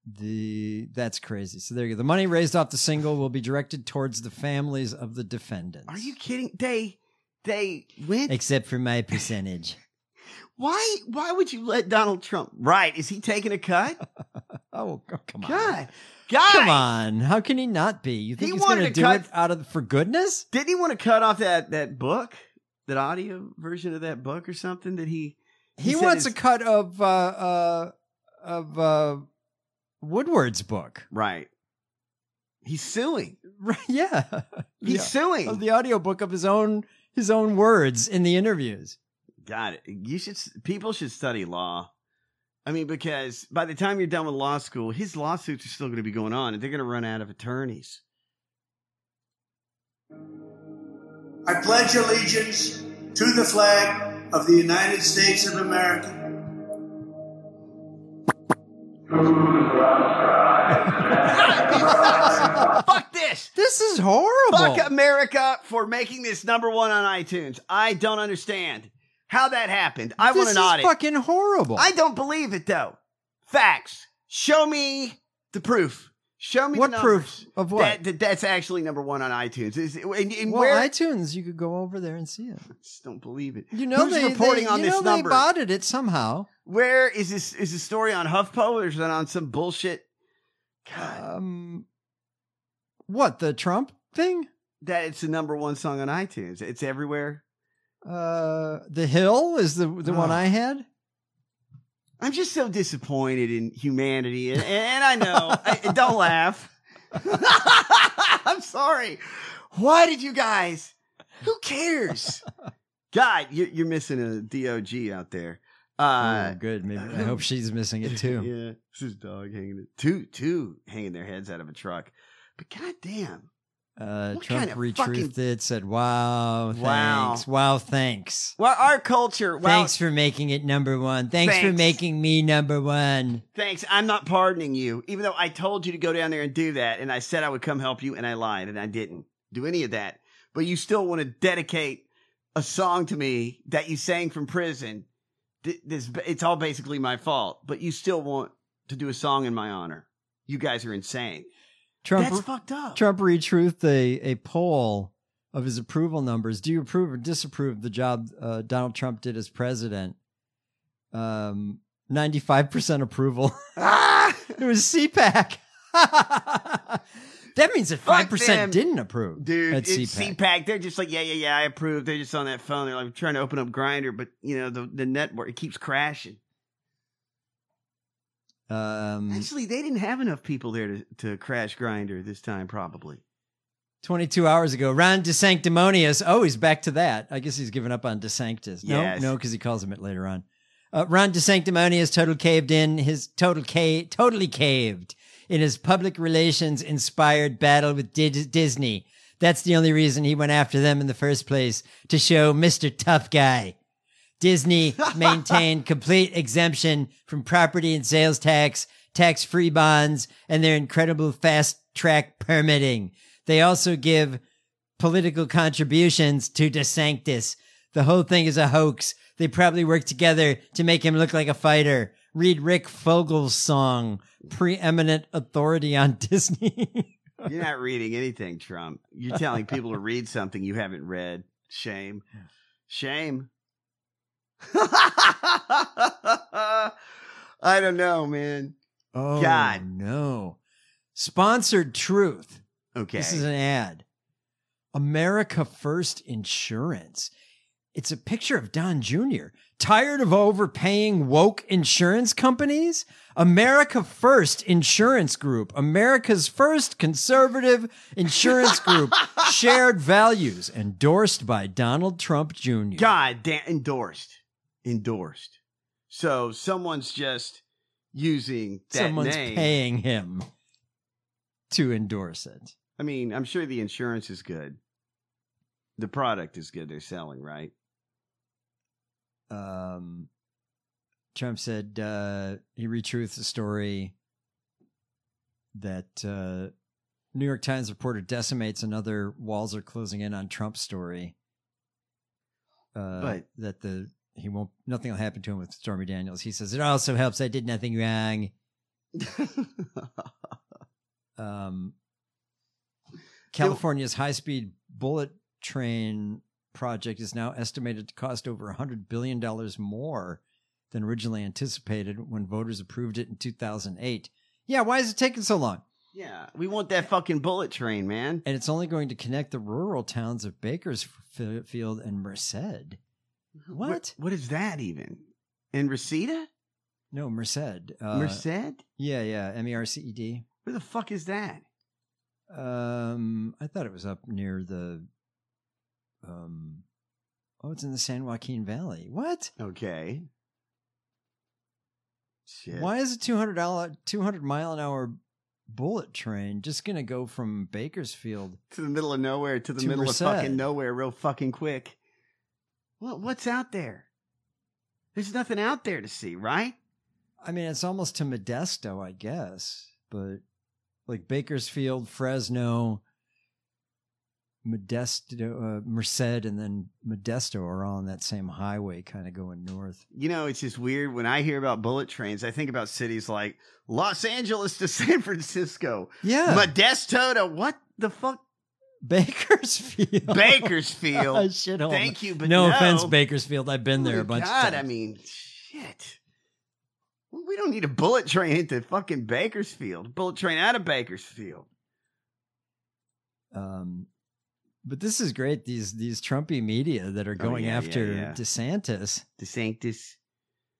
[SPEAKER 8] the that's crazy. So there you go. The money raised off the single will be directed towards the families of the defendants.
[SPEAKER 10] Are you kidding? They they went.
[SPEAKER 8] Except for my percentage.
[SPEAKER 10] why why would you let Donald Trump? Right? Is he taking a cut?
[SPEAKER 8] *laughs* oh, oh, come on.
[SPEAKER 10] God, God,
[SPEAKER 8] Come on. How can he not be? You think
[SPEAKER 10] He
[SPEAKER 8] he's going to
[SPEAKER 10] wanted to
[SPEAKER 8] do
[SPEAKER 10] cut-
[SPEAKER 8] it out of for goodness?
[SPEAKER 10] Didn't he want to cut off that that book, that audio version of that book or something that he?
[SPEAKER 8] He,
[SPEAKER 10] said
[SPEAKER 8] wants a
[SPEAKER 10] his-
[SPEAKER 8] cut of uh uh of uh Woodward's book. *laughs*
[SPEAKER 10] right.
[SPEAKER 9] He's suing.
[SPEAKER 8] yeah.
[SPEAKER 9] He's
[SPEAKER 8] Yeah.
[SPEAKER 9] suing.
[SPEAKER 8] Of the audiobook of his own his own words in the interviews.
[SPEAKER 9] Got it. You should. s- People should study law. I mean, because by the time you're done with law school, his lawsuits are still going to be going on, and they're going to run out of attorneys.
[SPEAKER 2] I pledge allegiance to the flag of the United States of America.
[SPEAKER 9] Fuck this.
[SPEAKER 8] This is horrible.
[SPEAKER 9] Fuck America for making this number one on iTunes. I don't understand how that happened. I
[SPEAKER 8] this
[SPEAKER 9] want an
[SPEAKER 8] is
[SPEAKER 9] audit.
[SPEAKER 8] fucking horrible.
[SPEAKER 9] I don't believe it though. Facts. Show me the proof. Show me
[SPEAKER 8] What
[SPEAKER 9] the
[SPEAKER 8] proof?
[SPEAKER 9] numbers
[SPEAKER 8] Of what?
[SPEAKER 9] That, that- that's actually number one on iTunes. Is and, and
[SPEAKER 8] well,
[SPEAKER 9] where?
[SPEAKER 8] iTunes, you could go over there and see it.
[SPEAKER 9] just don't believe it.
[SPEAKER 8] You know
[SPEAKER 9] Who's
[SPEAKER 8] they
[SPEAKER 9] reporting
[SPEAKER 8] they,
[SPEAKER 9] on
[SPEAKER 8] you
[SPEAKER 9] this
[SPEAKER 8] know
[SPEAKER 9] number?
[SPEAKER 8] They botted it somehow.
[SPEAKER 9] Where is this? Is the story on HuffPo or is it on some bullshit? Uh,
[SPEAKER 8] Um, what the Trump thing?
[SPEAKER 9] That it's the number one song on iTunes. It's everywhere.
[SPEAKER 8] Uh, the Hill is the the one
[SPEAKER 9] Oh.
[SPEAKER 8] I had.
[SPEAKER 9] I'm just so disappointed in humanity, and, and I know. I, and don't laugh. *laughs* I'm sorry. Why did you guys? Who cares? God, you're, you're missing a dog out there. Uh,
[SPEAKER 8] oh, good. Maybe I hope she's missing
[SPEAKER 9] *laughs*
[SPEAKER 8] it too.
[SPEAKER 9] yeah, it's his dog hanging it. Two, two hanging their heads out of a truck. But goddamn,
[SPEAKER 8] Uh,
[SPEAKER 9] What
[SPEAKER 8] Trump
[SPEAKER 9] kind of
[SPEAKER 8] retruthed
[SPEAKER 9] fucking-
[SPEAKER 8] it, said, "Wow,
[SPEAKER 9] Wow.
[SPEAKER 8] thanks, wow, thanks,
[SPEAKER 9] well, our culture. Well,
[SPEAKER 8] thanks for making it number one. Thanks, for
[SPEAKER 9] Thanks.
[SPEAKER 8] making me number one."
[SPEAKER 9] Thanks. I'm not pardoning you, even though I told you to go down there and do that, and I said I would come help you, and I lied, and I didn't do any of that. But you still want to dedicate a song to me that you sang from prison. Th- This it's all basically my fault, but you still want to do a song in my honor. You guys are insane.
[SPEAKER 8] Trump,
[SPEAKER 9] That's fucked up.
[SPEAKER 8] Trump retruthed a a poll of his approval numbers. Do you approve or disapprove the job uh, Donald Trump did as president? Um, ninety five percent approval.
[SPEAKER 9] Ah!
[SPEAKER 8] *laughs* it was CPAC. *laughs* that means that five
[SPEAKER 9] Fuck
[SPEAKER 8] percent
[SPEAKER 9] them.
[SPEAKER 8] didn't approve,
[SPEAKER 9] Dude,
[SPEAKER 8] At
[SPEAKER 9] it's
[SPEAKER 8] CPAC.
[SPEAKER 9] CPAC. They're just like, yeah, yeah, yeah. I approve. They're just on that phone. They're like trying to open up Grinder, but you know the the network it keeps crashing.
[SPEAKER 8] Um,
[SPEAKER 9] Actually, they didn't have enough people there to, to crash Grinder this time, probably.
[SPEAKER 8] 22 hours ago. Ron DeSanctimonious. Oh, he's back to that. I guess he's given up on DeSanctis. No,
[SPEAKER 9] Yes.
[SPEAKER 8] no, because he calls him it later on. Uh, Ron DeSanctimonious total caved in his total ca- totally caved in his public relations inspired battle with Di- Disney. That's the only reason he went after them in the first place to show Mr. Tough Guy. Disney maintained complete exemption from property and sales tax, tax free bonds, and their incredible fast track permitting. They also give political contributions to DeSantis. The whole thing is a hoax. They probably worked together to make him look like a fighter. Read Rick Fogel's song, Preeminent Authority on *laughs* Disney.
[SPEAKER 9] You're not reading anything, Trump. You're telling people to read something you haven't read. Shame. Shame. *laughs* I don't know, man.
[SPEAKER 8] oh,
[SPEAKER 9] God.
[SPEAKER 8] no. Sponsored Truth.
[SPEAKER 9] Okay.
[SPEAKER 8] This is an ad. America First Insurance. It's a picture of Don Jr. Tired of overpaying woke insurance companies? America First Insurance Group, America's first conservative insurance
[SPEAKER 9] *laughs*
[SPEAKER 8] group, shared values, endorsed by Donald Trump Jr.
[SPEAKER 9] God damn endorsed. Endorsed. So someone's just using that
[SPEAKER 8] Someone's
[SPEAKER 9] name.
[SPEAKER 8] paying him to endorse it.
[SPEAKER 9] I mean, I'm sure the insurance is good. The product is good they're selling, right?
[SPEAKER 8] um, Trump said uh, he retruthed the story that uh, New York Times reporter decimates another walls are closing in on Trump's story. Uh,
[SPEAKER 9] But-
[SPEAKER 8] that the he won't nothing will happen to him with Stormy Daniels. He says it also helps I did nothing wrong. um, California's high speed bullet train project is now estimated to cost over $100 billion more than originally anticipated when voters approved it in 2008. Yeah, why is it taking so long?
[SPEAKER 9] Yeah, we want that fucking bullet train, man.
[SPEAKER 8] And it's only going to connect the rural towns of Bakersfield and Merced. Uh-huh. What?
[SPEAKER 9] What is that even? In Reseda?
[SPEAKER 8] No, Merced. Uh,
[SPEAKER 9] Merced?
[SPEAKER 8] Yeah, yeah, M E R C E D.
[SPEAKER 9] Where the fuck is that?
[SPEAKER 8] Um, I thought it was up near the. Um, oh, it's in the San Joaquin Valley. What?
[SPEAKER 9] Okay. Shit.
[SPEAKER 8] Why is a two hundred dollar, two hundred mile an hour bullet train just gonna go from Bakersfield
[SPEAKER 9] to the middle of nowhere to the middle of fucking nowhere real fucking quick? What what's out there? There's nothing out there to see, right?
[SPEAKER 8] I mean, it's almost to Modesto, I guess, but like Bakersfield, Fresno, Modesto, uh, Merced, and then Modesto are all on that same highway, kind of going north.
[SPEAKER 9] You know, it's just weird when I hear about bullet trains, I think about cities like Los Angeles to *laughs* San Francisco.
[SPEAKER 8] Yeah.
[SPEAKER 9] Modesto to what the fuck?
[SPEAKER 8] *laughs* Bakersfield. *laughs*
[SPEAKER 9] Bakersfield.
[SPEAKER 8] Shithole.
[SPEAKER 9] Thank you, but
[SPEAKER 8] no,
[SPEAKER 9] no,
[SPEAKER 8] offense, Bakersfield. I've been there
[SPEAKER 9] Holy
[SPEAKER 8] a bunch.
[SPEAKER 9] God,
[SPEAKER 8] of
[SPEAKER 9] I
[SPEAKER 8] times.
[SPEAKER 9] mean, shit. We don't need a bullet train into fucking Bakersfield. Bullet train out of Bakersfield.
[SPEAKER 8] Um, but this is great. These these Trumpy media that are
[SPEAKER 9] Oh,
[SPEAKER 8] going
[SPEAKER 9] yeah, yeah,
[SPEAKER 8] after
[SPEAKER 9] yeah.
[SPEAKER 8] DeSantis.
[SPEAKER 9] DeSantis.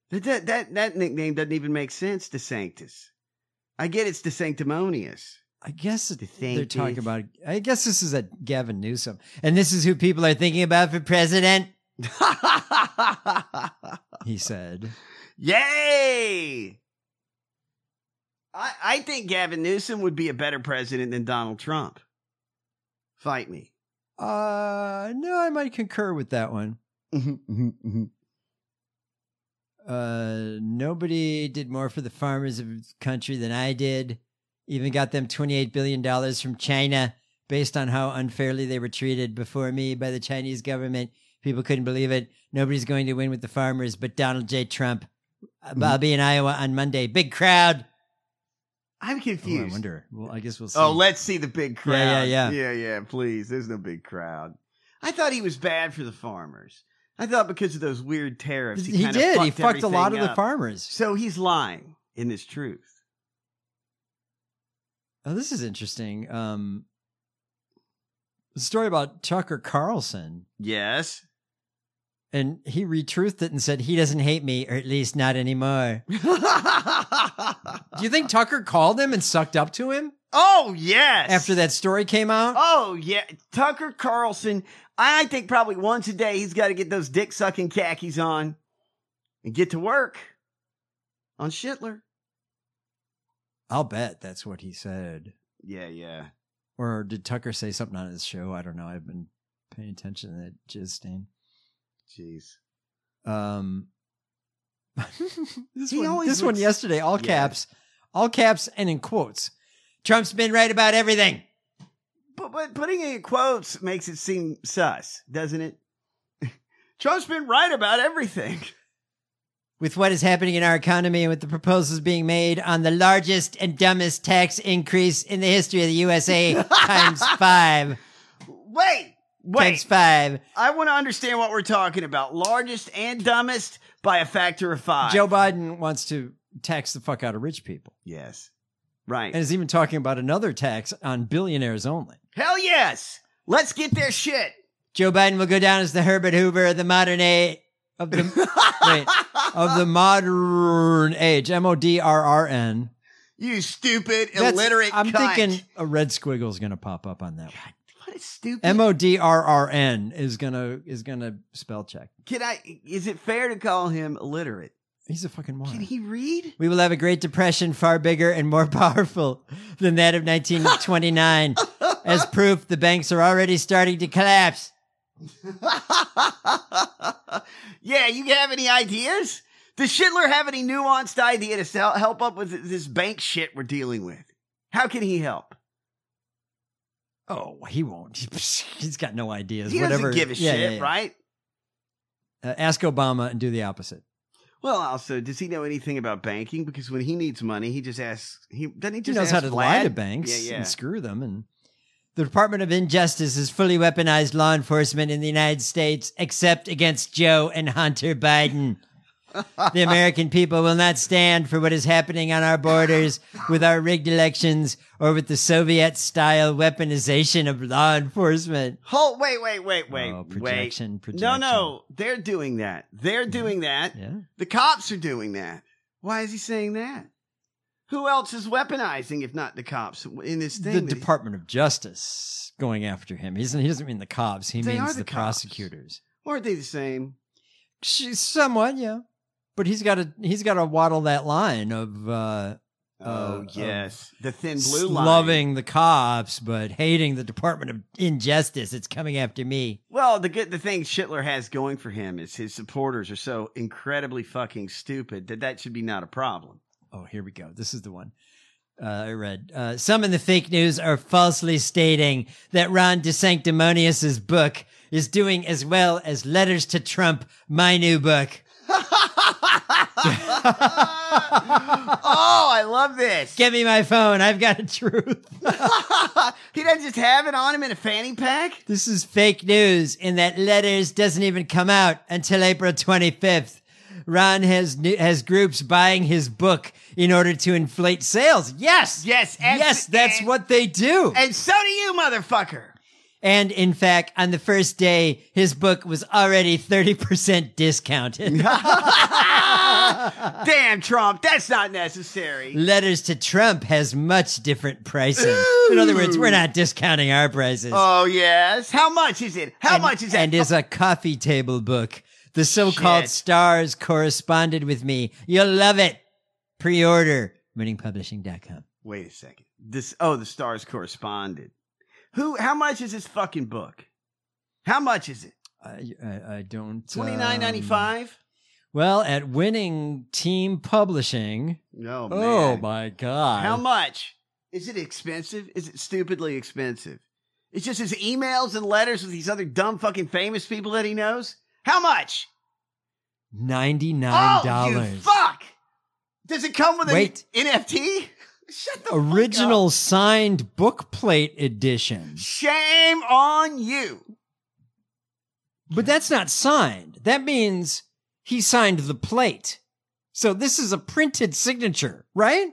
[SPEAKER 9] That, that that that nickname doesn't even make sense. DeSanctis. I get it's DeSanctimonious.
[SPEAKER 8] I guess they're
[SPEAKER 9] DeSantis.
[SPEAKER 8] talking about. I guess this is a Gavin Newsom, and this is who people are thinking about for president. he said.
[SPEAKER 9] *laughs* Yay! I I think Gavin Newsom would be a better president than Donald Trump. Fight me.
[SPEAKER 8] Uh, no, I might concur with that one. uh, nobody did more for the farmers of the country than I did. Even got them $28 billion from China based on how unfairly they were treated before me by the Chinese government. People couldn't believe it. Nobody's going to win with the farmers but Donald J. Trump. I'll be in Iowa on Monday. Big crowd.
[SPEAKER 9] I'm
[SPEAKER 8] Oh,
[SPEAKER 9] confused.
[SPEAKER 8] I Oh, wonder. Well, I guess we'll see.
[SPEAKER 9] Oh, let's see the big crowd.
[SPEAKER 8] Yeah, yeah,
[SPEAKER 9] yeah, yeah, Please, there's no big crowd. I thought he was bad for the farmers. I thought because of those weird tariffs, he,
[SPEAKER 8] He
[SPEAKER 9] kinda
[SPEAKER 8] did. He
[SPEAKER 9] fucked
[SPEAKER 8] fucked a lot
[SPEAKER 9] everything
[SPEAKER 8] of the
[SPEAKER 9] up.
[SPEAKER 8] farmers.
[SPEAKER 9] So he's lying in his truth.
[SPEAKER 8] Oh, this is interesting. Um, the story about Tucker Carlson,
[SPEAKER 9] Yes.
[SPEAKER 8] *laughs*
[SPEAKER 9] *laughs*
[SPEAKER 8] and he retruthed it and said he doesn't hate me, or at least not anymore. Do you think Tucker called him and sucked up to him
[SPEAKER 9] Oh Uh-huh. yes.
[SPEAKER 8] after that story came out?
[SPEAKER 9] Oh yeah, Tucker Carlson. I think probably once a day he's got to get those dick sucking khakis on and get to work on Shitler.
[SPEAKER 8] I'll bet that's what he said.
[SPEAKER 9] Yeah, yeah.
[SPEAKER 8] Or did Tucker say something on his show? I don't know. I've been paying attention to that jizz stain.
[SPEAKER 9] Jeez. *laughs*
[SPEAKER 8] Um, this
[SPEAKER 9] He
[SPEAKER 8] one,
[SPEAKER 9] always
[SPEAKER 8] this one
[SPEAKER 9] looks-
[SPEAKER 8] yesterday, all
[SPEAKER 9] Yeah.
[SPEAKER 8] caps, all caps, and in quotes. Trump's been right about everything.
[SPEAKER 9] But, but putting it in quotes makes it seem sus, doesn't it? Trump's been right about everything.
[SPEAKER 8] with what is happening in our economy and with the proposals being made on the largest and dumbest tax increase in the history of the USA
[SPEAKER 9] *laughs*
[SPEAKER 8] times five.
[SPEAKER 9] Wait,
[SPEAKER 8] Times
[SPEAKER 9] wait.
[SPEAKER 8] five.
[SPEAKER 9] I want to understand what we're talking about. Largest and dumbest by a factor of five.
[SPEAKER 8] Joe Biden wants to tax the fuck out of rich people.
[SPEAKER 9] Yes. Right.
[SPEAKER 8] And is even talking about another tax on billionaires only.
[SPEAKER 9] Hell yes. Let's get their shit.
[SPEAKER 8] Joe Biden will go down as the Herbert Hoover of the modern age of
[SPEAKER 9] *laughs*
[SPEAKER 8] the wait, of the modern age. M O D R R N.
[SPEAKER 9] You stupid,
[SPEAKER 8] That's-
[SPEAKER 9] illiterate
[SPEAKER 8] I'm
[SPEAKER 9] cunt.
[SPEAKER 8] thinking a red squiggle is going to pop up on that one.
[SPEAKER 9] What is stupid?
[SPEAKER 8] M O D R R N is gonna is gonna spell check.
[SPEAKER 9] Can I? Is it fair to call him illiterate?
[SPEAKER 8] He's a fucking
[SPEAKER 9] Can
[SPEAKER 8] moron.
[SPEAKER 9] he read? *laughs*
[SPEAKER 8] We will have a Great Depression far bigger and more *laughs* powerful than that of 1929.
[SPEAKER 9] *laughs*
[SPEAKER 8] As proof, the banks are already starting to collapse.
[SPEAKER 9] yeah, you have any ideas? Does Schindler have any nuanced idea to sell, help up with this bank shit we're dealing with? How can he help?
[SPEAKER 8] Oh, he won't. *laughs* He's got no ideas.
[SPEAKER 9] He
[SPEAKER 8] Whatever.
[SPEAKER 9] doesn't give a
[SPEAKER 8] Yeah,
[SPEAKER 9] shit,
[SPEAKER 8] yeah, yeah.
[SPEAKER 9] right?
[SPEAKER 8] Uh, ask Obama and do the opposite.
[SPEAKER 9] Well, also, does he know anything about banking? Because when he needs money, he just asks. He doesn't he
[SPEAKER 8] He
[SPEAKER 9] just
[SPEAKER 8] knows how
[SPEAKER 9] ask
[SPEAKER 8] to
[SPEAKER 9] Vlad?
[SPEAKER 8] lie to banks
[SPEAKER 9] Yeah, yeah.
[SPEAKER 8] and screw them. And the Department of Injustice has fully weaponized law enforcement in the United States, except against Joe and Hunter Biden.
[SPEAKER 9] *laughs*
[SPEAKER 8] the American people will not stand for what is happening on our borders with our rigged elections or with the Soviet style weaponization of law enforcement.
[SPEAKER 9] Hold, wait, wait, wait, wait,
[SPEAKER 8] Oh,
[SPEAKER 9] wait.
[SPEAKER 8] projection,
[SPEAKER 9] No,
[SPEAKER 8] projection.
[SPEAKER 9] no, they're doing that. They're doing that.
[SPEAKER 8] Yeah.
[SPEAKER 9] The cops are doing that. Why is he saying that? Who else is weaponizing if not the cops in this thing?
[SPEAKER 8] the
[SPEAKER 9] that he-
[SPEAKER 8] Department of Justice going after him. He doesn't, he doesn't mean the cops. He
[SPEAKER 9] They are
[SPEAKER 8] means
[SPEAKER 9] the
[SPEAKER 8] the,
[SPEAKER 9] cops.
[SPEAKER 8] prosecutors.
[SPEAKER 9] Aren't they the same?
[SPEAKER 8] She, somewhat, yeah. But he's got to he's got to waddle that line of uh,
[SPEAKER 9] oh yes, the thin blue line.
[SPEAKER 8] loving the cops but hating the Department of Injustice. It's coming after me.
[SPEAKER 9] Well, the good the thing Schittler has going for him is his supporters are so incredibly fucking stupid that that should be not a problem.
[SPEAKER 8] Oh, here we go. This is the one. Uh, I read uh, some in the fake news are falsely stating that Ron DeSanctimonious's book is doing as well as Letters to Trump, my new book.
[SPEAKER 9] oh, I love this.
[SPEAKER 8] Give me my phone. I've got a truth.
[SPEAKER 9] he doesn't just have it on him in a fanny pack.
[SPEAKER 8] This is fake news in that letters doesn't even come out until April 25th. Ron has new, has groups buying his book in order to inflate sales. Yes.
[SPEAKER 9] Yes. and-
[SPEAKER 8] Yes, that's what they do.
[SPEAKER 9] And so do you, motherfucker.
[SPEAKER 8] And in fact, on the first day, his book was already 30% discounted. *laughs*
[SPEAKER 9] *laughs* Damn, Trump, that's not necessary.
[SPEAKER 8] Letters to Trump has much different pricing. In other words, we're not discounting our prices.
[SPEAKER 9] Oh yes. How much is it? How much is it?
[SPEAKER 8] and is a coffee table book. The so-called
[SPEAKER 9] Shit.
[SPEAKER 8] stars corresponded with me. You'll love it. Pre-order winningpublishing.com.
[SPEAKER 9] Wait a second. This oh, the stars corresponded. Who? How much is this fucking book? How much is it?
[SPEAKER 8] I I, I don't
[SPEAKER 9] Twenty nine ninety
[SPEAKER 8] um,
[SPEAKER 9] five.
[SPEAKER 8] Well, at Winning Team Publishing.
[SPEAKER 9] No,
[SPEAKER 8] oh
[SPEAKER 9] man.
[SPEAKER 8] my god.
[SPEAKER 9] How much? Is it expensive? Is it stupidly expensive? It's just his emails and letters with these other dumb fucking famous people that he knows. How much?
[SPEAKER 8] Ninety-nine
[SPEAKER 9] Oh, you
[SPEAKER 8] dollars.
[SPEAKER 9] fuck! Does it come with an
[SPEAKER 8] Wait.
[SPEAKER 9] NFT? Shut the Fuck
[SPEAKER 8] Original
[SPEAKER 9] up.
[SPEAKER 8] signed book plate edition.
[SPEAKER 9] Shame on you.
[SPEAKER 8] But that's not signed. That means he signed the plate. So this is a printed signature,
[SPEAKER 9] *laughs*
[SPEAKER 8] right?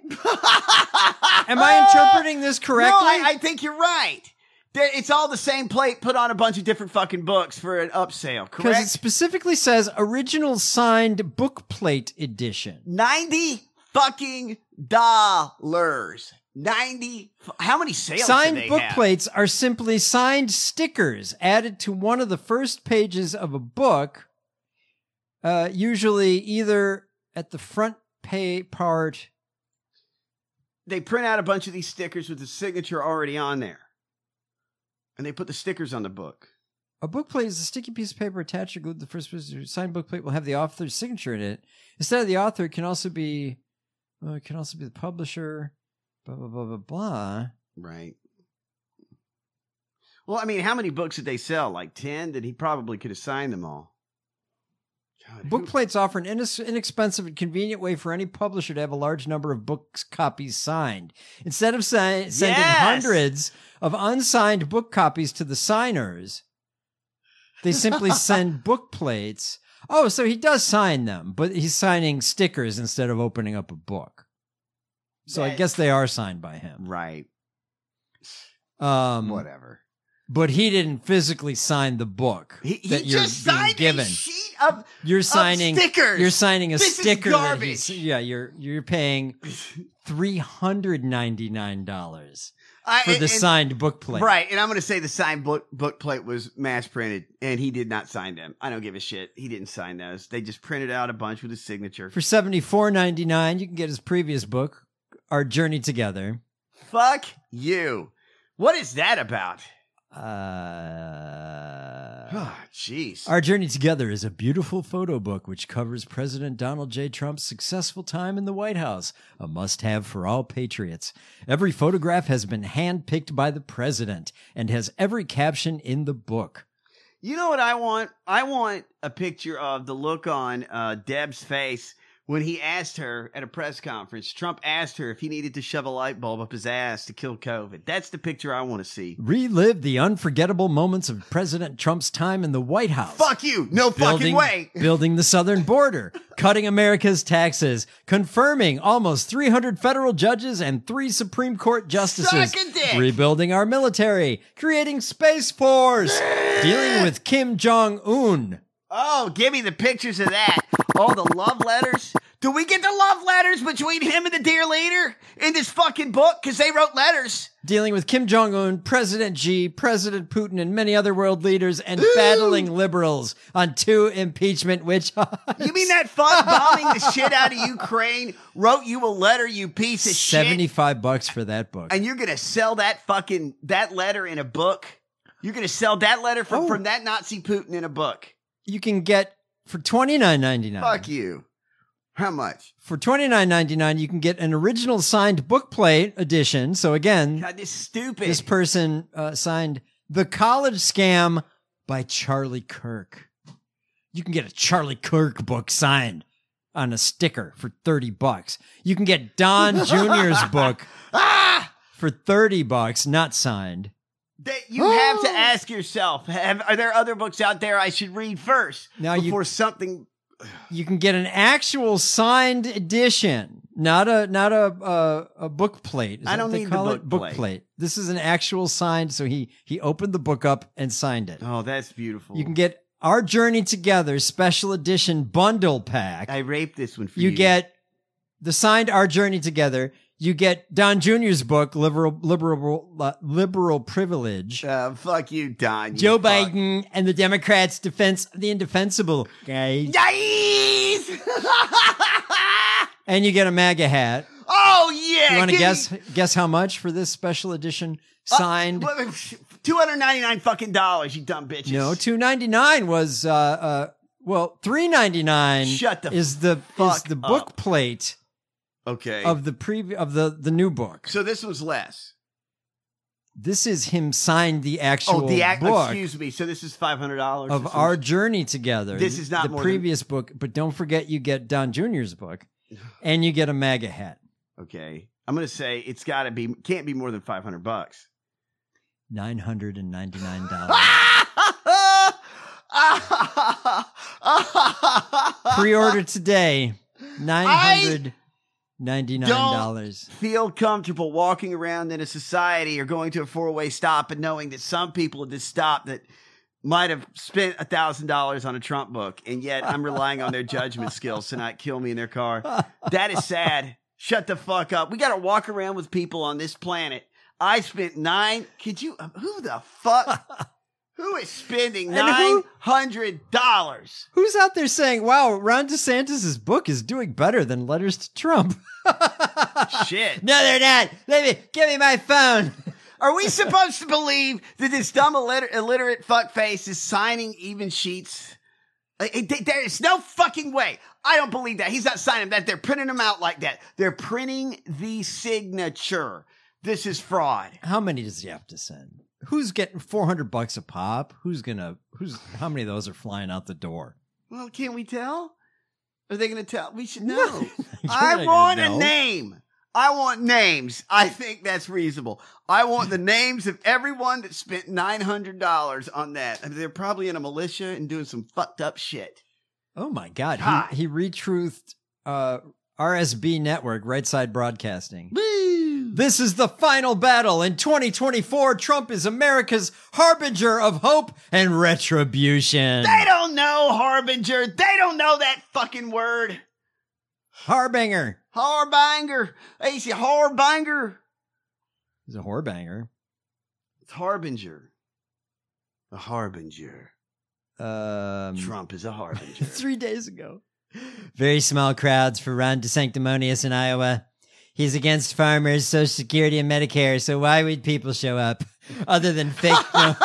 [SPEAKER 8] Am I interpreting this correctly?
[SPEAKER 9] No, I, I think you're right. That- It's all the same plate put on a bunch of different fucking books for an upsale,
[SPEAKER 8] Because it
[SPEAKER 9] correct?
[SPEAKER 8] specifically says original signed book plate edition.
[SPEAKER 9] 90 fucking dollars. 90. fu- How many sales do
[SPEAKER 8] Signed
[SPEAKER 9] they
[SPEAKER 8] book
[SPEAKER 9] have?
[SPEAKER 8] plates are simply signed stickers added to one of the first pages of a book, uh, usually either at the front pay part.
[SPEAKER 9] They print out a bunch of these stickers with the signature already on there. And they put the stickers on the book.
[SPEAKER 8] A book plate is a sticky piece of paper attached or glued to the first page. Your signed book plate will have the author's signature in it. Instead of the author, it can also be, well, it can also be the publisher. Blah blah blah blah blah.
[SPEAKER 9] Right. Well, I mean, how many books did they sell? Like 10? Then he probably could have signed them all.
[SPEAKER 8] Book plates offer an inex- inexpensive and convenient way for any publisher to have a large number of books copies signed. Instead of si- sending
[SPEAKER 9] Yes!
[SPEAKER 8] hundreds of unsigned book copies to the signers, they
[SPEAKER 9] *laughs*
[SPEAKER 8] simply send book plates. Oh, so he does sign them, but he's signing stickers instead of opening up a book. So I
[SPEAKER 9] That-
[SPEAKER 8] guess they are signed by him.
[SPEAKER 9] Right.
[SPEAKER 8] Um,
[SPEAKER 9] Whatever.
[SPEAKER 8] But he didn't physically sign the book
[SPEAKER 9] He, he
[SPEAKER 8] that you're
[SPEAKER 9] just
[SPEAKER 8] being
[SPEAKER 9] signed
[SPEAKER 8] given.
[SPEAKER 9] a sheet of
[SPEAKER 8] You're
[SPEAKER 9] of
[SPEAKER 8] signing
[SPEAKER 9] stickers.
[SPEAKER 8] You're signing a
[SPEAKER 9] This is
[SPEAKER 8] sticker. that
[SPEAKER 9] garbage.
[SPEAKER 8] he's- yeah, you're you're paying three hundred ninety nine dollars
[SPEAKER 9] I-
[SPEAKER 8] for the
[SPEAKER 9] and-
[SPEAKER 8] signed book plate.
[SPEAKER 9] Right, and I'm going to say the signed book book plate was mass printed, and he did not sign them. I don't give a shit. He didn't sign those. They just printed out a bunch with his signature.
[SPEAKER 8] For seventy four ninety nine, you can get his previous book, Our Journey Together.
[SPEAKER 9] Fuck you. What is that about?
[SPEAKER 8] Uh,
[SPEAKER 9] Ah, Jeez.
[SPEAKER 8] Our Journey Together is a beautiful photo book which covers President Donald J. Trump's successful time in the White House, a must have for all patriots. Every photograph has been handpicked by the president and has every caption in the book.
[SPEAKER 9] You know what I want? I want a picture of the look on uh, Deb's face when he asked her at a press conference. Trump asked her if he needed to shove a light bulb up his ass to kill COVID. That's the picture I want to see.
[SPEAKER 8] Relive the unforgettable moments of President Trump's time in the White House.
[SPEAKER 9] Fuck you. No fucking way. *laughs*
[SPEAKER 8] building the southern border, cutting America's taxes, confirming almost 300 federal judges and three Supreme Court justices,
[SPEAKER 9] Suck a dick.
[SPEAKER 8] rebuilding our military, creating Space Force, dealing with Kim Jong Un.
[SPEAKER 9] Oh, give me the pictures of that. All the love letters. Do we get the love letters between him and the dear leader in this fucking book? Because they wrote letters.
[SPEAKER 8] Dealing with Kim Jong Un, President Xi, President Putin, and many other world leaders, and battling liberals on two impeachment witch *laughs* hunts.
[SPEAKER 9] You mean that *laughs* fuck bombing the shit out of Ukraine wrote you a letter, you piece of shit?
[SPEAKER 8] Seventy-five bucks for that book.
[SPEAKER 9] And you're gonna sell that fucking that letter in a book? You're gonna sell that letter from, from that Nazi Putin in a book?
[SPEAKER 8] You can get for twenty-nine ninety-nine.
[SPEAKER 9] Fuck you. How much?
[SPEAKER 8] For $29.99, you can get an original signed bookplate edition. So again,
[SPEAKER 9] God, this is stupid.
[SPEAKER 8] this person uh, signed "The College Scam" by Charlie Kirk. You can get a Charlie Kirk book signed on a sticker for thirty bucks. You can get Don Jr.'s book for thirty bucks, not signed.
[SPEAKER 9] That you have *gasps* to ask yourself: have, Are there other books out there I should read first
[SPEAKER 8] Now you-
[SPEAKER 9] before something?
[SPEAKER 8] You can get an actual signed edition, not a not a a, a book plate. Is
[SPEAKER 9] I
[SPEAKER 8] that
[SPEAKER 9] don't
[SPEAKER 8] what they
[SPEAKER 9] need the
[SPEAKER 8] call
[SPEAKER 9] book
[SPEAKER 8] it book
[SPEAKER 9] plate.
[SPEAKER 8] This is an actual signed. So he he opened the book up and signed it.
[SPEAKER 9] Oh, that's beautiful.
[SPEAKER 8] You can get our journey together special edition bundle pack.
[SPEAKER 9] I raped this one for you.
[SPEAKER 8] you get the signed Our Journey Together. You get Don Jr.'s book, Liberal Liberal uh, Liberal Privilege.
[SPEAKER 9] Uh, fuck you, Don. you
[SPEAKER 8] Joe
[SPEAKER 9] fuck.
[SPEAKER 8] Biden and the Democrats' defense of the indefensible, guys.
[SPEAKER 9] Yikes!
[SPEAKER 8] And you get a MAGA hat.
[SPEAKER 9] oh yeah. *laughs*
[SPEAKER 8] you want to
[SPEAKER 9] give me- Uh,
[SPEAKER 8] guess guess how much for this special edition signed?
[SPEAKER 9] Two hundred ninety nine fucking dollars, you dumb bitches.
[SPEAKER 8] no, two ninety nine was uh uh well three ninety nine.
[SPEAKER 9] Shut the
[SPEAKER 8] is the is
[SPEAKER 9] fuck
[SPEAKER 8] the
[SPEAKER 9] up.
[SPEAKER 8] book plate
[SPEAKER 9] Okay.
[SPEAKER 8] of the previ- of the the new book.
[SPEAKER 9] so this was less.
[SPEAKER 8] This is him signed the actual
[SPEAKER 9] Oh, the act.
[SPEAKER 8] book
[SPEAKER 9] Excuse me. So this is five hundred dollars
[SPEAKER 8] of our journey together.
[SPEAKER 9] This is not
[SPEAKER 8] the
[SPEAKER 9] more than-
[SPEAKER 8] previous book, but don't forget you get Don Jr.'s
[SPEAKER 9] *sighs*
[SPEAKER 8] book, and you get a MAGA hat.
[SPEAKER 9] Okay, I'm gonna say it's got to be can't be more than five hundred bucks. *laughs*
[SPEAKER 8] Nine hundred and ninety nine dollars. *laughs*
[SPEAKER 9] Pre
[SPEAKER 8] Pre-order today. Nine hundred ninety nine dollars.
[SPEAKER 9] Feel comfortable walking around in a society or going to a four way stop and knowing that some people at this stop that might have spent a thousand dollars on a Trump book, and yet I'm relying on
[SPEAKER 8] *laughs*
[SPEAKER 9] their judgment skills to not kill me in their car. That is sad. Shut the fuck up. We got to walk around with people on this planet. I spent nine. Could you? um, Who the
[SPEAKER 8] *laughs*
[SPEAKER 9] fuck? Who is spending
[SPEAKER 8] And who-
[SPEAKER 9] nine hundred dollars?
[SPEAKER 8] Who's out there saying, "Wow, Ron DeSantis' book is doing better than Letters to Trump"? *laughs*
[SPEAKER 9] Shit.
[SPEAKER 8] no, they're not. Let me give me my phone. *laughs*
[SPEAKER 9] Are we supposed to believe that this dumb illiter- illiterate fuckface is signing even sheets? Uh, it- th- there is no fucking way. I don't believe that. He's not signing that. They're printing them out like that. They're printing the signature. This is fraud.
[SPEAKER 8] How many does he have to send? Who's getting four hundred bucks a pop? Who's gonna? Who's? How many of those are flying out the door?
[SPEAKER 9] Well, can't we tell? Are they going to tell? We should
[SPEAKER 8] *laughs*
[SPEAKER 9] know.
[SPEAKER 8] You're not
[SPEAKER 9] I
[SPEAKER 8] gonna
[SPEAKER 9] want a
[SPEAKER 8] know.
[SPEAKER 9] name. I want names. I think that's reasonable. I want the names of everyone that spent $900 on that. I mean, they're probably in a militia and doing some fucked up shit.
[SPEAKER 8] Oh my God!
[SPEAKER 9] God.
[SPEAKER 8] He, he retruthed uh, RSB Network, Right Side Broadcasting. This is the final battle in 2024. Trump is America's harbinger of hope and retribution.
[SPEAKER 9] They don't know harbinger. They don't know that fucking word.
[SPEAKER 8] Harbinger.
[SPEAKER 9] Harbinger. Hey, see, harbinger.
[SPEAKER 8] He's a whorebanger.
[SPEAKER 9] It's harbinger. A harbinger.
[SPEAKER 8] Um,
[SPEAKER 9] Trump is a
[SPEAKER 8] *laughs*
[SPEAKER 9] harbinger.
[SPEAKER 8] Three days ago. Very small crowds for Ron DeSanctimonious in Iowa. He's against farmers, Social Security, and Medicare. So why would people show up *laughs* other than *laughs* fake, no-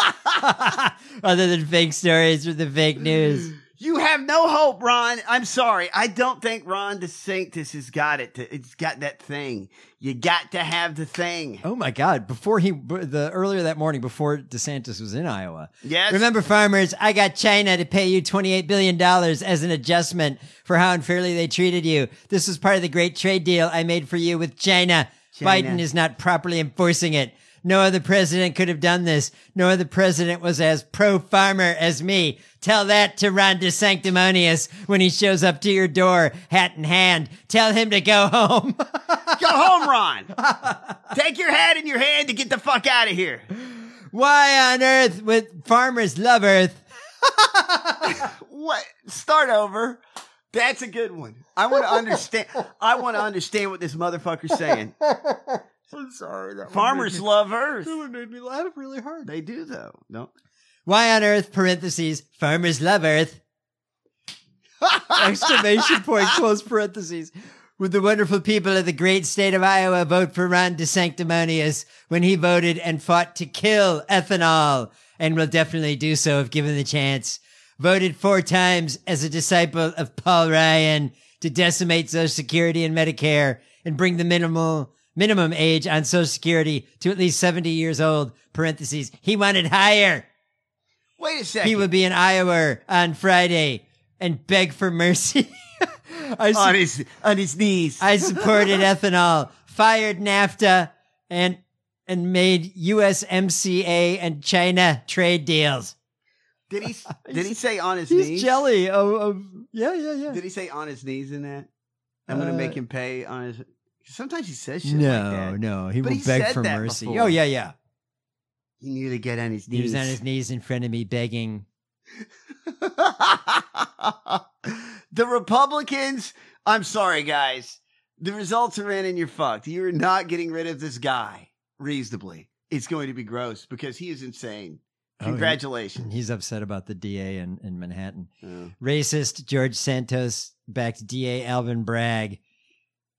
[SPEAKER 8] other than fake stories with the fake news?
[SPEAKER 9] you have no hope, Ron. I'm sorry. I don't think Ron DeSantis has got it. To, it's got that thing. You got to have the thing.
[SPEAKER 8] Oh my God! Before he, b- the earlier that morning, before DeSantis was in Iowa.
[SPEAKER 9] Yes.
[SPEAKER 8] Remember, farmers, I got China to pay you twenty-eight billion dollars as an adjustment for how unfairly they treated you. This was part of the great trade deal I made for you with China.
[SPEAKER 9] China.
[SPEAKER 8] Biden is not properly enforcing it. No other president could have done this. No other president was as pro farmer as me. Tell that to Ron DeSanctimonious when he shows up to your door, hat in hand. Tell him to go *laughs* home.
[SPEAKER 9] Go home, Ron. Take your hat in your hand to get the fuck out of here.
[SPEAKER 8] Why on earth would farmers love Earth?
[SPEAKER 9] what? Start over. That's a good one.
[SPEAKER 8] *laughs*
[SPEAKER 9] I want to understand. I want to understand what this motherfucker's saying.
[SPEAKER 8] *laughs* I'm sorry. That one
[SPEAKER 9] Farmers
[SPEAKER 8] made me-
[SPEAKER 9] love Earth.
[SPEAKER 8] That one made me laugh really hard.
[SPEAKER 9] They do though. No.
[SPEAKER 8] Why on earth, parentheses, farmers love earth, exclamation point, close parentheses. Would the wonderful people of the great state of Iowa vote for Ron DeSanctimonious when he voted and fought to kill ethanol and will definitely do so if given the chance? Voted four times as a disciple of Paul Ryan to decimate Social Security and Medicare and bring the minimal minimum age on Social Security to at least 70 years old, parentheses. He wanted higher.
[SPEAKER 9] Wait a second.
[SPEAKER 8] He would be in Iowa on Friday and beg for mercy. *laughs* I
[SPEAKER 9] On his- on his knees.
[SPEAKER 8] I
[SPEAKER 9] *laughs*
[SPEAKER 8] supported ethanol, fired NAFTA, and and made USMCA and China trade deals. *laughs*
[SPEAKER 9] Did he? Did he say on his
[SPEAKER 8] He's
[SPEAKER 9] knees?
[SPEAKER 8] jelly. Of, of, yeah, yeah, yeah.
[SPEAKER 9] Did he say on his knees in that? I'm gonna
[SPEAKER 8] Uh,
[SPEAKER 9] make him pay on his. Sometimes he says shit like
[SPEAKER 8] no,
[SPEAKER 9] that.
[SPEAKER 8] no, he
[SPEAKER 9] But
[SPEAKER 8] will
[SPEAKER 9] he
[SPEAKER 8] beg
[SPEAKER 9] said
[SPEAKER 8] for
[SPEAKER 9] that
[SPEAKER 8] mercy.
[SPEAKER 9] before.
[SPEAKER 8] Oh yeah, yeah.
[SPEAKER 9] He knew to get on his
[SPEAKER 8] He was on
[SPEAKER 9] knees. *laughs*
[SPEAKER 8] his knees in front of me begging.
[SPEAKER 9] The Republicans, I'm sorry, guys. The results are in and you're fucked. You're not getting rid of this guy reasonably. It's going to be gross because he is insane.
[SPEAKER 8] Oh, he-
[SPEAKER 9] Congratulations.
[SPEAKER 8] He's upset about the DA in, in Manhattan. Racist George Santos backed DA Alvin Bragg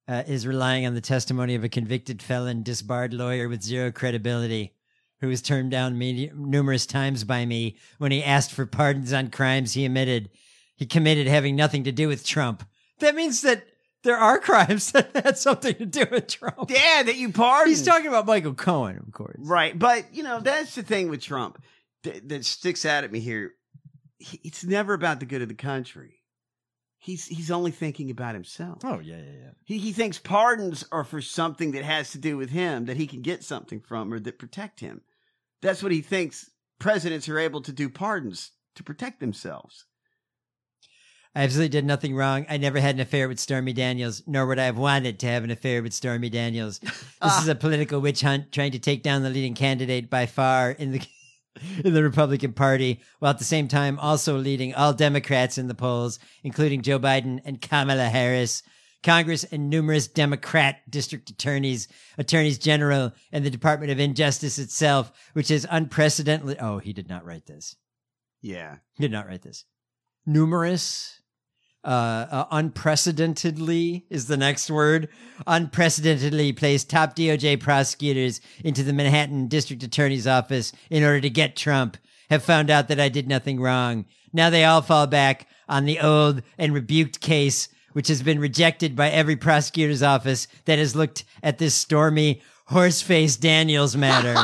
[SPEAKER 8] uh, is relying on the testimony of a convicted felon, disbarred lawyer with zero credibility, who was turned down many, numerous times by me when he asked for pardons on crimes he admitted he committed having nothing to do with Trump. That means that there are crimes *laughs* that had something to do with Trump.
[SPEAKER 9] Yeah, that you pardon.
[SPEAKER 8] He's talking about Michael Cohen, of course.
[SPEAKER 9] Right. But, you know, that's the thing with Trump that, that sticks out at me here. He- It's never about the good of the country. He's he's only thinking about himself.
[SPEAKER 8] Oh yeah, yeah, yeah.
[SPEAKER 9] He he thinks pardons are for something that has to do with him that he can get something from or that protect him. That's what he thinks presidents are able to do pardons to protect themselves.
[SPEAKER 8] I absolutely did nothing wrong. I never had an affair with Stormy Daniels, nor would I have wanted to have an affair with Stormy Daniels. This is a political witch hunt trying to take down the leading candidate by far in the *laughs* in the Republican Party, while at the same time also leading all Democrats in the polls, including Joe Biden and Kamala Harris. Congress and numerous Democrat district attorneys, attorneys general, and the Department of Injustice itself, which is unprecedentedly. Oh, he did not write this.
[SPEAKER 9] Yeah.
[SPEAKER 8] He did not write this numerous uh, uh unprecedentedly is the next word unprecedentedly placed top doj prosecutors into the manhattan district attorney's office in order to get trump have found out that i did nothing wrong now they all fall back on the old and rebuked case which has been rejected by every prosecutor's office that has looked at this stormy horseface daniels matter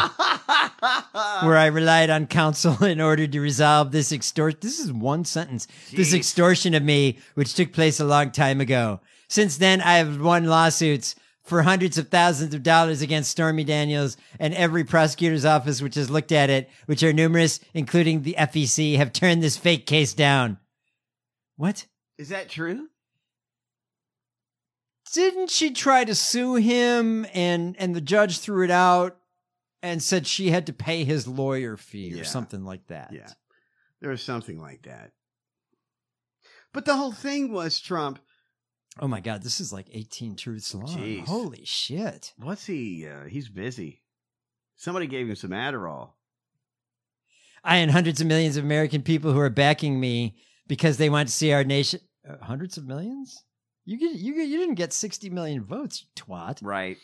[SPEAKER 8] where I relied on counsel *laughs* in order to resolve this extortion. This is one sentence. This
[SPEAKER 16] Jeez.
[SPEAKER 8] extortion of me, which took place a long time ago. Since then, I have won lawsuits for hundreds of thousands of dollars against Stormy Daniels and every prosecutor's office which has looked at it, which are numerous, including the FEC, have turned this fake case down. What?
[SPEAKER 9] Is that true?
[SPEAKER 8] Didn't she try to sue him and and the judge threw it out and said she had to pay his lawyer fee or something like that?
[SPEAKER 9] Yeah. There was something like that. But the whole thing was Trump.
[SPEAKER 8] Oh my God, this is like 18 truths long.
[SPEAKER 9] Jeez.
[SPEAKER 8] Holy shit.
[SPEAKER 9] What's he? Uh, he's busy. Somebody gave him some Adderall.
[SPEAKER 8] I and hundreds of millions of American people who are backing me because they want to see our nation. Uh, hundreds of millions? You get, you get, you didn't get 60 million votes, you twat.
[SPEAKER 9] Right.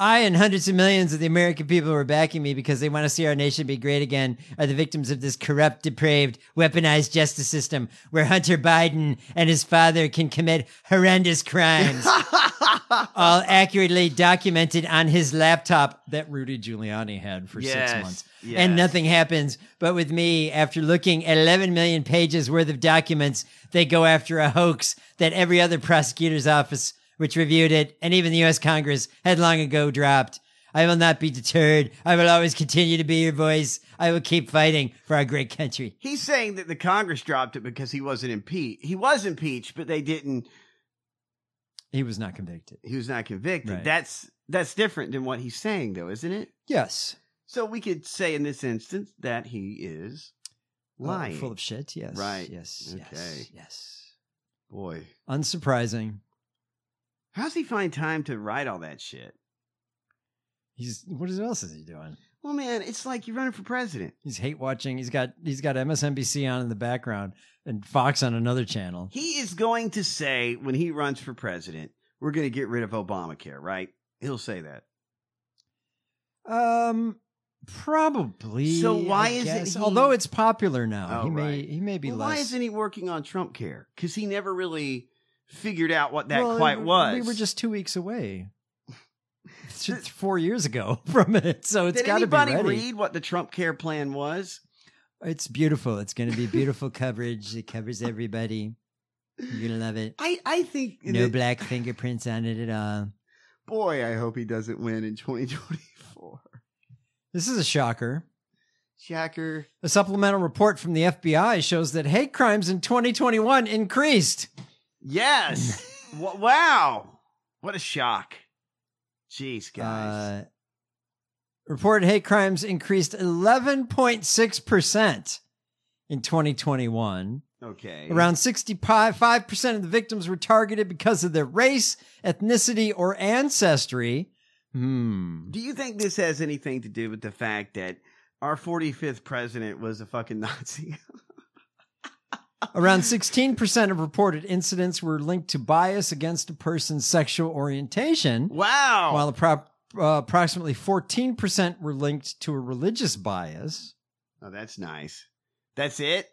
[SPEAKER 8] I and hundreds of millions of the American people who are backing me because they want to see our nation be great again are the victims of this corrupt, depraved, weaponized justice system where Hunter Biden and his father can commit horrendous
[SPEAKER 9] *laughs*
[SPEAKER 8] crimes. all accurately documented on his laptop that Rudy Giuliani had for
[SPEAKER 16] Yes,
[SPEAKER 8] six months.
[SPEAKER 16] yes.
[SPEAKER 8] And nothing happens. But with me, after looking at 11 million pages worth of documents, they go after a hoax that every other prosecutor's office, which reviewed it, and even the U.S. Congress had long ago dropped. I will not be deterred. I will always continue to be your voice. I will keep fighting for our great country.
[SPEAKER 9] He's saying that the Congress dropped it because he wasn't impeached. He was impeached, but they didn't.
[SPEAKER 8] He was not convicted.
[SPEAKER 9] He was not convicted.
[SPEAKER 8] Right.
[SPEAKER 9] That's that's different than what he's saying, though, isn't it?
[SPEAKER 8] Yes.
[SPEAKER 9] So we could say in this instance that he is lying.
[SPEAKER 8] full of shit. Yes.
[SPEAKER 9] Right.
[SPEAKER 8] Yes.
[SPEAKER 9] Okay.
[SPEAKER 8] Yes. Yes.
[SPEAKER 9] Boy.
[SPEAKER 8] Unsurprising.
[SPEAKER 9] How's he find time to write all that shit?
[SPEAKER 8] He's what is- what else is he doing?
[SPEAKER 9] Well, man, it's like you're running for president.
[SPEAKER 8] He's hate watching. He's got he's got MSNBC on in the background and Fox on another channel.
[SPEAKER 9] He is going to say when he runs for president, we're going to get rid of Obamacare, right? He'll say that.
[SPEAKER 8] Um, probably.
[SPEAKER 9] So why
[SPEAKER 8] I
[SPEAKER 9] is it
[SPEAKER 8] guess.
[SPEAKER 9] he-
[SPEAKER 8] Although it's popular now,
[SPEAKER 9] Oh,
[SPEAKER 8] he may
[SPEAKER 9] right.
[SPEAKER 8] he may be
[SPEAKER 9] Well,
[SPEAKER 8] less.
[SPEAKER 9] Why isn't he working on Trump care? Because he never really figured out what that
[SPEAKER 8] Well,
[SPEAKER 9] quite
[SPEAKER 8] we-
[SPEAKER 9] was.
[SPEAKER 8] We were just two weeks
[SPEAKER 9] *laughs*
[SPEAKER 8] away. It's just four years ago *laughs* from it, so it's
[SPEAKER 9] Did
[SPEAKER 8] got to be
[SPEAKER 9] anybody
[SPEAKER 8] ready.
[SPEAKER 9] read what the Trump care plan was?
[SPEAKER 8] It's beautiful. It's going to be beautiful coverage. It covers everybody. You're gonna love it.
[SPEAKER 9] *laughs* I I think
[SPEAKER 8] No
[SPEAKER 9] that-
[SPEAKER 8] black fingerprints on it at
[SPEAKER 9] *laughs*
[SPEAKER 8] all.
[SPEAKER 9] Boy, I hope he doesn't win in *laughs* 2024.
[SPEAKER 8] This is a shocker.
[SPEAKER 9] Shacker.
[SPEAKER 8] A supplemental report from the FBI shows that hate crimes in 2021 increased. *laughs*
[SPEAKER 9] Yes. Wa- wow. What a shock. Jeez, guys.
[SPEAKER 8] Uh, reported hate crimes increased 11.6% in 2021.
[SPEAKER 9] okay.
[SPEAKER 8] Around 65% of the victims were targeted because of their race, ethnicity, or ancestry. Hmm.
[SPEAKER 9] *laughs* Do you think this has anything to do with the fact that our 45th president was a fucking *laughs* Nazi?
[SPEAKER 8] Around 16% of reported incidents were linked to bias against a person's sexual orientation.
[SPEAKER 9] Wow.
[SPEAKER 8] While appro- uh, approximately 14% were linked to a religious bias.
[SPEAKER 9] oh, that's nice. That's it?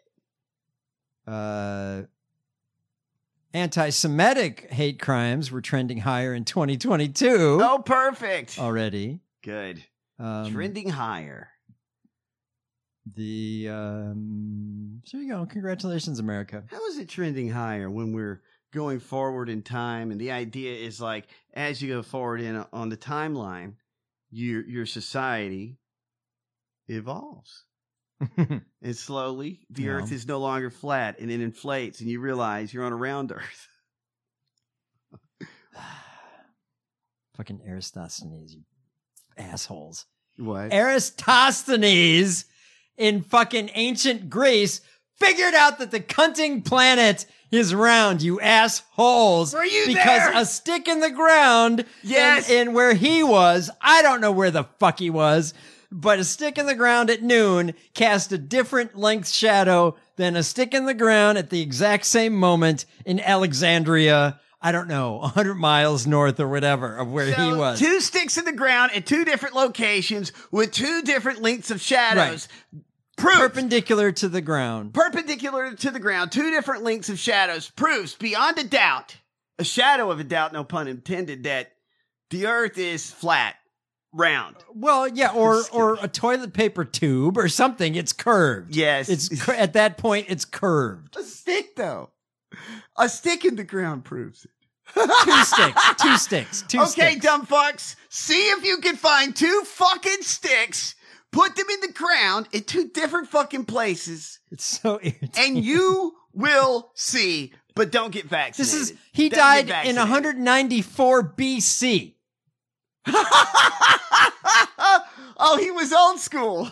[SPEAKER 8] Uh, Anti Semitic hate crimes were trending higher in 2022
[SPEAKER 9] Oh, perfect.
[SPEAKER 8] already.
[SPEAKER 9] Good.
[SPEAKER 8] Uh, Um,
[SPEAKER 9] Trending higher.
[SPEAKER 8] The um, there you go. Congratulations, America.
[SPEAKER 9] How is it trending higher when we're going forward in time? And the idea is like as you go forward in on the timeline, your your society evolves. and slowly the
[SPEAKER 8] Yeah.
[SPEAKER 9] earth is no longer flat and it inflates and you realize you're on a round earth.
[SPEAKER 8] Fucking Aristosthenes, you assholes.
[SPEAKER 9] What?
[SPEAKER 8] Aristosthenes in fucking ancient Greece figured out that the cunting planet is round, you assholes.
[SPEAKER 9] Were you
[SPEAKER 8] because
[SPEAKER 9] there?
[SPEAKER 8] a stick in the ground
[SPEAKER 9] Yes.
[SPEAKER 8] in, in where he was, I don't know where the fuck he was, but a stick in the ground at noon cast a different length shadow than a stick in the ground at the exact same moment in Alexandria. I don't know, 100 miles north or whatever of where he
[SPEAKER 9] So,
[SPEAKER 8] was.
[SPEAKER 9] Two sticks in the ground at two different locations with two different lengths of shadows. Proves
[SPEAKER 8] Perpendicular to the ground.
[SPEAKER 9] perpendicular to the ground, two different lengths of shadows, proves beyond a doubt, a shadow of a doubt, no pun intended, that the earth is flat, round.
[SPEAKER 8] Well,
[SPEAKER 9] *laughs*
[SPEAKER 8] yeah, or or a toilet paper tube or something. It's curved.
[SPEAKER 9] Yes. *laughs*
[SPEAKER 8] it's cur- at that point it's curved.
[SPEAKER 9] A stick, though. A stick in the ground proves it.
[SPEAKER 8] Two sticks. Two sticks. Two
[SPEAKER 9] okay,
[SPEAKER 8] sticks.
[SPEAKER 9] dumb fucks, see if you can find two fucking sticks, put them in the ground in two different fucking places,
[SPEAKER 8] It's so *laughs* irritating.
[SPEAKER 9] and you will see, but don't get vaccinated.
[SPEAKER 8] This is he
[SPEAKER 9] Don't get
[SPEAKER 8] died in
[SPEAKER 9] vaccinated.
[SPEAKER 8] 194 BC.
[SPEAKER 9] *laughs* oh, he was old school. *laughs*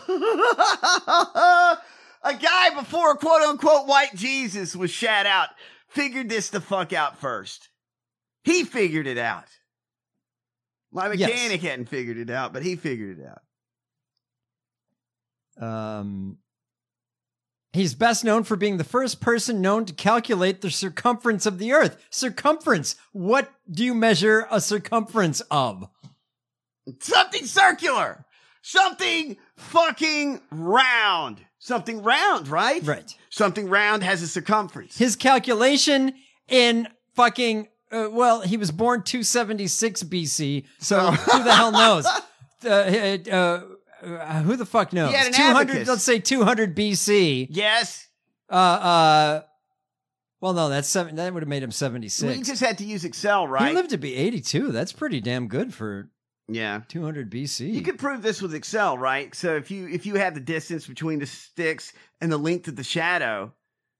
[SPEAKER 9] a guy before quote unquote white Jesus was shat out figured this the fuck out first. He figured it out. My
[SPEAKER 8] Yes.
[SPEAKER 9] mechanic hadn't figured it out, but he figured it out.
[SPEAKER 8] Um, he's best known for being the first person known to calculate the circumference of the Earth. Circumference. What do you measure a circumference
[SPEAKER 9] *laughs*
[SPEAKER 8] of?
[SPEAKER 9] Something circular. Something fucking round. Something round, right?
[SPEAKER 8] Right.
[SPEAKER 9] Something round has a circumference.
[SPEAKER 8] His calculation in fucking uh, well, he was born 276 BC,
[SPEAKER 9] Oh.
[SPEAKER 8] so who the hell
[SPEAKER 9] *laughs*
[SPEAKER 8] knows? Uh, uh, uh, who the fuck knows?
[SPEAKER 9] He had an
[SPEAKER 8] 200,
[SPEAKER 9] abacus.
[SPEAKER 8] let's say 200 BC.
[SPEAKER 9] Yes.
[SPEAKER 8] Uh, uh, well, no, that's seven. That would have made him 76.
[SPEAKER 9] We just had to use Excel, right?
[SPEAKER 8] He lived to be 82. That's pretty damn good for
[SPEAKER 9] yeah.
[SPEAKER 8] 200 BC.
[SPEAKER 9] You could prove this with Excel, right? So if you if you have the distance between the sticks and the length of the shadow,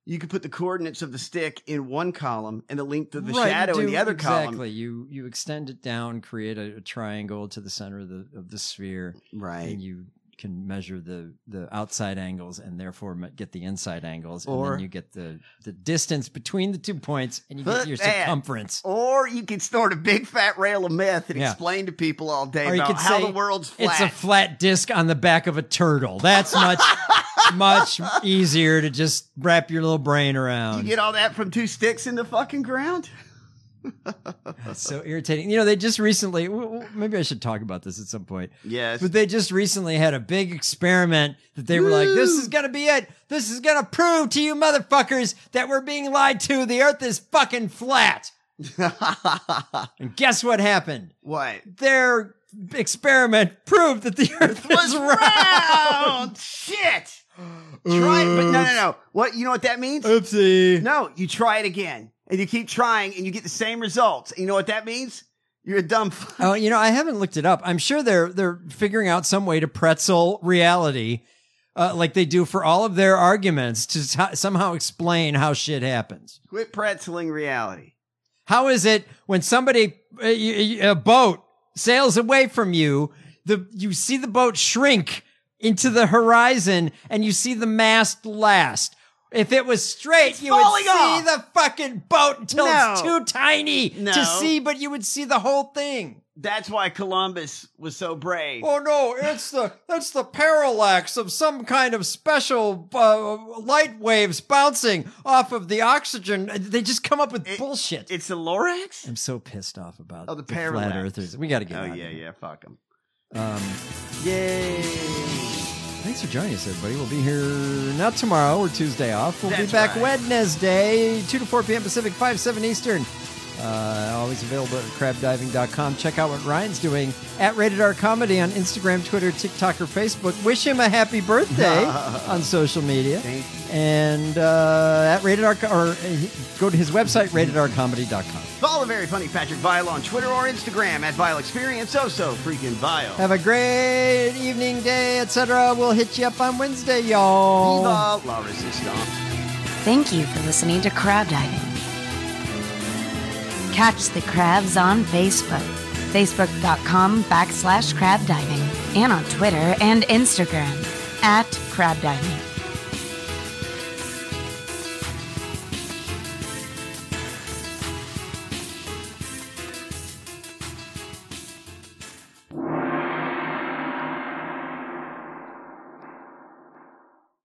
[SPEAKER 9] you could
[SPEAKER 8] *laughs*
[SPEAKER 9] put the coordinates of the stick in one column and the length of the
[SPEAKER 8] Right, you
[SPEAKER 9] shadow in
[SPEAKER 8] do-
[SPEAKER 9] the other column.
[SPEAKER 8] Exactly. You you extend it down, create a, a triangle to the center of the of the sphere,
[SPEAKER 9] Right.
[SPEAKER 8] and you can measure the the outside angles and therefore me- get the inside angles, and
[SPEAKER 9] Or-
[SPEAKER 8] then you get the the distance between the two points, and
[SPEAKER 9] *laughs*
[SPEAKER 8] you get your
[SPEAKER 9] Look, man.
[SPEAKER 8] circumference.
[SPEAKER 9] Or you could snort a big fat rail of meth and
[SPEAKER 8] Yeah.
[SPEAKER 9] explain to people all day
[SPEAKER 8] Or you
[SPEAKER 9] about
[SPEAKER 8] could
[SPEAKER 9] how
[SPEAKER 8] say,
[SPEAKER 9] the world's flat.
[SPEAKER 8] It's a flat disc on the back of a turtle. That's
[SPEAKER 9] *laughs*
[SPEAKER 8] much much easier to just wrap your little brain around.
[SPEAKER 9] you get all that from two sticks in the fucking ground?
[SPEAKER 8] It's so irritating. You know, they just recently, w- w- maybe I should talk about this at some point.
[SPEAKER 9] Yes.
[SPEAKER 8] But they just recently had a big experiment that they were like, this is going to be it. This is going to prove to you motherfuckers that we're being lied to. The earth is fucking
[SPEAKER 9] *laughs*
[SPEAKER 8] flat. and guess what happened?
[SPEAKER 9] What?
[SPEAKER 8] Their experiment proved that the earth was
[SPEAKER 9] round. Shit. Try it, but no, no,
[SPEAKER 8] Uh,
[SPEAKER 9] no. What you know what that means?
[SPEAKER 8] Oopsie.
[SPEAKER 9] No, you try it again, and you keep trying, and you get the same results. And you know what that means? You're a dumb. *laughs* F-
[SPEAKER 8] Oh, you know, I haven't looked it up. I'm sure they're they're figuring out some way to pretzel reality, uh, like they do for all of their arguments to so- somehow explain how shit happens.
[SPEAKER 9] Quit pretzeling reality.
[SPEAKER 8] How is it when somebody uh, y- y- a boat sails away from you, the you see the boat shrink into the horizon and you see the mast last. If it was straight, you would
[SPEAKER 9] falling
[SPEAKER 8] see
[SPEAKER 9] off.
[SPEAKER 8] the fucking boat until it's
[SPEAKER 9] No.
[SPEAKER 8] too tiny
[SPEAKER 9] No.
[SPEAKER 8] to see, but you would see the whole thing.
[SPEAKER 9] That's why Columbus was so brave.
[SPEAKER 8] Oh no, it's the that's the parallax of some kind of special uh, light waves bouncing off of the oxygen. They just come up with bullshit.
[SPEAKER 9] It's the Lorax.
[SPEAKER 8] I'm so pissed off about
[SPEAKER 9] Oh, the
[SPEAKER 8] the, flat
[SPEAKER 9] parallax.
[SPEAKER 8] earthers. We got to get.
[SPEAKER 9] Oh,
[SPEAKER 8] out of
[SPEAKER 9] yeah,
[SPEAKER 8] here.
[SPEAKER 9] yeah, fuck them.
[SPEAKER 8] Um,
[SPEAKER 9] Yay!
[SPEAKER 8] thanks for joining us, everybody. We'll be here not tomorrow or Tuesday off. We'll
[SPEAKER 9] That's
[SPEAKER 8] be back
[SPEAKER 9] right.
[SPEAKER 8] Wednesday, two to four p.m. Pacific, five seven Eastern. Uh, always available at crabdiving.com. Check out what Ryan's doing at Rated R Comedy on Instagram, Twitter, TikTok, or Facebook. Wish him a happy
[SPEAKER 9] *laughs*
[SPEAKER 8] birthday on social media.
[SPEAKER 9] Thank
[SPEAKER 8] And uh, at Rated R, Co- or uh, go to his website, ratedarcomedy.com.
[SPEAKER 9] Follow the very funny Patrick Vile on Twitter or Instagram at Vile Experience. Oh, so freaking Vile.
[SPEAKER 8] Have a great evening, day, etc. We'll hit you up on Wednesday, y'all.
[SPEAKER 9] Viva la resistance.
[SPEAKER 7] Thank you for listening to Crab Diving. Catch the crabs on Facebook, facebook.com backslash crab diving, and on Twitter and Instagram at crab diving.